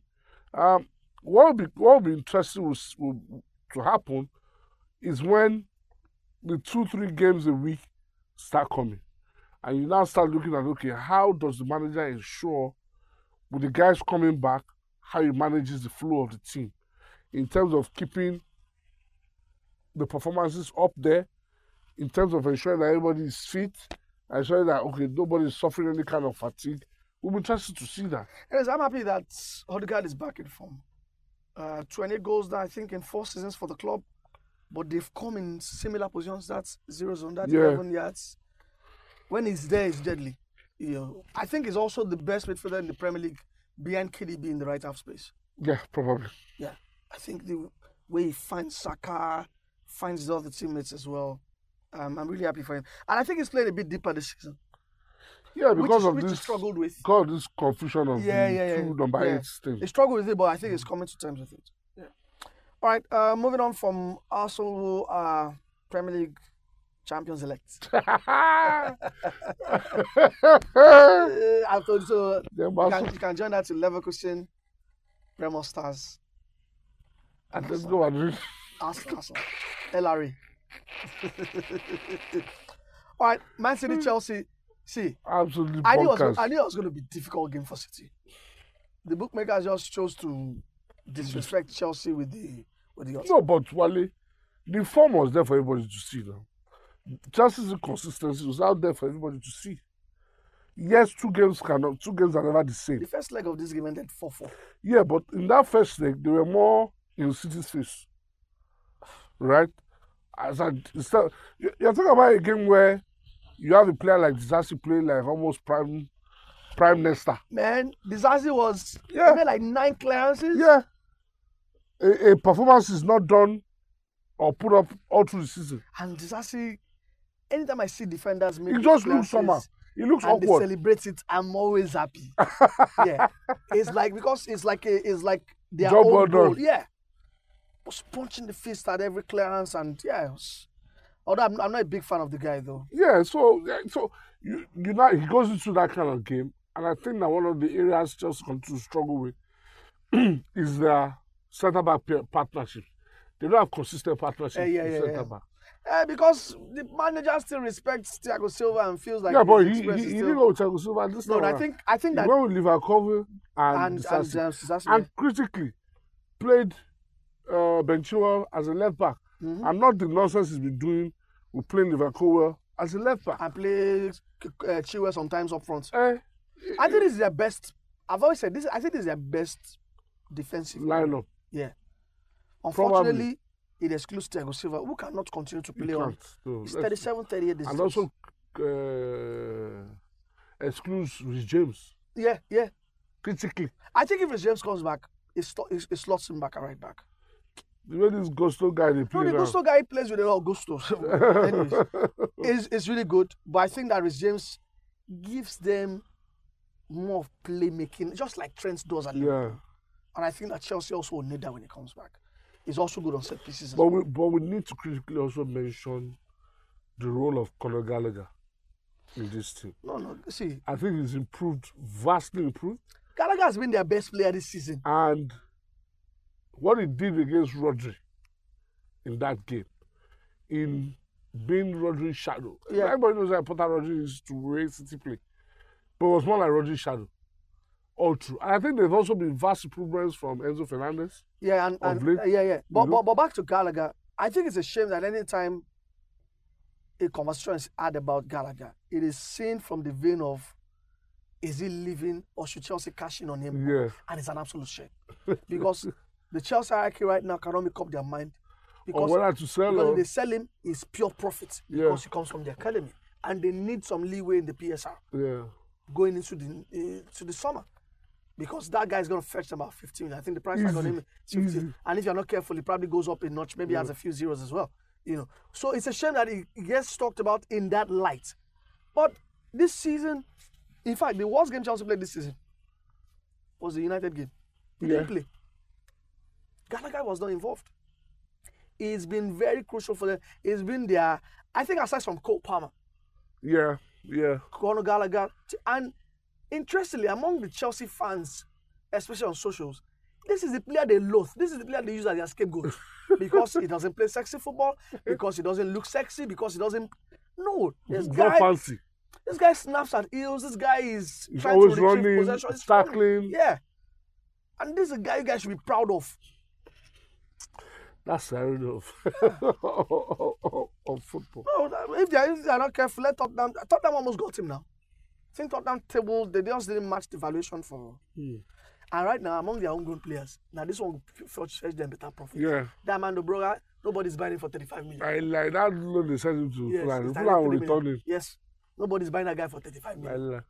Speaker 3: Um, what will be, what will be interesting will, s- will, to happen is when the two, three games a week start coming and you now start looking at okay, how does the manager ensure with the guys coming back how he manages the flow of the team in terms of keeping the performances up there, in terms of ensuring that everybody is fit, ensuring that okay, nobody is suffering any kind of fatigue. We'll be interested to see that.
Speaker 2: Anyways, I'm happy that Odegaard is back in form. Uh, 20 goals, now, I think, in four seasons for the club. But they've come in similar positions. That's zero zone, that's
Speaker 3: Yeah.
Speaker 2: 11 yards. When he's there, he's deadly. You know, I think he's also the best midfielder in the Premier League behind KDB in the right half space.
Speaker 3: Yeah, probably.
Speaker 2: Yeah, I think the way he finds Saka, finds his other teammates as well. Um, I'm really happy for him. And I think he's played a bit deeper this season,
Speaker 3: Yeah,
Speaker 2: which,
Speaker 3: because
Speaker 2: is-
Speaker 3: of
Speaker 2: which he
Speaker 3: this
Speaker 2: struggled with.
Speaker 3: because of this confusion of
Speaker 2: Yeah,
Speaker 3: the
Speaker 2: yeah, yeah.
Speaker 3: two number
Speaker 2: yeah.
Speaker 3: eight thing.
Speaker 2: He struggled with it, but I think
Speaker 3: Mm.
Speaker 2: he's coming to terms with it. Yeah. All right, uh, moving on from Arsenal uh, Premier League champions elect. Uh, I've told you, so
Speaker 3: Them
Speaker 2: you
Speaker 3: Arsenal
Speaker 2: can, you can join that to Leverkusen, Remo Stars,
Speaker 3: Atletico Madrid.
Speaker 2: Arsenal, Arsenal, LRE. All right, Man City, Chelsea. See,
Speaker 3: Absolutely
Speaker 2: I knew, it was,
Speaker 3: Hmm. bonkers.
Speaker 2: I knew it was going to be a difficult game for City. The bookmakers just chose to disrespect Chelsea with the with the odds.
Speaker 3: No, but Wale, the form was there for everybody to see now. Chelsea's inconsistency was out there for everybody to see. Yes, two games cannot, two games are never the
Speaker 2: The
Speaker 3: same.
Speaker 2: first leg of this game ended 4 4.
Speaker 3: Yeah, but in that first leg, they were more in City's face, right? As I, instead, you- you're talking about a game where you have a player like Disasi playing like almost prime, prime Nesta.
Speaker 2: Man, Dizazi was he
Speaker 3: Yeah.
Speaker 2: made like nine clearances.
Speaker 3: Yeah, a, a performance is not done or put up all through the season.
Speaker 2: And Dizazi, anytime I see defenders make
Speaker 3: It just looks
Speaker 2: clearances
Speaker 3: somehow. It looks
Speaker 2: and they
Speaker 3: awkward.
Speaker 2: celebrate it, I'm always happy. yeah. It's like because it's like a, it's like their
Speaker 3: Job
Speaker 2: own
Speaker 3: well
Speaker 2: goal.
Speaker 3: done.
Speaker 2: Yeah. Was punching the fist at every clearance and yeah. it was- although I'm, I'm not a big fan of the guy though.
Speaker 3: Yeah, so yeah, so you you know he goes into that kind of game, and I think that one of the areas just continue to struggle with is their centre back pair- partnership. They don't have consistent partnership
Speaker 2: Eh, yeah,
Speaker 3: in
Speaker 2: yeah,
Speaker 3: centre
Speaker 2: yeah.
Speaker 3: back.
Speaker 2: Eh, because the manager still respects Thiago Silva and feels like
Speaker 3: yeah, but he,
Speaker 2: his
Speaker 3: he,
Speaker 2: experience
Speaker 3: he
Speaker 2: is
Speaker 3: didn't
Speaker 2: still...
Speaker 3: go with Thiago Silva this
Speaker 2: No,
Speaker 3: time
Speaker 2: no, I
Speaker 3: around.
Speaker 2: think I think
Speaker 3: he
Speaker 2: that
Speaker 3: went with Liverpool and
Speaker 2: and and, uh,
Speaker 3: Disasi.
Speaker 2: Disasi, yeah.
Speaker 3: and critically played uh, Ben Chilwell as a left back,
Speaker 2: Mm-hmm. Hmm?
Speaker 3: and not the nonsense he's been doing with playing Liverpool as a left back.
Speaker 2: and play uh, Chilwell sometimes up front.
Speaker 3: Eh,
Speaker 2: I think this is their best. I've always said this. I think this is their best defensive
Speaker 3: lineup.
Speaker 2: Yeah.
Speaker 3: Probably.
Speaker 2: Unfortunately, it excludes Thiago Silva, who cannot continue to
Speaker 3: You
Speaker 2: play on.
Speaker 3: can't. So
Speaker 2: It's
Speaker 3: let's-
Speaker 2: 37, 38 this
Speaker 3: and
Speaker 2: season.
Speaker 3: also uh, excludes Rich James
Speaker 2: yeah, yeah.
Speaker 3: critically.
Speaker 2: I think if James comes back, it, sto- it, it slots him back and right back.
Speaker 3: The way this Gusto guy they
Speaker 2: No,
Speaker 3: play
Speaker 2: the
Speaker 3: now.
Speaker 2: Gusto guy plays with a lot of gusto. Anyways, it's, it's really good, but I think that Rich James gives them more of playmaking, just like Trent does at Liverpool.
Speaker 3: yeah,
Speaker 2: And I think that Chelsea also will need that when he comes back. He's also good on set pieces. as
Speaker 3: but we but we need to critically also mention the role of Conor Gallagher in this team.
Speaker 2: well. no, no. See,
Speaker 3: I think he's improved vastly improved,
Speaker 2: Gallagher has been their best player this season.
Speaker 3: and what he did against Rodri in that game, in being Rodri's shadow.
Speaker 2: Yeah.
Speaker 3: Everybody knows how important Rodri is to way City play, but it was more like Rodri's shadow. all through. And I think there's also been vast improvements from Enzo Fernandez.
Speaker 2: Yeah, and,
Speaker 3: Of
Speaker 2: and
Speaker 3: late,
Speaker 2: uh, yeah, yeah. But,
Speaker 3: know?
Speaker 2: but but back to Gallagher, I think it's a shame that any time a conversation is had about Gallagher, it is seen from the vein of is he leaving or should Chelsea cash in on him?
Speaker 3: Yeah.
Speaker 2: And it's an absolute shame. Because the Chelsea hierarchy right now cannot make up their mind.
Speaker 3: Or
Speaker 2: Because,
Speaker 3: whether to sell
Speaker 2: because if
Speaker 3: or
Speaker 2: they sell him, it's pure profit
Speaker 3: Yeah.
Speaker 2: because he comes from the academy. And they need some leeway in the PSR
Speaker 3: yeah.
Speaker 2: going into the uh, to the summer because that guy is going to fetch them about 15 million. I think the price tag on him is 15. And if you're not careful, it probably goes up a notch, maybe adds a few zeros as well. You know, so it's a shame that he he gets talked about in that light. But this season, in fact, the worst game Chelsea played this season was the United game. He didn't play. Gallagher was not involved. It's been very crucial for them. It's been their, I think, aside from Cole Palmer,
Speaker 3: Yeah. Yeah.
Speaker 2: Conor Gallagher. t- And interestingly, among the Chelsea fans, especially on socials, this is the player they loathe. This is the player they use as their scapegoat because he doesn't play sexy football, because he doesn't look sexy, because he doesn't. No, this
Speaker 3: Not
Speaker 2: guy,
Speaker 3: fancy.
Speaker 2: this guy snaps at heels. This guy is
Speaker 3: He's
Speaker 2: trying
Speaker 3: always
Speaker 2: to retrieve
Speaker 3: running,
Speaker 2: possession. He's running.
Speaker 3: tackling.
Speaker 2: Yeah, and this is a guy you guys should be proud of.
Speaker 3: That's fair enough. of football.
Speaker 2: No, if they are, if they are not careful, let Tottenham. Tottenham almost got him now. I think Tottenham table they just didn't match the valuation for. And right now, among their homegrown players, now this one will f- fetch fetch them better profit.
Speaker 3: Yeah.
Speaker 2: That man, the brother, nobody's buying him for 35 million.
Speaker 3: I like that loan they sent him to
Speaker 2: Yes,
Speaker 3: Fulham.
Speaker 2: it's
Speaker 3: Fulham
Speaker 2: 33
Speaker 3: will
Speaker 2: million.
Speaker 3: return him.
Speaker 2: Yes, nobody's buying that guy for 35
Speaker 3: I
Speaker 2: million.
Speaker 3: like.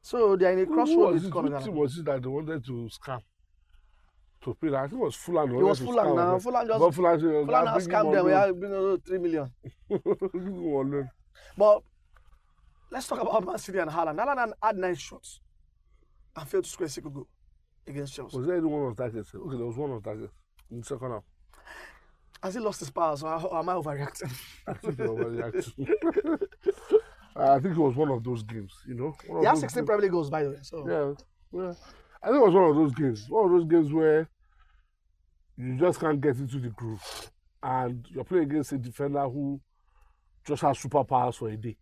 Speaker 2: So they are in a
Speaker 3: Who
Speaker 2: crossroad
Speaker 3: was
Speaker 2: with
Speaker 3: it?
Speaker 2: Conor
Speaker 3: Which
Speaker 2: Gallagher.
Speaker 3: team was it that they wanted to scam? To pay that? I think it was Fulham. It
Speaker 2: was Fulham now. Fulham just-
Speaker 3: But Fulham, just-
Speaker 2: Fulham now
Speaker 3: bring him
Speaker 2: scammed
Speaker 3: on
Speaker 2: them. We
Speaker 3: loan.
Speaker 2: are bringing another 3 million.
Speaker 3: Bring him on loan.
Speaker 2: But let's talk about Man City and Haaland. Haaland had nine shots and failed to score a single goal against Chelsea.
Speaker 3: Was there anyone on target? Okay, there was one on target in the second half.
Speaker 2: Has he lost his powers or or am I overreacting?
Speaker 3: I think, they overreacted. I think it was one of those games, you know. One of
Speaker 2: He has
Speaker 3: those
Speaker 2: 16
Speaker 3: games.
Speaker 2: Premier League goals, by the way. So
Speaker 3: Oh, Yeah, yeah. I think it was one of those games. One of those games where you just can't get into the groove, and you're playing against a defender who just has superpowers for a day.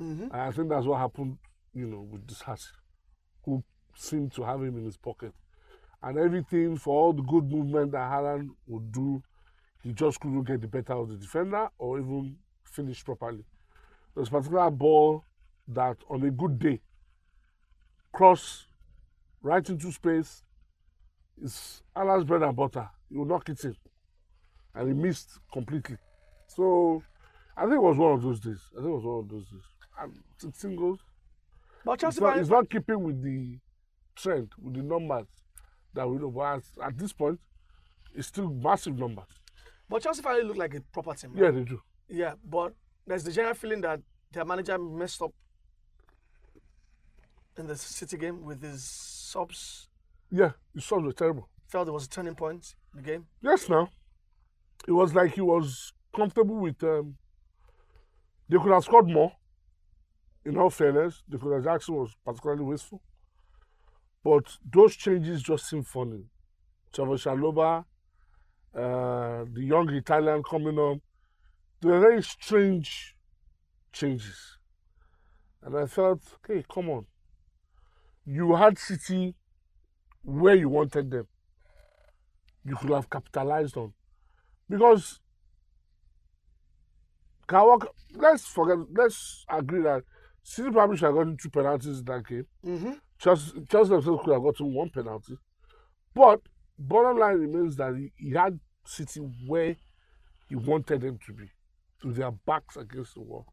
Speaker 2: Mhm.
Speaker 3: And I think that's what happened, you know, with this hat, who seemed to have him in his pocket, and everything for all the good movement that Haaland would do, he just couldn't get the better of the defender or even finish properly. There's a particular ball that, on a good day, cross right into space. It's Alan's bread and butter. He will knock it in. And he missed completely. So I think it was one of those days. I think it was one of those days. And 16 goals.
Speaker 2: But
Speaker 3: It's
Speaker 2: Chelsea
Speaker 3: not, it's
Speaker 2: fans,
Speaker 3: not keeping with the trend, with the numbers that we know. But at, at this point, it's still massive numbers.
Speaker 2: but Chelsea finally look like a proper team. man.
Speaker 3: Yeah, they do.
Speaker 2: Yeah, but there's the general feeling that their manager messed up in the City game with his subs.
Speaker 3: Yeah, the subs were terrible.
Speaker 2: Felt there was a turning point in the game.
Speaker 3: Yes, now. It was like he was comfortable with. Um, they could have scored more. In all fairness, the Nicolas Jackson was particularly wasteful. But those changes just seemed funny. Trevor Shaloba, uh, the young Italian coming on, they were very strange changes. And I felt, hey, come on. You had City where you wanted them you could have capitalized on. Because Kawak, let's forget, let's agree that City probably should have gotten two penalties in that game.
Speaker 2: Mm-hmm.
Speaker 3: Chelsea, Chelsea themselves could have gotten one penalty. But bottom line remains that he, he had City where he wanted them to be, with their backs against the wall.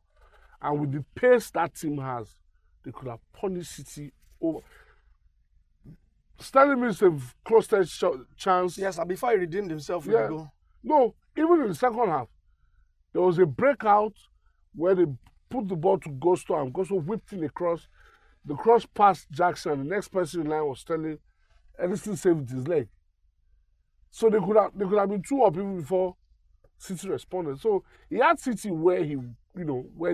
Speaker 3: And with the pace that team has, they could have punished City over. Stanley missed a close shot chance.
Speaker 2: Yes, and before he redeemed himself with
Speaker 3: Yeah.
Speaker 2: the goal.
Speaker 3: No, even in the second half, there was a breakout where they put the ball to Gusto and Gusto whipped in a cross. The cross passed Jackson. The next person in line was telling Edison saved with his leg. So they could have they could have been two up even before City responded. So he had City where he you know where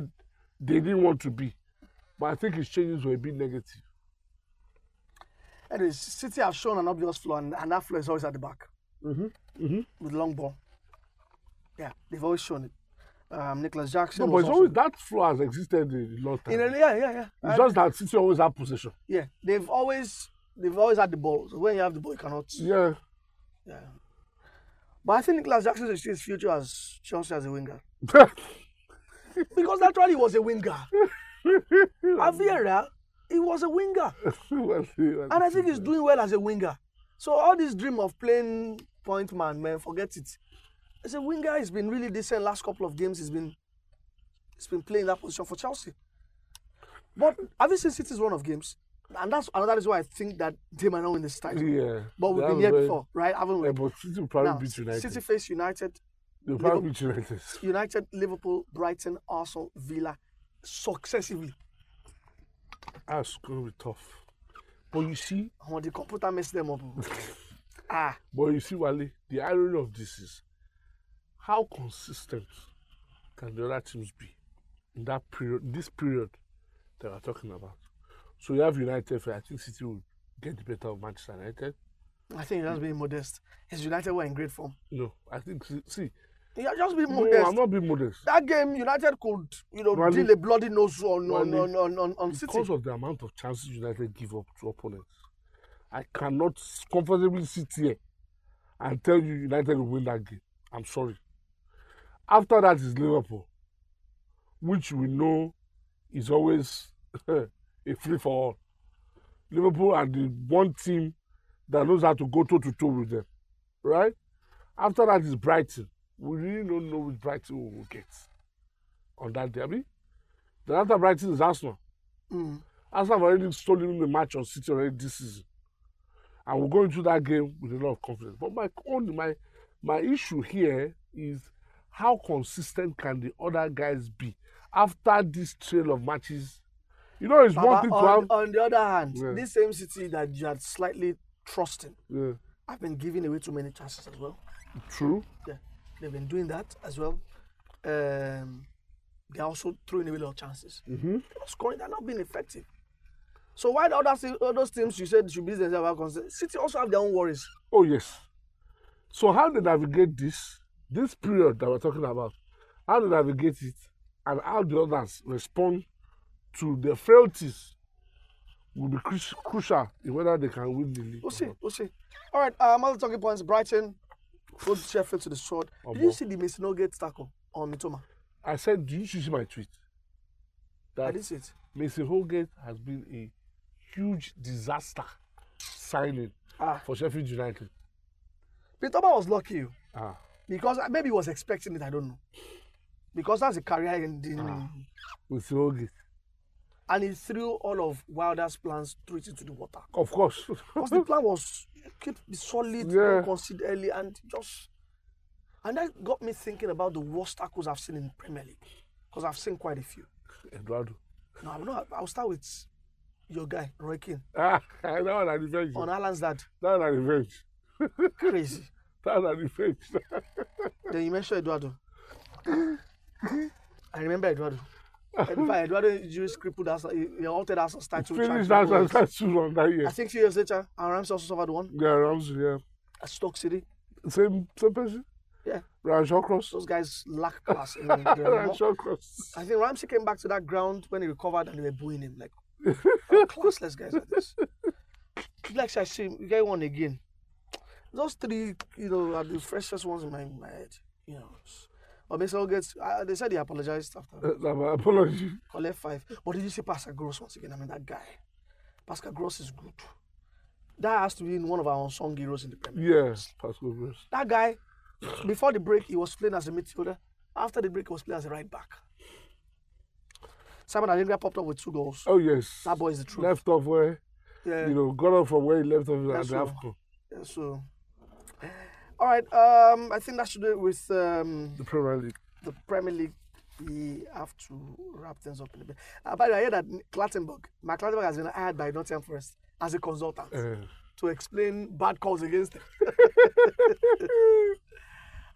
Speaker 3: they didn't want to be. But I think his changes were a bit negative.
Speaker 2: Anyways, City have shown an obvious flaw, and, and that flaw is always at the back
Speaker 3: Mm-hmm. Mm-hmm.
Speaker 2: with long ball. Yeah, they've always shown it. um, Nicholas Jackson.
Speaker 3: No, but
Speaker 2: was
Speaker 3: it's
Speaker 2: also-
Speaker 3: always that flaw has existed a long time.
Speaker 2: In a, yeah, yeah, yeah.
Speaker 3: it's
Speaker 2: And-
Speaker 3: just that City always have possession.
Speaker 2: yeah, they've always they've always had the ball. So when you have the ball, you cannot.
Speaker 3: Yeah.
Speaker 2: Yeah. But I think Nicholas Jackson is his future as Chelsea as a winger because naturally he was a winger. Aviera, he was a winger, and I think he's doing well as a winger. So all this dream of playing point man, man, forget it. As a winger, he's been really decent last couple of games. He's been he's been playing that position for Chelsea. But have you seen City's run of games? And that's another reason why I think that they might not win this title.
Speaker 3: Yeah.
Speaker 2: But we've
Speaker 3: That
Speaker 2: been
Speaker 3: was
Speaker 2: here
Speaker 3: very-
Speaker 2: before, right? Haven't we?
Speaker 3: Yeah, but City will probably
Speaker 2: Now,
Speaker 3: beat United.
Speaker 2: City face United,
Speaker 3: They'll probably beat United.
Speaker 2: United, Liverpool, Brighton, Arsenal, Villa, successively.
Speaker 3: That's going to ah, be tough. But you see,
Speaker 2: When the computer messed them up. ah,
Speaker 3: but you see, Wale, the irony of this is how consistent can the other teams be in that period, this period that we're talking about? So you have United, I think City will get the better of Manchester United.
Speaker 2: I think that's being modest. His United were in great form.
Speaker 3: No, I think, see,
Speaker 2: Yeah, just being
Speaker 3: no,
Speaker 2: modest.
Speaker 3: I'm not being modest.
Speaker 2: that game, United could, you know,
Speaker 3: Wally.
Speaker 2: deal a bloody nose on on,
Speaker 3: Wally.
Speaker 2: on, on, on, on City.
Speaker 3: because of the amount of chances United give up to opponents, I cannot comfortably sit here and tell you United will win that game. I'm sorry. After that is Liverpool, which we know is always a free for all. Liverpool are the one team that knows how to go toe to toe with them, right? After that is Brighton. We really don't know which Brighton we will get on that derby. Then after Brighton is Arsenal.
Speaker 2: Mm.
Speaker 3: Arsenal have already stolen the match on City already this season. And we'll go into that game with a lot of confidence. But my only my my issue here is how consistent can the other guys be after this trail of matches? You know, it's one
Speaker 2: Baba,
Speaker 3: thing to
Speaker 2: on,
Speaker 3: have.
Speaker 2: on the other hand,
Speaker 3: Yeah.
Speaker 2: this same City that you had slightly trusting,
Speaker 3: yeah,
Speaker 2: have been giving away too many chances as well.
Speaker 3: true.
Speaker 2: Yeah, they've been doing that as well. Um, they're also throwing away a lot of chances. Mm-hmm. Scoring, they're not being effective. So why the other se- other teams you said should be themselves out concerned? City also have their own worries.
Speaker 3: Oh yes. So how they navigate this this period that we're talking about? How they navigate it, and how the others respond to the frailties will be cru- crucial in whether they can win the league.
Speaker 2: We'll
Speaker 3: or
Speaker 2: see.
Speaker 3: not.
Speaker 2: We'll see. All right. Um, other talking points. Brighton, put Sheffield to the sword. Did you
Speaker 3: Omo.
Speaker 2: see the Messi no get tackle on Mitoma?
Speaker 3: I said, did you see my tweet?
Speaker 2: I
Speaker 3: That
Speaker 2: didn't see it.
Speaker 3: Mason Holgate has been a huge disaster signing
Speaker 2: Ah,
Speaker 3: for Sheffield United.
Speaker 2: Mitoma was lucky oh,
Speaker 3: Ah,
Speaker 2: because I- maybe he was expecting it. I don't know. Because that's a career ending.
Speaker 3: Mason Holgate.
Speaker 2: And he threw all of Wilder's plans straight into the water.
Speaker 3: Of course.
Speaker 2: Because the plan was keep be solid,
Speaker 3: Yeah.
Speaker 2: don't concede early, and just and that got me thinking about the worst tackles I've seen in Premier League. Because I've seen quite a few.
Speaker 3: Eduardo.
Speaker 2: No, I'm not I'll start with your guy, Roy Keane,
Speaker 3: Ah, that one na revenge.
Speaker 2: on
Speaker 3: That
Speaker 2: Alan's dad.
Speaker 3: one na revenge.
Speaker 2: Crazy.
Speaker 3: That one na revenge.
Speaker 2: then you mentioned Eduardo. Ah. I remember Eduardo. In fact, Eduardo just crippled us, he he altered us title.
Speaker 3: Finish
Speaker 2: charge.
Speaker 3: that and start to run that year.
Speaker 2: I think few years later, and Ramsey also suffered one
Speaker 3: Yeah, Ramsey, yeah.
Speaker 2: at Stoke City.
Speaker 3: Same, same person.
Speaker 2: Yeah,
Speaker 3: Ryan Shawcross.
Speaker 2: those guys lack class. In their
Speaker 3: Ryan Shawcross.
Speaker 2: I think Ramsey came back to that ground when he recovered and they were booing him like "Oh, classless guys like this. Like I see, you get one again. Those three, you know, are the freshest ones in my, my head. You know, s- but Mason gets. Uh, they said he apologized after
Speaker 3: Uh, my apology.
Speaker 2: collect five. But did you see Pascal Gross once again? I mean, that guy, Pascal Gross is good. That has to be one of our unsung heroes in the Premier. League.
Speaker 3: Yeah, Pascal Gross.
Speaker 2: That guy, before the break, he was playing as a midfielder. After the break, he was playing as a right back. Simon Adingra popped up with two goals.
Speaker 3: Oh, yes.
Speaker 2: That boy is the truth.
Speaker 3: Left off where,
Speaker 2: yeah.
Speaker 3: you know, got off from where he left off at
Speaker 2: That's
Speaker 3: the
Speaker 2: all.
Speaker 3: AFCON.
Speaker 2: yeah, So, all right. Um, I think that should do it with um,
Speaker 3: The Premier League.
Speaker 2: the Premier League. We have to wrap things up in a bit. Uh, by the way, I heard that Clattenburg, Mark Clattenburg has been hired by Nottingham Forest as a consultant
Speaker 3: Uh,
Speaker 2: to explain bad calls against them.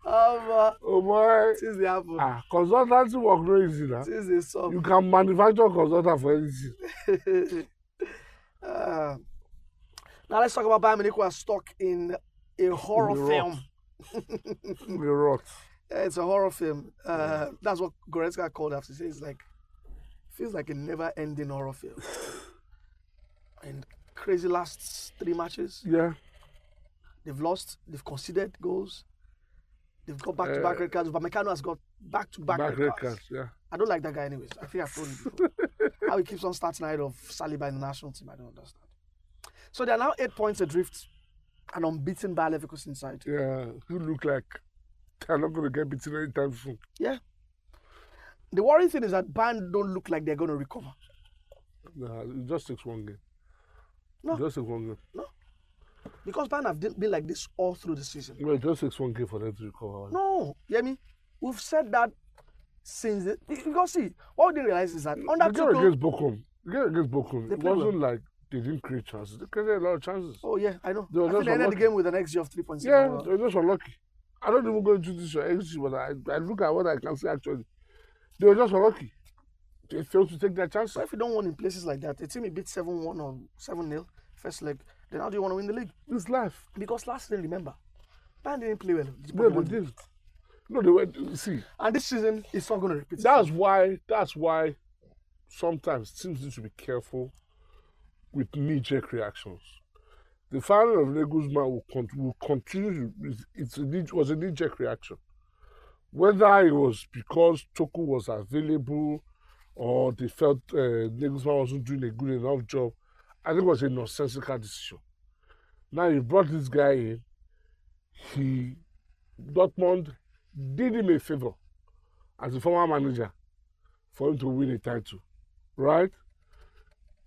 Speaker 2: um, uh,
Speaker 3: oh, my.
Speaker 2: since they have, uh,
Speaker 3: Ah, consultancy work no easy na.
Speaker 2: since they saw
Speaker 3: You can manufacture consultant for anything.
Speaker 2: Uh, now let's talk about Bayern Munich who are stuck in a horror
Speaker 3: In a rut.
Speaker 2: film.
Speaker 3: The rot.
Speaker 2: Yeah, it's a horror film. Uh, That's what Goretzka called after. He says it's like, feels like a never-ending horror film. and crazy last three matches.
Speaker 3: Yeah.
Speaker 2: They've lost. They've conceded goals. They've got back-to-back
Speaker 3: Uh,
Speaker 2: red cards. Upamecano has got back-to-back
Speaker 3: Back
Speaker 2: red
Speaker 3: red
Speaker 2: cards.
Speaker 3: cards. Yeah.
Speaker 2: I don't like that guy, anyways. I think I've told you before. How he keeps on starting ahead of Saliba in the national team, I don't understand. So they are now eight points adrift, and unbeaten by Leverkusen side.
Speaker 3: Yeah. You look like they're not going to get beaten anytime soon.
Speaker 2: Yeah. The worrying thing is that Bayern don't look like they're going to recover.
Speaker 3: Nah, it just takes one game.
Speaker 2: No.
Speaker 3: It just takes one game.
Speaker 2: Because Bayern have de- been like this all through the season.
Speaker 3: No, it just takes one game for them to recover.
Speaker 2: No, you hear me? We've said that since the, be- because see, what we didn't realize is that under
Speaker 3: the game
Speaker 2: Tuchel,
Speaker 3: against Bochum, the game against Bochum,
Speaker 2: They
Speaker 3: it
Speaker 2: played
Speaker 3: wasn't like they didn't create chances. They created a lot of chances.
Speaker 2: oh yeah, I know.
Speaker 3: They were
Speaker 2: I think
Speaker 3: just
Speaker 2: they ended the
Speaker 3: unlucky.
Speaker 2: game with an XG of 3.6.
Speaker 3: Yeah,
Speaker 2: overall.
Speaker 3: they were just unlucky. I don't even go into this your XG, but I, I look at what I can see actually. They were just unlucky. They failed to take their chances.
Speaker 2: So if you don't win in places like that, a team you beat 7 1 or 7 0, first leg, then how do you want to win the league?
Speaker 3: It's life.
Speaker 2: Because last season, remember, Bayern didn't play well. They
Speaker 3: No,
Speaker 2: put them
Speaker 3: they
Speaker 2: on-
Speaker 3: didn't. No, they were. See,
Speaker 2: And this season, it's not going to repeat.
Speaker 3: that's why. That's why. Sometimes teams need to be careful with knee-jerk reactions. The firing of Lagos man will, con- will continue. It's, it's a knee- was a knee-jerk reaction. Whether it was because Toku was available or they felt uh, Lagos man wasn't doing a good enough job, I think it was a nonsensical decision. Now you brought this guy in. He Dortmund did him a favor as a former manager for him to win a title, right?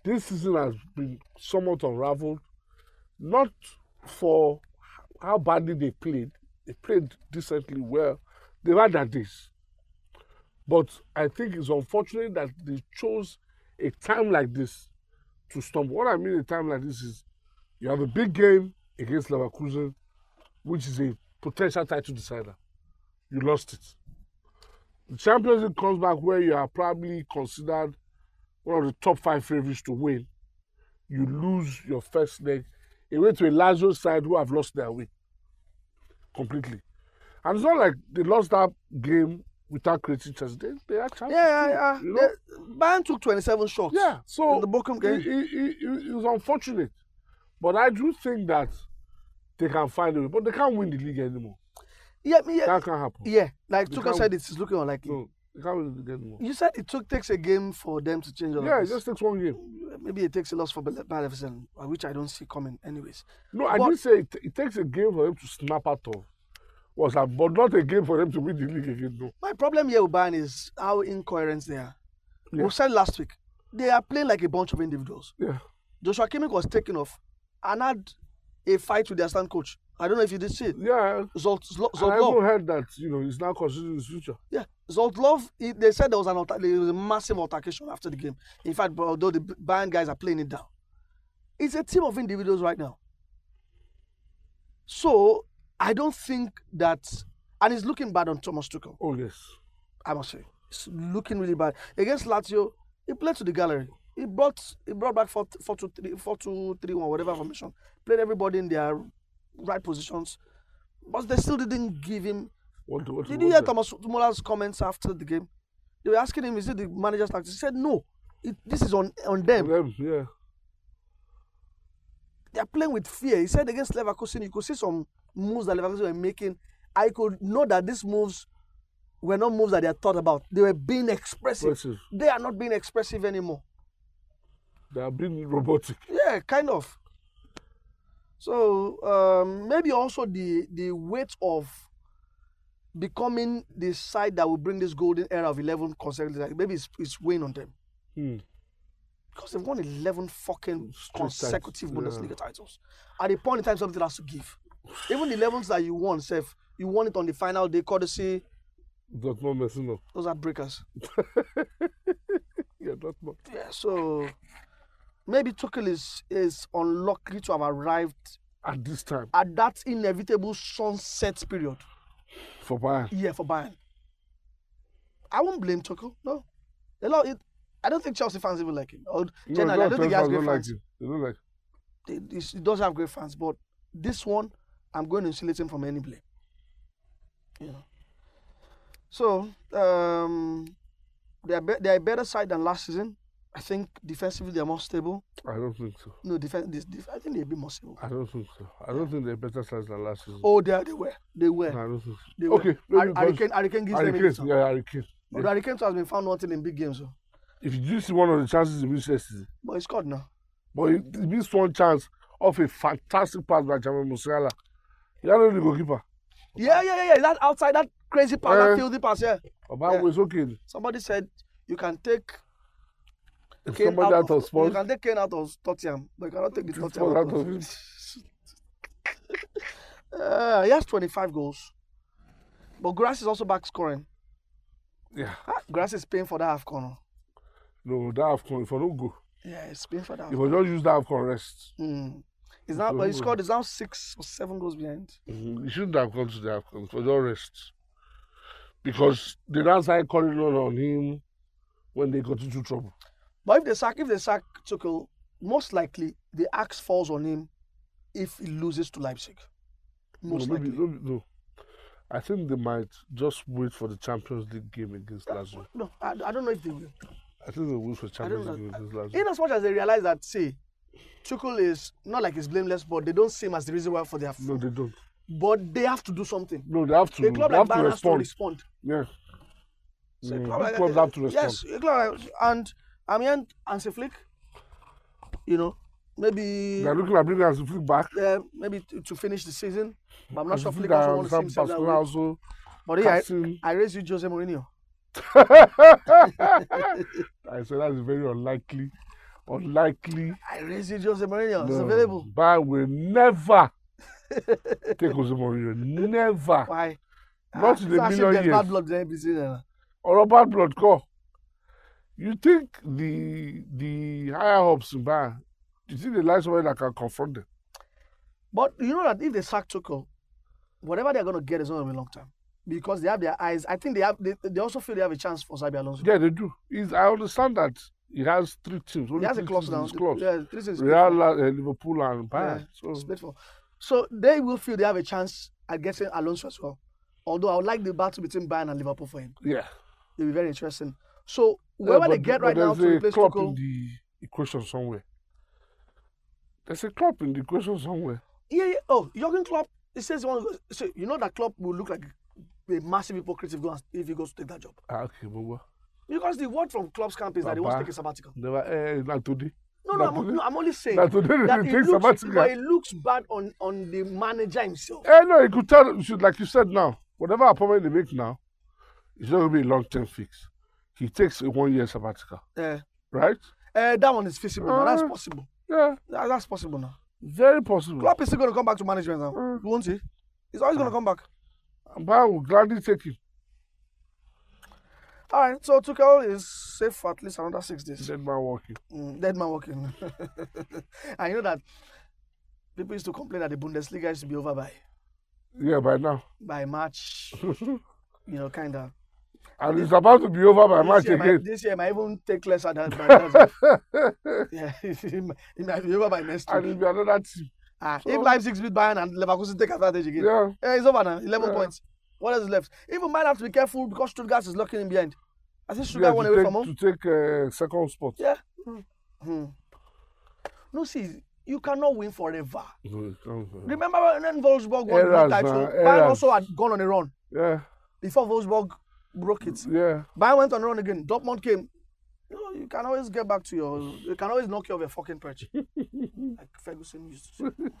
Speaker 3: This season has been somewhat unraveled, not for how badly they played. They played decently well. They've had their days. But I think it's unfortunate that they chose a time like this to stumble. What I mean a time like this is you have a big game against Leverkusen, which is a potential title decider. You lost it. The Champions League comes back where you are probably considered one of the top five favourites to win. You lose your first leg away to a Lazio side who have lost their way completely. And it's not like they lost that game without creating chances. They, they are
Speaker 2: Yeah,
Speaker 3: champions.
Speaker 2: yeah, yeah.
Speaker 3: You know?
Speaker 2: They- Bayern took 27 shots.
Speaker 3: Yeah, so
Speaker 2: in the Bochum
Speaker 3: it-
Speaker 2: game.
Speaker 3: it, it, it, it was unfortunate, but I do think that they can find a way. But they can't win the league anymore.
Speaker 2: Yeah, me- yeah,
Speaker 3: That can't happen.
Speaker 2: yeah. Like
Speaker 3: They
Speaker 2: Tuchel
Speaker 3: can't-
Speaker 2: said, it's looking unlikely.
Speaker 3: No, they can't win the league anymore.
Speaker 2: You said it took takes a game for them to change. all of
Speaker 3: Yeah, it
Speaker 2: this.
Speaker 3: just takes one game.
Speaker 2: maybe it takes a loss for Bayer Leverkusen, which I don't see coming, anyways.
Speaker 3: No, I
Speaker 2: But-
Speaker 3: did say it, it takes a game for them to snap out of. Was that, but not a game for them to win the league again. No,
Speaker 2: My problem here with Bayern is how incoherent they are.
Speaker 3: Yeah.
Speaker 2: We said last week they are playing like a bunch of individuals.
Speaker 3: yeah,
Speaker 2: Joshua Kimmich was taken off and had a fight with their stand coach. I don't know if you did see it.
Speaker 3: yeah.
Speaker 2: Zolt, Zlo-
Speaker 3: And I even
Speaker 2: Zoltlov.
Speaker 3: heard that you know he's now considering his future.
Speaker 2: Yeah. Zoltlov, he- they said there was, an, alter- there was a massive altercation after the game. In fact, although the Bayern guys are playing it down, it's a team of individuals right now. So I don't think that, and it's looking bad on Thomas Tuchel,
Speaker 3: Oh yes,
Speaker 2: I must say. It's looking really bad. Against Lazio, he played to the gallery. He brought he brought back 4 4 2 3 4 2 3 1 whatever formation. Played everybody in their right positions. But they still didn't give him
Speaker 3: what what?
Speaker 2: did
Speaker 3: what
Speaker 2: you hear
Speaker 3: the-
Speaker 2: Thomas Muller's comments after the game? They were asking him, is it the manager's tactics? He said, no, it, this is on, on them.
Speaker 3: Them, yeah,
Speaker 2: They're playing with fear. He said against Leverkusen, you could see some moves that Leverkusen were making. I could know that these moves were not moves that they had thought about. They were being expressive.
Speaker 3: Expressive.
Speaker 2: They are not being expressive anymore.
Speaker 3: they have been robotic.
Speaker 2: Yeah, kind of. So um, maybe also the the weight of becoming the side that will bring this golden era of eleven consecutive. Like maybe it's, it's weighing on them
Speaker 3: Hmm.
Speaker 2: because they've won eleven fucking
Speaker 3: Straight
Speaker 2: consecutive
Speaker 3: titles,
Speaker 2: Bundesliga titles. At the point in time, something has to give. Even the elevens that you won, Seth, you won it on the final day, courtesy
Speaker 3: Dortmund messing up.
Speaker 2: those are breakers.
Speaker 3: Yeah, Dortmund.
Speaker 2: Yeah, so maybe Tuchel is is unlucky to have arrived
Speaker 3: At this time
Speaker 2: at that inevitable sunset period.
Speaker 3: for Bayern.
Speaker 2: Yeah, for Bayern. I won't blame Tuchel. No, a lot. It, I don't think Chelsea fans even like him. Or generally, I don't think he has
Speaker 3: Chelsea
Speaker 2: great
Speaker 3: don't like
Speaker 2: fans.
Speaker 3: you. They don't like.
Speaker 2: He, he s- he does have great fans, but this one, I'm going to insulate him from any blame. You know. So um, they are be- they are a better side than last season. I think defensively they are more stable.
Speaker 3: I don't think so.
Speaker 2: No defense. This, def- I think they're a bit more stable.
Speaker 3: I don't think so. I don't think they're better size than last season.
Speaker 2: Oh, they are, they were. They were.
Speaker 3: No, I don't think so.
Speaker 2: They were.
Speaker 3: okay,
Speaker 2: Har-
Speaker 3: maybe
Speaker 2: Harry
Speaker 3: because-
Speaker 2: Kane, Harry Kane gives them a
Speaker 3: Hurricane.
Speaker 2: reason.
Speaker 3: Yeah, Hurricane. Yeah.
Speaker 2: But Harry Kane too has been found wanting in big games. oh.
Speaker 3: If you do see one of the chances he missed yesterday,
Speaker 2: But he scored now.
Speaker 3: but he he missed one chance off a fantastic pass by Jamal Musiala. He had only the goalkeeper.
Speaker 2: Yeah, yeah, yeah, yeah. That outside, that crazy pass,
Speaker 3: Eh.
Speaker 2: that filthy pass, yeah.
Speaker 3: Oba
Speaker 2: Yeah.
Speaker 3: was okay.
Speaker 2: Somebody said you can take
Speaker 3: If
Speaker 2: Kane
Speaker 3: somebody out of
Speaker 2: You
Speaker 3: sports,
Speaker 2: can take Kane out of Tottenham, but you cannot take the
Speaker 3: Spurs
Speaker 2: Tottenham out
Speaker 3: out
Speaker 2: of
Speaker 3: of him.
Speaker 2: Uh, he has 25 goals. But Grass is also back scoring.
Speaker 3: yeah,
Speaker 2: Ah, Grass is paying for that half corner.
Speaker 3: no, that Afcon, if I don't go,
Speaker 2: Yeah, he's paying for that.
Speaker 3: if I don't use that Afcon rest,
Speaker 2: Mm. He's now,
Speaker 3: So
Speaker 2: but he
Speaker 3: who-
Speaker 2: scored, he's now six or seven goals behind.
Speaker 3: Mm-hmm. you shouldn't have gone to the Afcon, if I don't rest. Because they now started calling on, on him when they got into trouble.
Speaker 2: But if they sack, if they sack Tuchel, most likely the axe falls on him if he loses to Leipzig. Most
Speaker 3: no, maybe,
Speaker 2: likely.
Speaker 3: maybe, no. I think they might just wait for the Champions League game against Lazio.
Speaker 2: No, I, I don't know if they will.
Speaker 3: I think they will for Champions
Speaker 2: know.
Speaker 3: League game against Lazio.
Speaker 2: In as much as they realize that, see, Tuchel is not like he's blameless, but they don't see him as the reason why for their. F-
Speaker 3: No, they don't.
Speaker 2: But they have to do something.
Speaker 3: No, they have to.
Speaker 2: The club
Speaker 3: they
Speaker 2: like
Speaker 3: have to
Speaker 2: Bayern has to
Speaker 3: respond.
Speaker 2: respond.
Speaker 3: Yeah.
Speaker 2: So a
Speaker 3: Mm,
Speaker 2: club
Speaker 3: big
Speaker 2: like-
Speaker 3: clubs have to respond.
Speaker 2: Yes, a club like- and I mean, Anse Flick, you know, maybe
Speaker 3: They're looking at bringing us Flick back.
Speaker 2: uh, maybe to, to finish the season. But I'm not sure Flick
Speaker 3: Flick
Speaker 2: also wants to see
Speaker 3: and
Speaker 2: himself that
Speaker 3: Barcelona
Speaker 2: way.
Speaker 3: also.
Speaker 2: But yeah,
Speaker 3: captain.
Speaker 2: I, I raised you Jose Mourinho.
Speaker 3: I said that's very unlikely. Unlikely.
Speaker 2: I raised you Jose Mourinho. It's
Speaker 3: No.
Speaker 2: available.
Speaker 3: Bayern will never take Jose Mourinho. Never.
Speaker 2: Why? Ah,
Speaker 3: Not in a
Speaker 2: so as if
Speaker 3: million
Speaker 2: there's Bad
Speaker 3: years.
Speaker 2: blood in NBC then.
Speaker 3: Or Robert Bloodcore. You think the the higher ups in Bayern, you think they like somebody that can confront them?
Speaker 2: But you know that if they sack Tuchel, whatever they're going to get is not going to be long term. Because they have their eyes. I think they have. They, they also feel they have a chance for Xabi Alonso.
Speaker 3: Yeah, they do. He's, I understand that he has three teams. Only
Speaker 2: he has a
Speaker 3: three
Speaker 2: clause
Speaker 3: teams in
Speaker 2: now.
Speaker 3: his clause.
Speaker 2: Yeah, three is split
Speaker 3: Real,
Speaker 2: for-
Speaker 3: La- uh, Liverpool, and Bayern.
Speaker 2: Yeah,
Speaker 3: So,
Speaker 2: split for. So they will feel they have a chance at getting Alonso as well. Although I would like the battle between Bayern and Liverpool for him.
Speaker 3: yeah.
Speaker 2: It'll be very interesting. So whoever
Speaker 3: yeah,
Speaker 2: they
Speaker 3: but-
Speaker 2: get
Speaker 3: but
Speaker 2: right now to
Speaker 3: there's a
Speaker 2: replace
Speaker 3: club in
Speaker 2: Tuchel,
Speaker 3: the equation somewhere. There's a club in the equation somewhere.
Speaker 2: yeah, yeah. Oh, Jurgen Klopp, he says he wants. So you know that Klopp will look like a massive hypocrite if, go and- if he goes to take that job.
Speaker 3: Ah, okay, but what?
Speaker 2: Because the word from Klopp's camp is that he wants to
Speaker 3: Baba.
Speaker 2: take a sabbatical.
Speaker 3: Never. Eh, not today.
Speaker 2: No, no,
Speaker 3: That
Speaker 2: I'm,
Speaker 3: today-
Speaker 2: no, I'm only saying
Speaker 3: that today they
Speaker 2: it
Speaker 3: take
Speaker 2: looks,
Speaker 3: sabbatical.
Speaker 2: but it looks bad on on the manager himself.
Speaker 3: Eh, no, you could tell. You should, like you said now, whatever appointment they make now, it's not gonna be a long-term fix. He takes a one-year sabbatical,
Speaker 2: Yeah.
Speaker 3: right?
Speaker 2: Uh, Eh, that one is feasible. now. That's
Speaker 3: Uh,
Speaker 2: possible.
Speaker 3: Yeah,
Speaker 2: That, that's possible now.
Speaker 3: very possible.
Speaker 2: Klopp is still going to come back to management now,
Speaker 3: Mm.
Speaker 2: won't he? He's always going to come back.
Speaker 3: Bayern will gladly take him.
Speaker 2: All right, so Tuchel is safe for at least another six days.
Speaker 3: Dead man walking.
Speaker 2: Mm, dead man walking. and you know that people used to complain that the Bundesliga used to be over by
Speaker 3: Yeah, by now.
Speaker 2: by March, you know, kind of.
Speaker 3: and it's about to be over by March
Speaker 2: this, year might,
Speaker 3: again.
Speaker 2: this year might even take less than that. By that yeah, it might, it might be over by next
Speaker 3: And
Speaker 2: week.
Speaker 3: it'll be another team.
Speaker 2: Ah,
Speaker 3: so-
Speaker 2: if Leipzig beat Bayern and Leverkusen take advantage again,
Speaker 3: Yeah.
Speaker 2: Eh, it's over now. 11
Speaker 3: Yeah.
Speaker 2: points. What else is left? Even might have to be careful because Stuttgart is locking in behind. I think
Speaker 3: yeah,
Speaker 2: Stuttgart won
Speaker 3: to
Speaker 2: away
Speaker 3: take,
Speaker 2: from home.
Speaker 3: To take uh, second spot.
Speaker 2: Yeah. Hmm. No, see, you cannot win forever.
Speaker 3: No, it can't be.
Speaker 2: Remember when Wolfsburg won the
Speaker 3: Errors,
Speaker 2: title?
Speaker 3: man,
Speaker 2: Bayern
Speaker 3: errors.
Speaker 2: also had gone on a run
Speaker 3: Yeah,
Speaker 2: before Wolfsburg broke it.
Speaker 3: yeah.
Speaker 2: Bayern went on a run again. Dortmund came. You, know, you can always get back to your. You can always knock you off your fucking perch. like Ferguson used to say.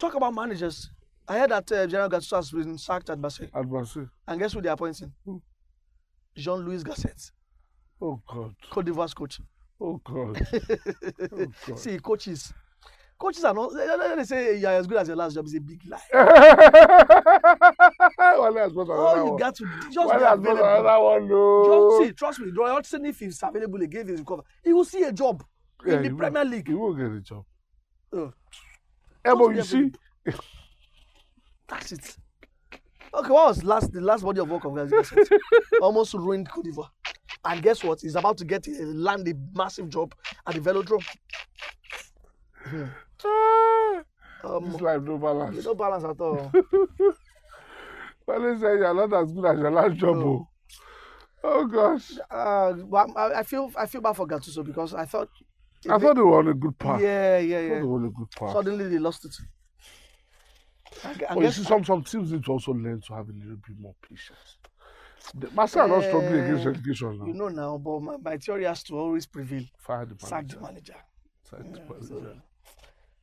Speaker 2: Talk about managers. I heard that uh, General Gattuso has been sacked at Marseille.
Speaker 3: At Marseille.
Speaker 2: And guess who they're appointing?
Speaker 3: Who?
Speaker 2: Jean-Louis Gasset,
Speaker 3: Oh God.
Speaker 2: Cote d'Ivoire's coach.
Speaker 3: Oh God. oh God.
Speaker 2: See, coaches. Coaches are not. Let, let, let say you're as good as your last job is a big lie.
Speaker 3: Wale has got
Speaker 2: All
Speaker 3: another
Speaker 2: Oh, you
Speaker 3: one.
Speaker 2: got to do- just
Speaker 3: Wale
Speaker 2: be
Speaker 3: has got
Speaker 2: available.
Speaker 3: another one. No.
Speaker 2: Just see, trust me, Roy Hodgson, if he's available again, he's recover. He will see a job
Speaker 3: Yeah,
Speaker 2: in
Speaker 3: he
Speaker 2: the
Speaker 3: will.
Speaker 2: Premier League.
Speaker 3: He won't get a job.
Speaker 2: Oh,
Speaker 3: Eh, but
Speaker 2: be
Speaker 3: you see,
Speaker 2: that's it. Okay, what was last the last body of work of Gasset? Almost ruined Cote d'Ivoire. And guess what? He's about to get a, land a massive job at the Velodrome.
Speaker 3: ah,
Speaker 2: Um,
Speaker 3: this life no
Speaker 2: There's Oh. no
Speaker 3: balance.
Speaker 2: balance at all.
Speaker 3: Wale said you're not as good as your last job. Oh, oh gosh.
Speaker 2: Uh, but I'm- I, I feel I feel bad for Gattuso because I thought.
Speaker 3: I thought they were on a good path.
Speaker 2: Yeah, yeah,
Speaker 3: I thought they
Speaker 2: yeah.
Speaker 3: were on a good path.
Speaker 2: Suddenly they lost it. I, gu- I guess
Speaker 3: but Oh, you see, some, some teams need to also learn to have a little bit more patience. The Master are not struggling against
Speaker 2: Eh,
Speaker 3: relegation now.
Speaker 2: you know now, but my, my theory has to always prevail.
Speaker 3: Fire the
Speaker 2: Sack the
Speaker 3: manager.
Speaker 2: manager.
Speaker 3: Sack the
Speaker 2: so-
Speaker 3: manager.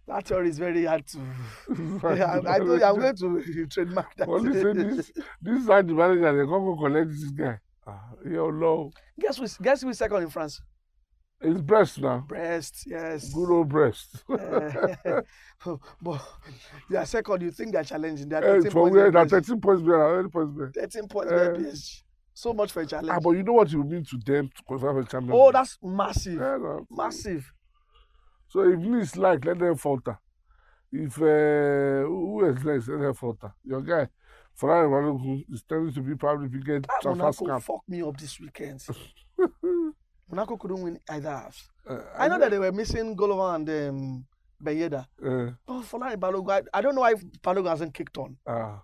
Speaker 2: That theory is very hard to.
Speaker 3: Sack
Speaker 2: I,
Speaker 3: the
Speaker 2: I, I'm
Speaker 3: manager.
Speaker 2: going to trademark that.
Speaker 3: Only say this, this side the manager, they come go collect this guy. Ah, yo, low.
Speaker 2: Guess who? is- Guess who is second in France?
Speaker 3: It's breast now.
Speaker 2: Breast. Yes.
Speaker 3: Good old breast.
Speaker 2: Eh, but they are second. You think they are challenging? They are
Speaker 3: Eh,
Speaker 2: 13
Speaker 3: for
Speaker 2: points.
Speaker 3: where that
Speaker 2: behind PSG.
Speaker 3: 13 points behind, already points behind.
Speaker 2: 13 points.
Speaker 3: Eh.
Speaker 2: behind PSG. So much for a challenge.
Speaker 3: Ah, but you know what it will mean to them to qualify for Champions
Speaker 2: oh,
Speaker 3: League?
Speaker 2: that's massive.
Speaker 3: Yeah, no.
Speaker 2: Massive.
Speaker 3: So if Nice like, let them falter. If uh, who is next, let them falter. Your guy, Ferrari Malogun, is turning to be probably biggest
Speaker 2: That Monaco
Speaker 3: transfer scam.
Speaker 2: fucked me up this weekend.
Speaker 3: Hmm.
Speaker 2: Monaco couldn't win either half.
Speaker 3: Uh,
Speaker 2: I know that they were missing Golovan and um, Benyeda.
Speaker 3: Uh,
Speaker 2: But Fulani Balogun, I, I don't know why Balogun hasn't kicked on.
Speaker 3: ah.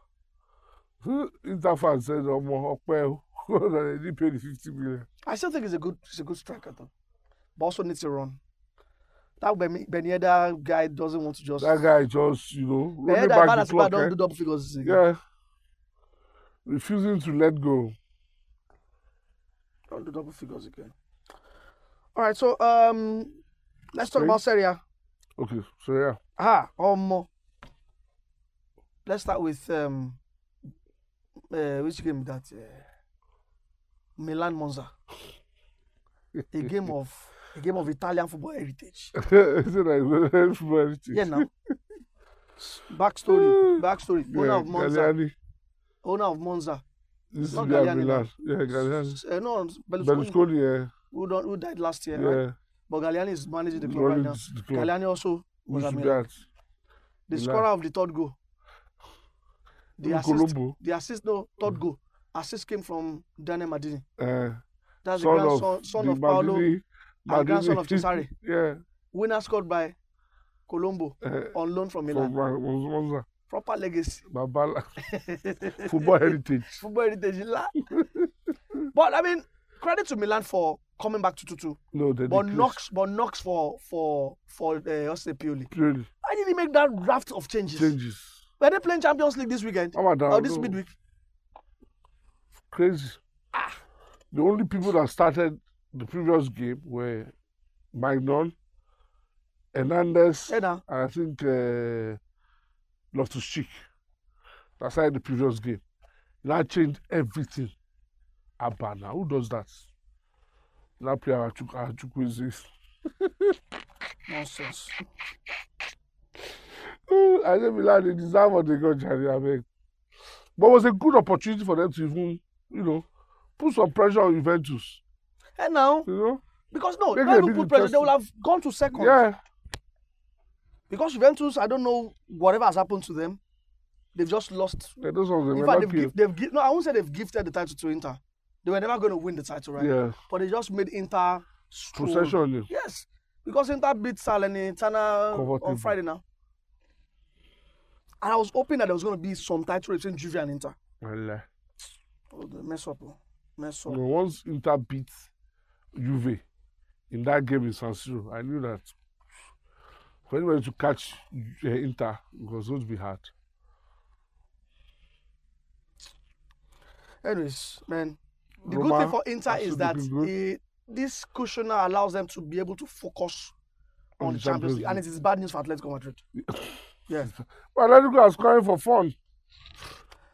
Speaker 3: Hmm, Interfan said, ọmọ ọpẹ o, that they did pay the fifty million.
Speaker 2: I still think he's a good he's a good striker though. But also needs to run. That Ben- Benyeda guy doesn't want to just
Speaker 3: That guy just, you know, rolling
Speaker 2: Benyeda
Speaker 3: back
Speaker 2: bad
Speaker 3: the
Speaker 2: as bad
Speaker 3: clock.
Speaker 2: don't
Speaker 3: Eh?
Speaker 2: do double figures again.
Speaker 3: Yeah. Refusing to let go.
Speaker 2: Don't do double figures again. All right, so um let's talk
Speaker 3: Spain?
Speaker 2: about Serie A.
Speaker 3: Okay, so yeah.
Speaker 2: Ah, um, let's start with um, uh, which game that uh, Milan Monza, a game of a game of Italian football heritage.
Speaker 3: Is it like everybody?
Speaker 2: Yeah, now backstory, backstory. Owner
Speaker 3: Yeah,
Speaker 2: of Monza,
Speaker 3: Galliani.
Speaker 2: owner of Monza.
Speaker 3: This is
Speaker 2: Not
Speaker 3: Via
Speaker 2: Galliani
Speaker 3: Milan. Yeah, Galliani.
Speaker 2: Uh, no, Berlusconi,
Speaker 3: Berlusconi, yeah.
Speaker 2: who, don- who died last year, right?
Speaker 3: Yeah.
Speaker 2: But Galliani is managing the club right
Speaker 3: Rolling
Speaker 2: now.
Speaker 3: is the club.
Speaker 2: Galliani also was
Speaker 3: Who's
Speaker 2: at
Speaker 3: the
Speaker 2: Milan.
Speaker 3: guy?
Speaker 2: The
Speaker 3: Milan.
Speaker 2: scorer of the third goal. The
Speaker 3: Who,
Speaker 2: assist
Speaker 3: Colombo.
Speaker 2: the assist no
Speaker 3: Mm.
Speaker 2: third goal assist came from Daniel Madini.
Speaker 3: Uh,
Speaker 2: That's
Speaker 3: son
Speaker 2: the grandson
Speaker 3: of,
Speaker 2: Ah, son
Speaker 3: the
Speaker 2: of Paolo
Speaker 3: Maldini-
Speaker 2: and grandson of
Speaker 3: Maldini.
Speaker 2: Cesare.
Speaker 3: yeah.
Speaker 2: Winner scored by Colombo
Speaker 3: Uh,
Speaker 2: on loan from
Speaker 3: from
Speaker 2: Milan.
Speaker 3: Mon- Mon- Monza.
Speaker 2: Proper legacy.
Speaker 3: Babala. Football heritage.
Speaker 2: Football heritage. la. but I mean, credit to Milan for coming back to 2-2.
Speaker 3: No, they
Speaker 2: But
Speaker 3: decreased.
Speaker 2: Knox, but Knox for for for uh, us Pioli.
Speaker 3: Really,
Speaker 2: Why did he make that raft of changes?
Speaker 3: Changes.
Speaker 2: Were they playing Champions League this weekend?
Speaker 3: How about
Speaker 2: Or
Speaker 3: that?
Speaker 2: this
Speaker 3: No,
Speaker 2: midweek?
Speaker 3: Crazy. Ah, The only people that started the previous game were Magnon, Hernandez,
Speaker 2: Hey now.
Speaker 3: and I think uh, Loftus Cheek. That's how the previous game. Now changed everything. Abana, who does that? Now play Achuk- Achukwu
Speaker 2: Nonsense.
Speaker 3: I said Milan, they deserve what they got, Jerry. I mean, but it was a good opportunity for them to even, you know, put some pressure on Juventus.
Speaker 2: And now,
Speaker 3: You know,
Speaker 2: Eh, because no,
Speaker 3: Maybe
Speaker 2: if
Speaker 3: a
Speaker 2: they
Speaker 3: bit
Speaker 2: put pressure, they
Speaker 3: interesting.
Speaker 2: will have gone to second.
Speaker 3: yeah,
Speaker 2: Because Juventus, I don't know whatever has happened to them. They've just lost.
Speaker 3: yeah, those ones they
Speaker 2: In
Speaker 3: were
Speaker 2: fact,
Speaker 3: not
Speaker 2: they've, gift,
Speaker 3: killed.
Speaker 2: they've gi- no, I won't say they've gifted the title to Inter. They were never going to win the title, right?
Speaker 3: Yeah,
Speaker 2: But they just made Inter stroll.
Speaker 3: possession. yeah.
Speaker 2: Yes, because Inter beat Salernitana on
Speaker 3: Comfortable.
Speaker 2: Friday now. And I was hoping that there was going to be some title race between Juve and Inter.
Speaker 3: Wallahi.
Speaker 2: Oh, they mess up, oh. mess up.
Speaker 3: You know, once Inter beat Juve in that game in San Siro, I knew that for anybody to catch uh, Inter it was going to be hard.
Speaker 2: Anyways, man, the good
Speaker 3: Roma
Speaker 2: thing for Inter
Speaker 3: are
Speaker 2: is
Speaker 3: still
Speaker 2: that
Speaker 3: looking good.
Speaker 2: it, this cushioner allows them to be able to focus on, the Champions League, and it is bad news for Atletico Madrid. yeah,
Speaker 3: But Atletico are scoring for fun.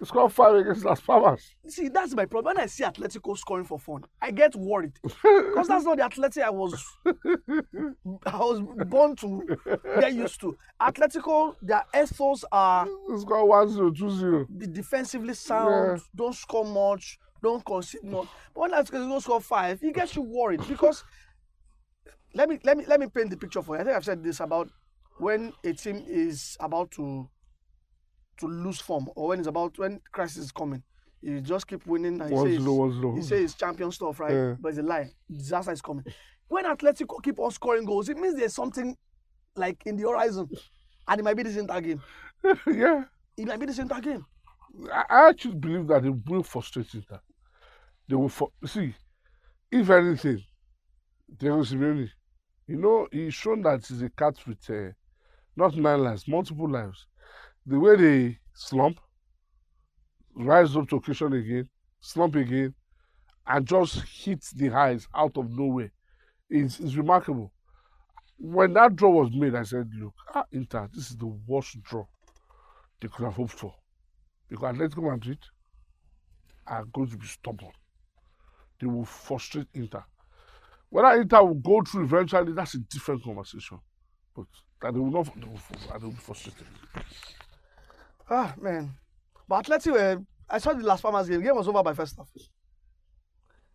Speaker 3: They scored five against Las Palmas.
Speaker 2: see, that's my problem. When I see Atletico scoring for fun, I get worried because that's not the Atletico I was I was born to get used to. Atletico, their efforts are
Speaker 3: They scored 1 0, 2 0.
Speaker 2: de- defensively sound,
Speaker 3: Yeah.
Speaker 2: don't score much, don't concede much. But when Atletico score five, it gets you worried because let me let me let me paint the picture for you. I think I've said this about when a team is about to to lose form or when it's about when crisis is coming. You just keep winning and you
Speaker 3: 1
Speaker 2: say
Speaker 3: 0,
Speaker 2: it's,
Speaker 3: 1 0.
Speaker 2: you say it's champion stuff, right?
Speaker 3: Yeah.
Speaker 2: But it's a lie. Disaster is coming. When Atletico keep on scoring goals, it means there's something like in the horizon. And it might be this entire game.
Speaker 3: yeah.
Speaker 2: It might be this entire game.
Speaker 3: I I actually believe that they will frustrate you. That they will for, see, if anything, Diego Simeone, you know, he's shown that he's a cat with uh, not nine lives, multiple lives. The way they slump, rise up to occasion again, slump again, and just hit the highs out of nowhere is is remarkable. When that draw was made, I said, look, ah, Inter, this is the worst draw they could have hoped for. Because Atletico Madrid are going to be stubborn. They will frustrate Inter. Whether Inter will go through eventually, that's a different conversation. But that they will not, they will, fr- they will be frustrated.
Speaker 2: Ah, man. But Atleti were. I saw the Las Palmas game. The game was over by first half. It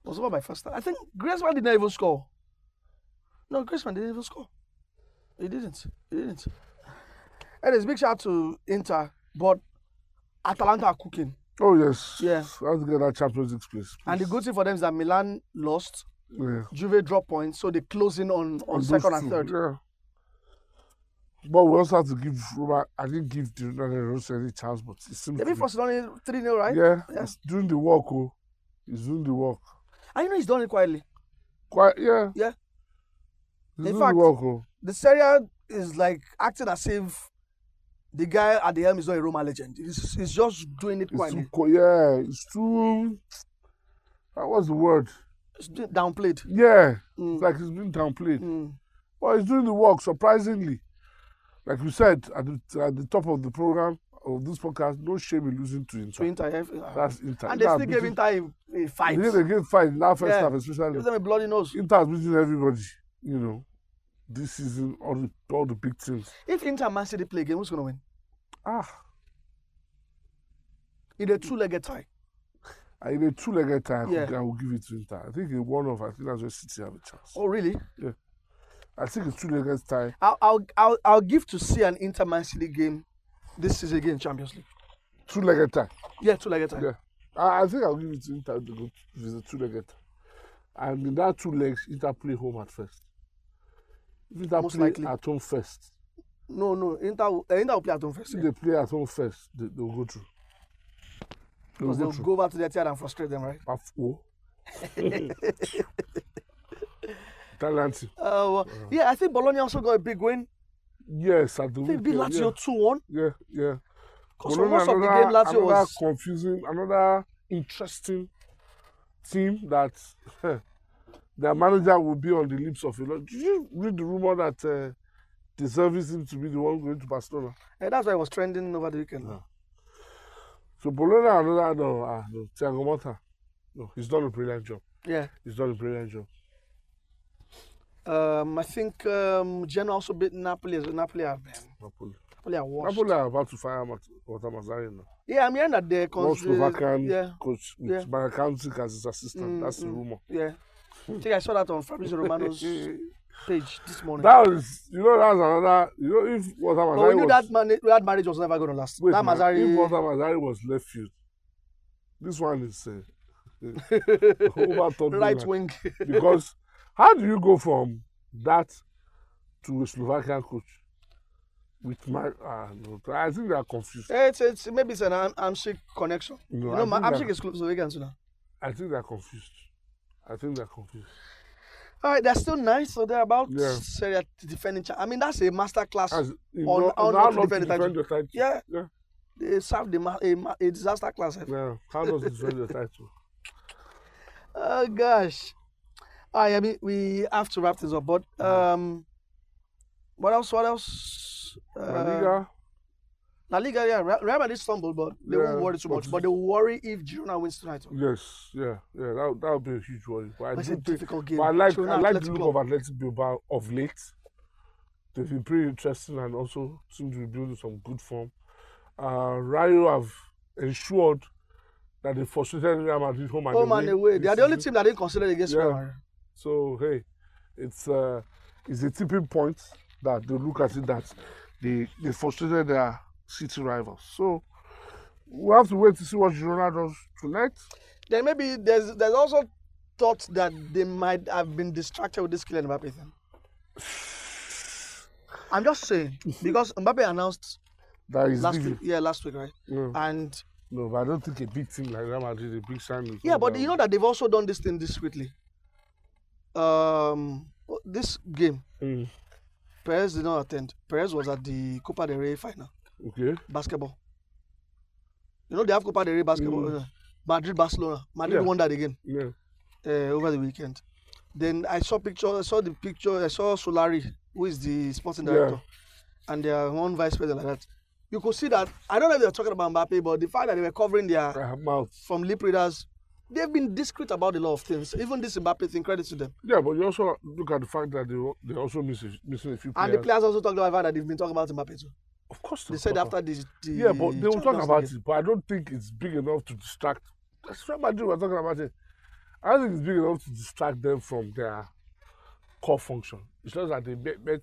Speaker 2: was over by first half. I think Griezmann did not even score. No, Griezmann didn't even score. He didn't. He didn't. And it's big shout out to Inter, but Atalanta are cooking.
Speaker 3: Oh, yes.
Speaker 2: Yeah.
Speaker 3: Let's get that Champions League place.
Speaker 2: And the
Speaker 3: please.
Speaker 2: good thing for them is that Milan lost.
Speaker 3: Yeah.
Speaker 2: Juve dropped points, so they close in on, on
Speaker 3: those
Speaker 2: second and
Speaker 3: two,
Speaker 2: third.
Speaker 3: Yeah. But we also have to give Roma. I didn't give the United Rose any chance, but it seems.
Speaker 2: They
Speaker 3: to
Speaker 2: beat
Speaker 3: be-
Speaker 2: Frosinone 3 0, right?
Speaker 3: Yeah,
Speaker 2: Yeah.
Speaker 3: he's doing the work. Oh, he's doing the work.
Speaker 2: And you know he's done it quietly.
Speaker 3: Quite, yeah.
Speaker 2: Yeah.
Speaker 3: He's
Speaker 2: In
Speaker 3: doing
Speaker 2: fact-
Speaker 3: the work. Oh.
Speaker 2: The Serie A is like acting as if the guy at the helm is not a Roma legend. He's, he's just doing it
Speaker 3: It's
Speaker 2: quietly.
Speaker 3: too, co- yeah, it's too. That was the word.
Speaker 2: It's doing- downplayed.
Speaker 3: Yeah,
Speaker 2: Mm.
Speaker 3: it's like he's been downplayed.
Speaker 2: Mm.
Speaker 3: But he's doing the work, surprisingly. Like we said at the, at the top of the program of this podcast, no shame in losing to
Speaker 2: To Inter,
Speaker 3: Inter.
Speaker 2: eh?
Speaker 3: That's Inter.
Speaker 2: and they
Speaker 3: Inter
Speaker 2: still gave
Speaker 3: beating-
Speaker 2: Inter a, a fight.
Speaker 3: They did a great fight in that first
Speaker 2: Yeah.
Speaker 3: half, especially.
Speaker 2: Give them a bloody nose.
Speaker 3: Inter has beaten everybody, you know, this season, all the, all the big teams.
Speaker 2: If Inter and Man City play again, who's going to win?
Speaker 3: Ah,
Speaker 2: In a two-legged tie.
Speaker 3: in a two legged tie, I could-
Speaker 2: Yeah.
Speaker 3: I will give it to Inter. I think in one off, I think that's where City have a chance.
Speaker 2: Oh, really?
Speaker 3: I think it's two legged tie.
Speaker 2: I'll, I'll, I'll, I'll give to see an Inter Man City game this season again in Champions League.
Speaker 3: Two legged tie.
Speaker 2: Yeah, two-legged tie.
Speaker 3: Yeah. I, I think I'll give it to Inter to go if it's a two legged tie. And in that two legs, Inter play home at first. If Inter
Speaker 2: Most
Speaker 3: play
Speaker 2: likely.
Speaker 3: at home first,
Speaker 2: No, no, Inter, will- uh, Inter will play at home first.
Speaker 3: if they play at home first, they, they'll go through. They'll
Speaker 2: Because
Speaker 3: go
Speaker 2: they'll
Speaker 3: through.
Speaker 2: go over to their tier and frustrate them, right?
Speaker 3: Paf- oh. Italian team.
Speaker 2: Uh, well, yeah, I think Bologna also got a big win.
Speaker 3: Yes, at the
Speaker 2: I think they beat
Speaker 3: weekend,
Speaker 2: Lazio 2 1.
Speaker 3: Yeah, yeah. yeah.
Speaker 2: Because for
Speaker 3: Bologna,
Speaker 2: most of the
Speaker 3: another-
Speaker 2: game, Lazio
Speaker 3: another
Speaker 2: was.
Speaker 3: confusing, another interesting team that their manager will be on the lips of a lot. Did you read the rumor that uh, the service seems to be the one going to Barcelona?
Speaker 2: Eh, that's why it was trending over the weekend.
Speaker 3: Yeah. So Bologna, another no, uh, no, Thiago Motta, no, he's done a brilliant job.
Speaker 2: Yeah.
Speaker 3: He's done a brilliant job.
Speaker 2: Um, I think um, Genoa also beat Napoli. as- Napoli have been.
Speaker 3: Napoli.
Speaker 2: Napoli are washed.
Speaker 3: Napoli are about to fire Mat- Walter Mazzarri now.
Speaker 2: Yeah, I'm hearing that they're
Speaker 3: One
Speaker 2: cons-
Speaker 3: Slovakian
Speaker 2: Yeah,
Speaker 3: coach with
Speaker 2: yeah.
Speaker 3: yeah. Barakantic as his assistant.
Speaker 2: Mm,
Speaker 3: That's the
Speaker 2: mm.
Speaker 3: rumor.
Speaker 2: yeah. I think I saw that on Fabrizio Romano's page this morning.
Speaker 3: That was, you know, that's another. You know, if Walter
Speaker 2: but
Speaker 3: Mazzari
Speaker 2: we knew
Speaker 3: was
Speaker 2: that, man- that marriage was never going to last.
Speaker 3: wait,
Speaker 2: that
Speaker 3: man, if Walter
Speaker 2: Mazzari.
Speaker 3: Mazzari was left field, this one is uh, over Tottenham.
Speaker 2: Right wing.
Speaker 3: because how do you go from that to a Slovakian coach with my? Uh, no, I think they are confused.
Speaker 2: Eh, it's, it's, maybe it's an Am- Amshik connection.
Speaker 3: No,
Speaker 2: you
Speaker 3: I
Speaker 2: know, Ma-
Speaker 3: think
Speaker 2: Amshik
Speaker 3: that-
Speaker 2: is Slovakian too now.
Speaker 3: I think they are confused. I think they are confused.
Speaker 2: All right, they're still nice, so they're about
Speaker 3: Yeah.
Speaker 2: Serie A defending. cha- I mean, that's a master class.
Speaker 3: As, in
Speaker 2: On-
Speaker 3: not-
Speaker 2: on
Speaker 3: how
Speaker 2: not to
Speaker 3: not to
Speaker 2: defend the
Speaker 3: defend your title.
Speaker 2: yeah,
Speaker 3: yeah.
Speaker 2: they served the ma- a, ma- a disaster class. eh.
Speaker 3: Yeah, how does it defend the title?
Speaker 2: Oh gosh. I, I mean, we have to wrap this up. But
Speaker 3: Mm-hmm.
Speaker 2: um, what else? What else?
Speaker 3: La
Speaker 2: Uh,
Speaker 3: Liga,
Speaker 2: La Liga, yeah. Re- Real Madrid stumbled, but they won't
Speaker 3: Yeah,
Speaker 2: worry too
Speaker 3: but
Speaker 2: much. But they worry if Girona wins tonight.
Speaker 3: yes, yeah, yeah, that that would be a huge worry. But I,
Speaker 2: But it's
Speaker 3: do
Speaker 2: a
Speaker 3: think-
Speaker 2: difficult game.
Speaker 3: but I like
Speaker 2: Girona
Speaker 3: I like the
Speaker 2: Athletic
Speaker 3: look
Speaker 2: Club.
Speaker 3: of Athletic Bilbao of late. They've been pretty interesting and also seem to be building some good form. Uh, Rayo have ensured that they frustrated Real Madrid home and
Speaker 2: Home
Speaker 3: away.
Speaker 2: and away. Oh, They
Speaker 3: this
Speaker 2: are the only
Speaker 3: season.
Speaker 2: team that didn't consider against
Speaker 3: Yeah.
Speaker 2: Real Madrid.
Speaker 3: So hey, it's uh, it's a tipping point that they look at it that they they frustrated their city rivals. So we have to wait to see what Girona does tonight.
Speaker 2: Then maybe there's there's also thought that they might have been distracted with this Kylian Mbappe thing. I'm just saying because Mbappe announced
Speaker 3: That is
Speaker 2: last
Speaker 3: leaving.
Speaker 2: week, yeah, last week, right?
Speaker 3: Yeah.
Speaker 2: And
Speaker 3: No, but I don't think a big team like Real Madrid, a big signing.
Speaker 2: Yeah, but you know that they've also done this thing discreetly. Um, w- this game,
Speaker 3: Mm.
Speaker 2: Perez did not attend. Perez was at the Copa del Rey final
Speaker 3: Okay.
Speaker 2: basketball. You know they have Copa del Rey basketball.
Speaker 3: Mm.
Speaker 2: uh, Madrid Barcelona. Madrid
Speaker 3: Yeah.
Speaker 2: won that again
Speaker 3: Yeah.
Speaker 2: uh, over the weekend. Then I saw picture. I saw the picture. I saw Solari, who is the sporting
Speaker 3: Yeah.
Speaker 2: director, and their one vice president like that. You could see that. I don't know if they're talking about Mbappe, but the fact that they were covering their
Speaker 3: I have mouth.
Speaker 2: from lip readers, they've been discreet about a lot of things. Even this Mbappe thing, credit to them.
Speaker 3: Yeah, but you also look at the fact that they al- they also miss a, missing a few
Speaker 2: And
Speaker 3: players.
Speaker 2: the players also talked about that they've been talking about Mbappe too.
Speaker 3: of course,
Speaker 2: They said
Speaker 3: talk
Speaker 2: after the, the
Speaker 3: Yeah, but they will talk
Speaker 2: Champions
Speaker 3: about
Speaker 2: League
Speaker 3: it. But I don't think it's big enough to distract. That's Real Madrid. We're talking about it. I don't think it's big enough to distract them from their core function. It's just that they met, met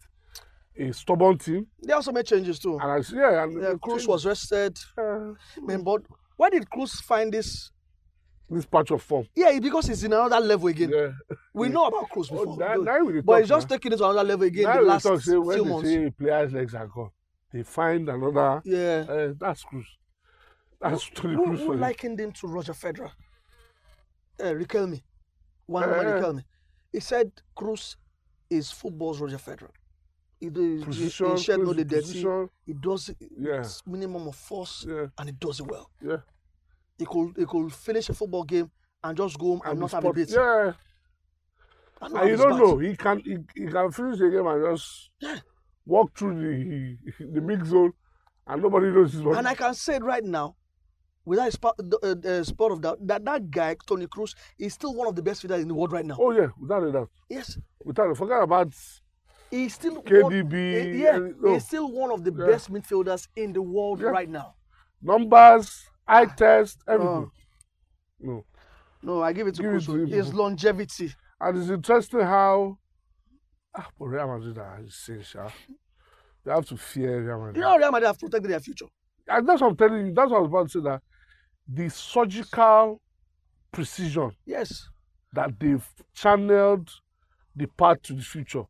Speaker 3: a stubborn team,
Speaker 2: game. They also made changes too.
Speaker 3: and I see, yeah, and
Speaker 2: Yeah,
Speaker 3: the
Speaker 2: Cruz
Speaker 3: change-
Speaker 2: was rested.
Speaker 3: uh,
Speaker 2: Man, but why did Cruz find this?
Speaker 3: this patch of form.
Speaker 2: Yeah, because he's in another level again.
Speaker 3: Yeah.
Speaker 2: We know about Cruz before,
Speaker 3: Oh, that,
Speaker 2: though,
Speaker 3: now we dey
Speaker 2: but
Speaker 3: talk
Speaker 2: he's just
Speaker 3: now.
Speaker 2: taking it to another level again
Speaker 3: now
Speaker 2: the
Speaker 3: we dey
Speaker 2: last
Speaker 3: talk, say, when
Speaker 2: few
Speaker 3: they
Speaker 2: months.
Speaker 3: Say players' legs are gone. They find another.
Speaker 2: yeah,
Speaker 3: Uh, that's Cruz. That's Tony
Speaker 2: who,
Speaker 3: Cruz.
Speaker 2: who likened him to Roger Federer? Uh, Riquelme, one
Speaker 3: Eh,
Speaker 2: over
Speaker 3: eh.
Speaker 2: Riquelme. He said Cruz is football's Roger Federer. He, do- he, he
Speaker 3: Position,
Speaker 2: shed no
Speaker 3: Cruz
Speaker 2: the dirty.
Speaker 3: position,
Speaker 2: He does it
Speaker 3: Yeah.
Speaker 2: with minimum of force
Speaker 3: Yeah,
Speaker 2: and he does it well.
Speaker 3: yeah.
Speaker 2: He could he could finish a football game and just go home and,
Speaker 3: the
Speaker 2: not have a
Speaker 3: spot-
Speaker 2: beat.
Speaker 3: Yeah.
Speaker 2: And not
Speaker 3: and you
Speaker 2: have his
Speaker 3: don't
Speaker 2: back.
Speaker 3: know he can he, he can finish the game and just
Speaker 2: Yeah.
Speaker 3: walk through the the big zone and nobody knows he's
Speaker 2: And I can say it right now, without a spot, uh, uh, spot of doubt, that that guy, Tony Cruz, is still one of the best fighters in the world right now.
Speaker 3: oh yeah without a doubt
Speaker 2: Yes.
Speaker 3: without a forget about
Speaker 2: He's still One, eh,
Speaker 3: KDB
Speaker 2: yeah,
Speaker 3: and- no,
Speaker 2: he's still one of the
Speaker 3: Yeah.
Speaker 2: best midfielders in the world
Speaker 3: Yeah.
Speaker 2: right now.
Speaker 3: numbers eye test
Speaker 2: Oh.
Speaker 3: everything no
Speaker 2: No, I give it to
Speaker 3: Give
Speaker 2: Cruz.
Speaker 3: it to him.
Speaker 2: His longevity.
Speaker 3: and it's interesting how ah but Real Madrid are essential they have to fear Real Madrid
Speaker 2: You know, Real Madrid have protected their future.
Speaker 3: and that's what I'm telling you that's what I was about to say that the surgical precision
Speaker 2: Yes.
Speaker 3: that they've channeled the path to the future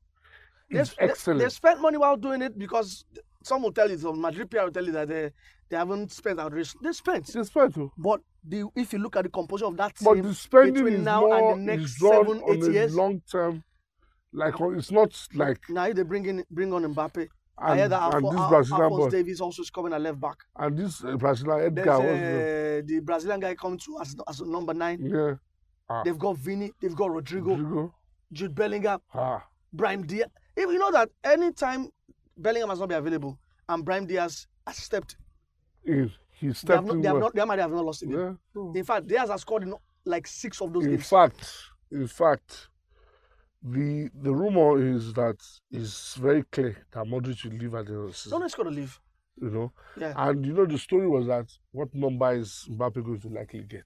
Speaker 2: They,
Speaker 3: is
Speaker 2: sp- they-
Speaker 3: excellent.
Speaker 2: they spent money while doing it because some will tell you, some Madrid PR will tell you that they, they haven't spent outrageous. They spent.
Speaker 3: They spent, oh.
Speaker 2: But the, if you look at the composition of that
Speaker 3: but
Speaker 2: team
Speaker 3: the spending
Speaker 2: between
Speaker 3: is
Speaker 2: now
Speaker 3: more
Speaker 2: and the next
Speaker 3: is done
Speaker 2: seven,
Speaker 3: on
Speaker 2: eight
Speaker 3: a
Speaker 2: years,
Speaker 3: long term. Like on- it's not like
Speaker 2: now if they bring in bring on Mbappe, I
Speaker 3: and,
Speaker 2: hear that
Speaker 3: and
Speaker 2: Alfo-
Speaker 3: this
Speaker 2: Al-
Speaker 3: Brazilian
Speaker 2: Alphonse
Speaker 3: boy
Speaker 2: Davies also is coming at left back.
Speaker 3: and this uh, Brazilian
Speaker 2: There's
Speaker 3: Edgar was uh,
Speaker 2: uh, the Brazilian guy coming to as, as number nine.
Speaker 3: yeah Ah.
Speaker 2: They've got Vini, they've got Rodrigo,
Speaker 3: Rodrigo.
Speaker 2: Jude Bellingham,
Speaker 3: Ah,
Speaker 2: Brahim Diaz. If you know that anytime Bellingham has not been available and Brahim Diaz has stepped,
Speaker 3: he, he
Speaker 2: they have
Speaker 3: stepped
Speaker 2: not,
Speaker 3: in
Speaker 2: they have
Speaker 3: well.
Speaker 2: not, they might have not lost again.
Speaker 3: yeah. no.
Speaker 2: In fact, Diaz has scored in like six of those
Speaker 3: in
Speaker 2: games.
Speaker 3: fact, in fact, the the rumor is that it's very clear that Modric will leave at the end of the
Speaker 2: No,
Speaker 3: season.
Speaker 2: no, he's going to leave.
Speaker 3: You know,
Speaker 2: Yeah.
Speaker 3: And you know the story was that what number is Mbappe going to likely get?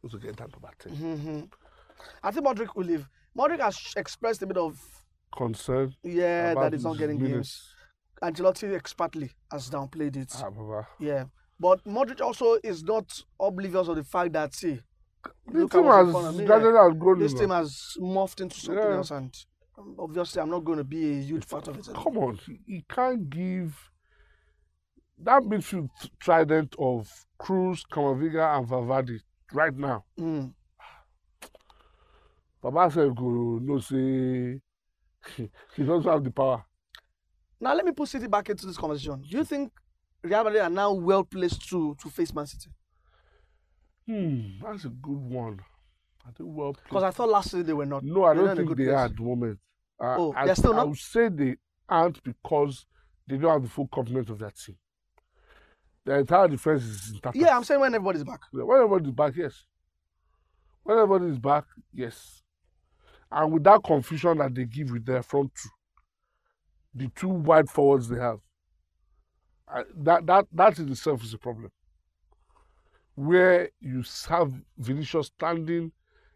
Speaker 3: Going to get that number ten.
Speaker 2: Mhm. I think Modric will leave. Modric has expressed a bit of,
Speaker 3: Concern
Speaker 2: yeah, Mm-hmm. Eh,
Speaker 3: about
Speaker 2: that he's not
Speaker 3: his
Speaker 2: getting games.
Speaker 3: minutes.
Speaker 2: Ancelotti expertly has downplayed it.
Speaker 3: Ah, Baba.
Speaker 2: Yeah. But Modric also is not oblivious of the fact that see,
Speaker 3: The
Speaker 2: look at
Speaker 3: team
Speaker 2: what's in
Speaker 3: has
Speaker 2: front of me, yeah.
Speaker 3: gradually outgrown
Speaker 2: this
Speaker 3: him
Speaker 2: team
Speaker 3: now.
Speaker 2: has morphed into something
Speaker 3: Yeah.
Speaker 2: else, and um, obviously I'm not going to be a huge part of it.
Speaker 3: Come on, he, he can't give that midfield th- trident of Cruz, Camavinga, and Valverde right now.
Speaker 2: Mm.
Speaker 3: Baba said, "Go no say he doesn't have the power."
Speaker 2: Now let me put City back into this conversation. Do you think Real Madrid are now well placed to to face Man City?
Speaker 3: Hmm, that's a good one. I think well played.
Speaker 2: Because I thought last season they were not.
Speaker 3: No,
Speaker 2: They're
Speaker 3: I don't
Speaker 2: not in a
Speaker 3: think
Speaker 2: good
Speaker 3: they are
Speaker 2: place.
Speaker 3: at the moment. Uh,
Speaker 2: Oh,
Speaker 3: I,
Speaker 2: they're still
Speaker 3: I
Speaker 2: not?
Speaker 3: would say they aren't because they don't have the full complement of that team. Their entire defense is intact.
Speaker 2: Yeah, I'm saying when everybody's back.
Speaker 3: When everybody is back, yes. When everybody is back, yes. And with that confusion that they give with their front two, the two wide forwards they have, uh, that that that in itself is a problem. Where you have Vinicius standing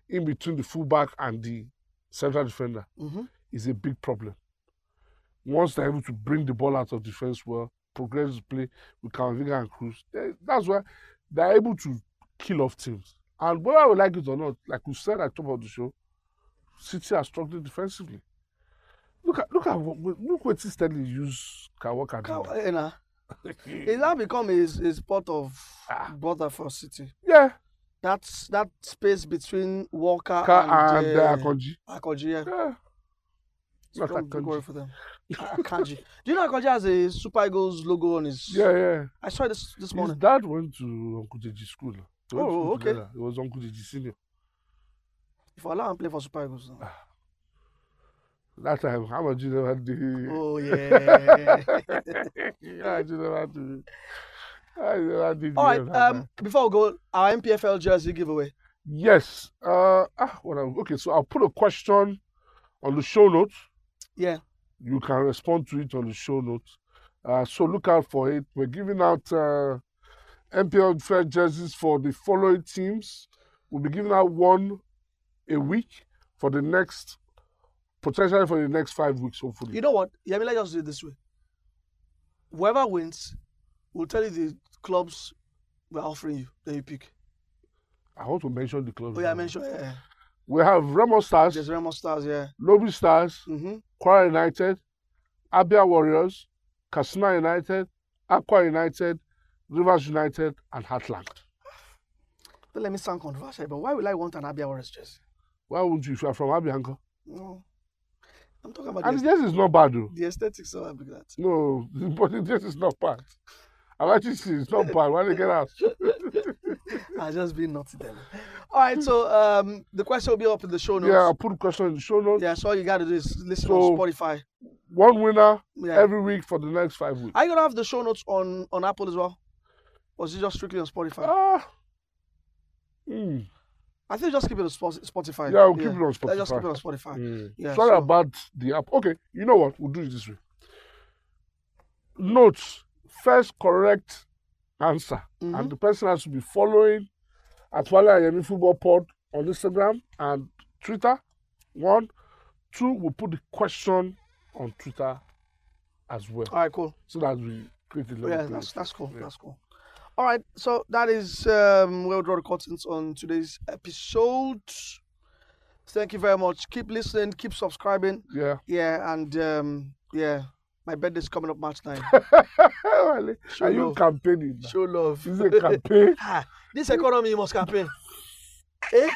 Speaker 3: in between the fullback and the central defender
Speaker 2: Mm-hmm.
Speaker 3: is a big problem. Once they're able to bring the ball out of defense well, progress the play with Camavinga and Cruz, they- that's why they're able to kill off teams. And whether I would like it or not, like we said at the top of the show, City are struggling defensively. Look at look at what- look what Stanley use Kawaka do.
Speaker 2: Cow- eh, nah. It's now become a, a spot of
Speaker 3: Ah.
Speaker 2: bother for City.
Speaker 3: yeah,
Speaker 2: That's that space between Walker
Speaker 3: Ka
Speaker 2: Ah, and,
Speaker 3: and uh,
Speaker 2: uh,
Speaker 3: Akonji.
Speaker 2: Akonji. Yeah.
Speaker 3: Yeah.
Speaker 2: It's become a
Speaker 3: Akanji.
Speaker 2: big worry for them. Akanji. Do you know Akanji has a Super Eagles logo on his?
Speaker 3: yeah, yeah.
Speaker 2: I saw it this this
Speaker 3: His
Speaker 2: morning.
Speaker 3: dad went to Uncle Deji school. They went to
Speaker 2: Oh,
Speaker 3: school
Speaker 2: okay.
Speaker 3: together. He was Uncle Deji senior.
Speaker 2: If I allow him play for Super Eagles now.
Speaker 3: That time, how much you never did?
Speaker 2: Oh yeah.
Speaker 3: yeah, you never did. I never did.
Speaker 2: All
Speaker 3: the
Speaker 2: right.
Speaker 3: other
Speaker 2: Um,
Speaker 3: time.
Speaker 2: before we go, our MPFL jersey giveaway.
Speaker 3: Yes. Uh, ah, what I'm, okay, so I'll put a question on the show notes.
Speaker 2: Yeah.
Speaker 3: You can respond to it on the show notes. Uh, so look out for it. We're giving out uh, MPL fair jerseys for the following teams. We'll be giving out one a week for the next, potentially for the next five weeks, hopefully.
Speaker 2: You know what? Yeah, I mean, let's just do it this way. Whoever wins, will tell you the clubs we're offering you. Then you pick.
Speaker 3: I want to mention the club.
Speaker 2: Oh yeah, I mentioned. Yeah, yeah.
Speaker 3: We have Remo Stars,
Speaker 2: There's Remo Stars. Yeah.
Speaker 3: Lobby Stars,
Speaker 2: Mm-hmm.
Speaker 3: Kwara United, Abia Warriors, Kasuna United, Aqua United, Rivers United, and Heartland.
Speaker 2: Don't let me sound controversial, but why would I want an Abia Warriors jersey?
Speaker 3: Why would you if you are from Abia Uncle?
Speaker 2: No. I'm talking about
Speaker 3: And
Speaker 2: the,
Speaker 3: this is not bad though.
Speaker 2: the aesthetics of Abia. That.
Speaker 3: No, but this is not bad. I've actually seen it's not bad. Why they get out?
Speaker 2: I just being naughty then. All right, so um, the question will be up in the show notes.
Speaker 3: Yeah, I'll put a question in the show notes.
Speaker 2: Yeah, so all you got to do is listen
Speaker 3: So-
Speaker 2: on Spotify.
Speaker 3: One winner
Speaker 2: Yeah.
Speaker 3: every week for the next five weeks.
Speaker 2: Are you gonna have the show notes on on Apple as well, or is it just strictly on Spotify?
Speaker 3: Ah. Hmm.
Speaker 2: I think just keep it on Spot- Spotify.
Speaker 3: Yeah, we'll keep it on
Speaker 2: Let's just
Speaker 3: Spotify.
Speaker 2: keep it on Spotify.
Speaker 3: Mm.
Speaker 2: Yeah,
Speaker 3: Sorry
Speaker 2: so-
Speaker 3: about the app. Okay, you know what? We'll do it this way. Notes first correct answer,
Speaker 2: mm-hmm.
Speaker 3: and the person has to be following at Wale Ayemi Football Pod on Instagram and Twitter. One, two, we'll put the question on Twitter as well,
Speaker 2: All right, cool.
Speaker 3: so that we create the level.
Speaker 2: Yeah,
Speaker 3: playing
Speaker 2: that's
Speaker 3: field.
Speaker 2: that's cool.
Speaker 3: Yeah.
Speaker 2: That's cool. All right, so that is um, where we draw the curtains on today's episode. Thank you very much. Keep listening. Keep subscribing.
Speaker 3: Yeah.
Speaker 2: Yeah, and um, yeah, my birthday's coming up March 9.
Speaker 3: Wale,
Speaker 2: Show
Speaker 3: Are you
Speaker 2: love.
Speaker 3: campaigning? now?
Speaker 2: Show love.
Speaker 3: Is it a campaign?
Speaker 2: Ah, this economy you must campaign. eh?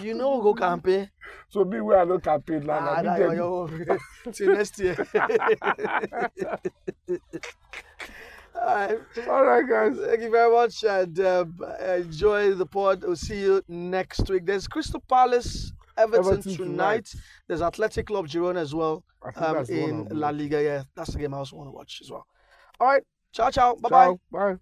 Speaker 2: You know, go campaign.
Speaker 3: so me, we are not campaign now.
Speaker 2: Ah,
Speaker 3: now.
Speaker 2: that
Speaker 3: Me
Speaker 2: one,
Speaker 3: get-
Speaker 2: your own. Till next year. All right.
Speaker 3: All right, guys.
Speaker 2: Thank you very much and uh, enjoy the pod. We'll see you next week. There's Crystal Palace, Everton,
Speaker 3: Everton
Speaker 2: tonight.
Speaker 3: tonight.
Speaker 2: There's Athletic Club Girona as well
Speaker 3: I think
Speaker 2: um,
Speaker 3: that's the one
Speaker 2: in
Speaker 3: I'll be
Speaker 2: La Liga. Yeah, that's the game I also want to watch as well. All right. Ciao, ciao. Bye bye.
Speaker 3: Ciao. Bye.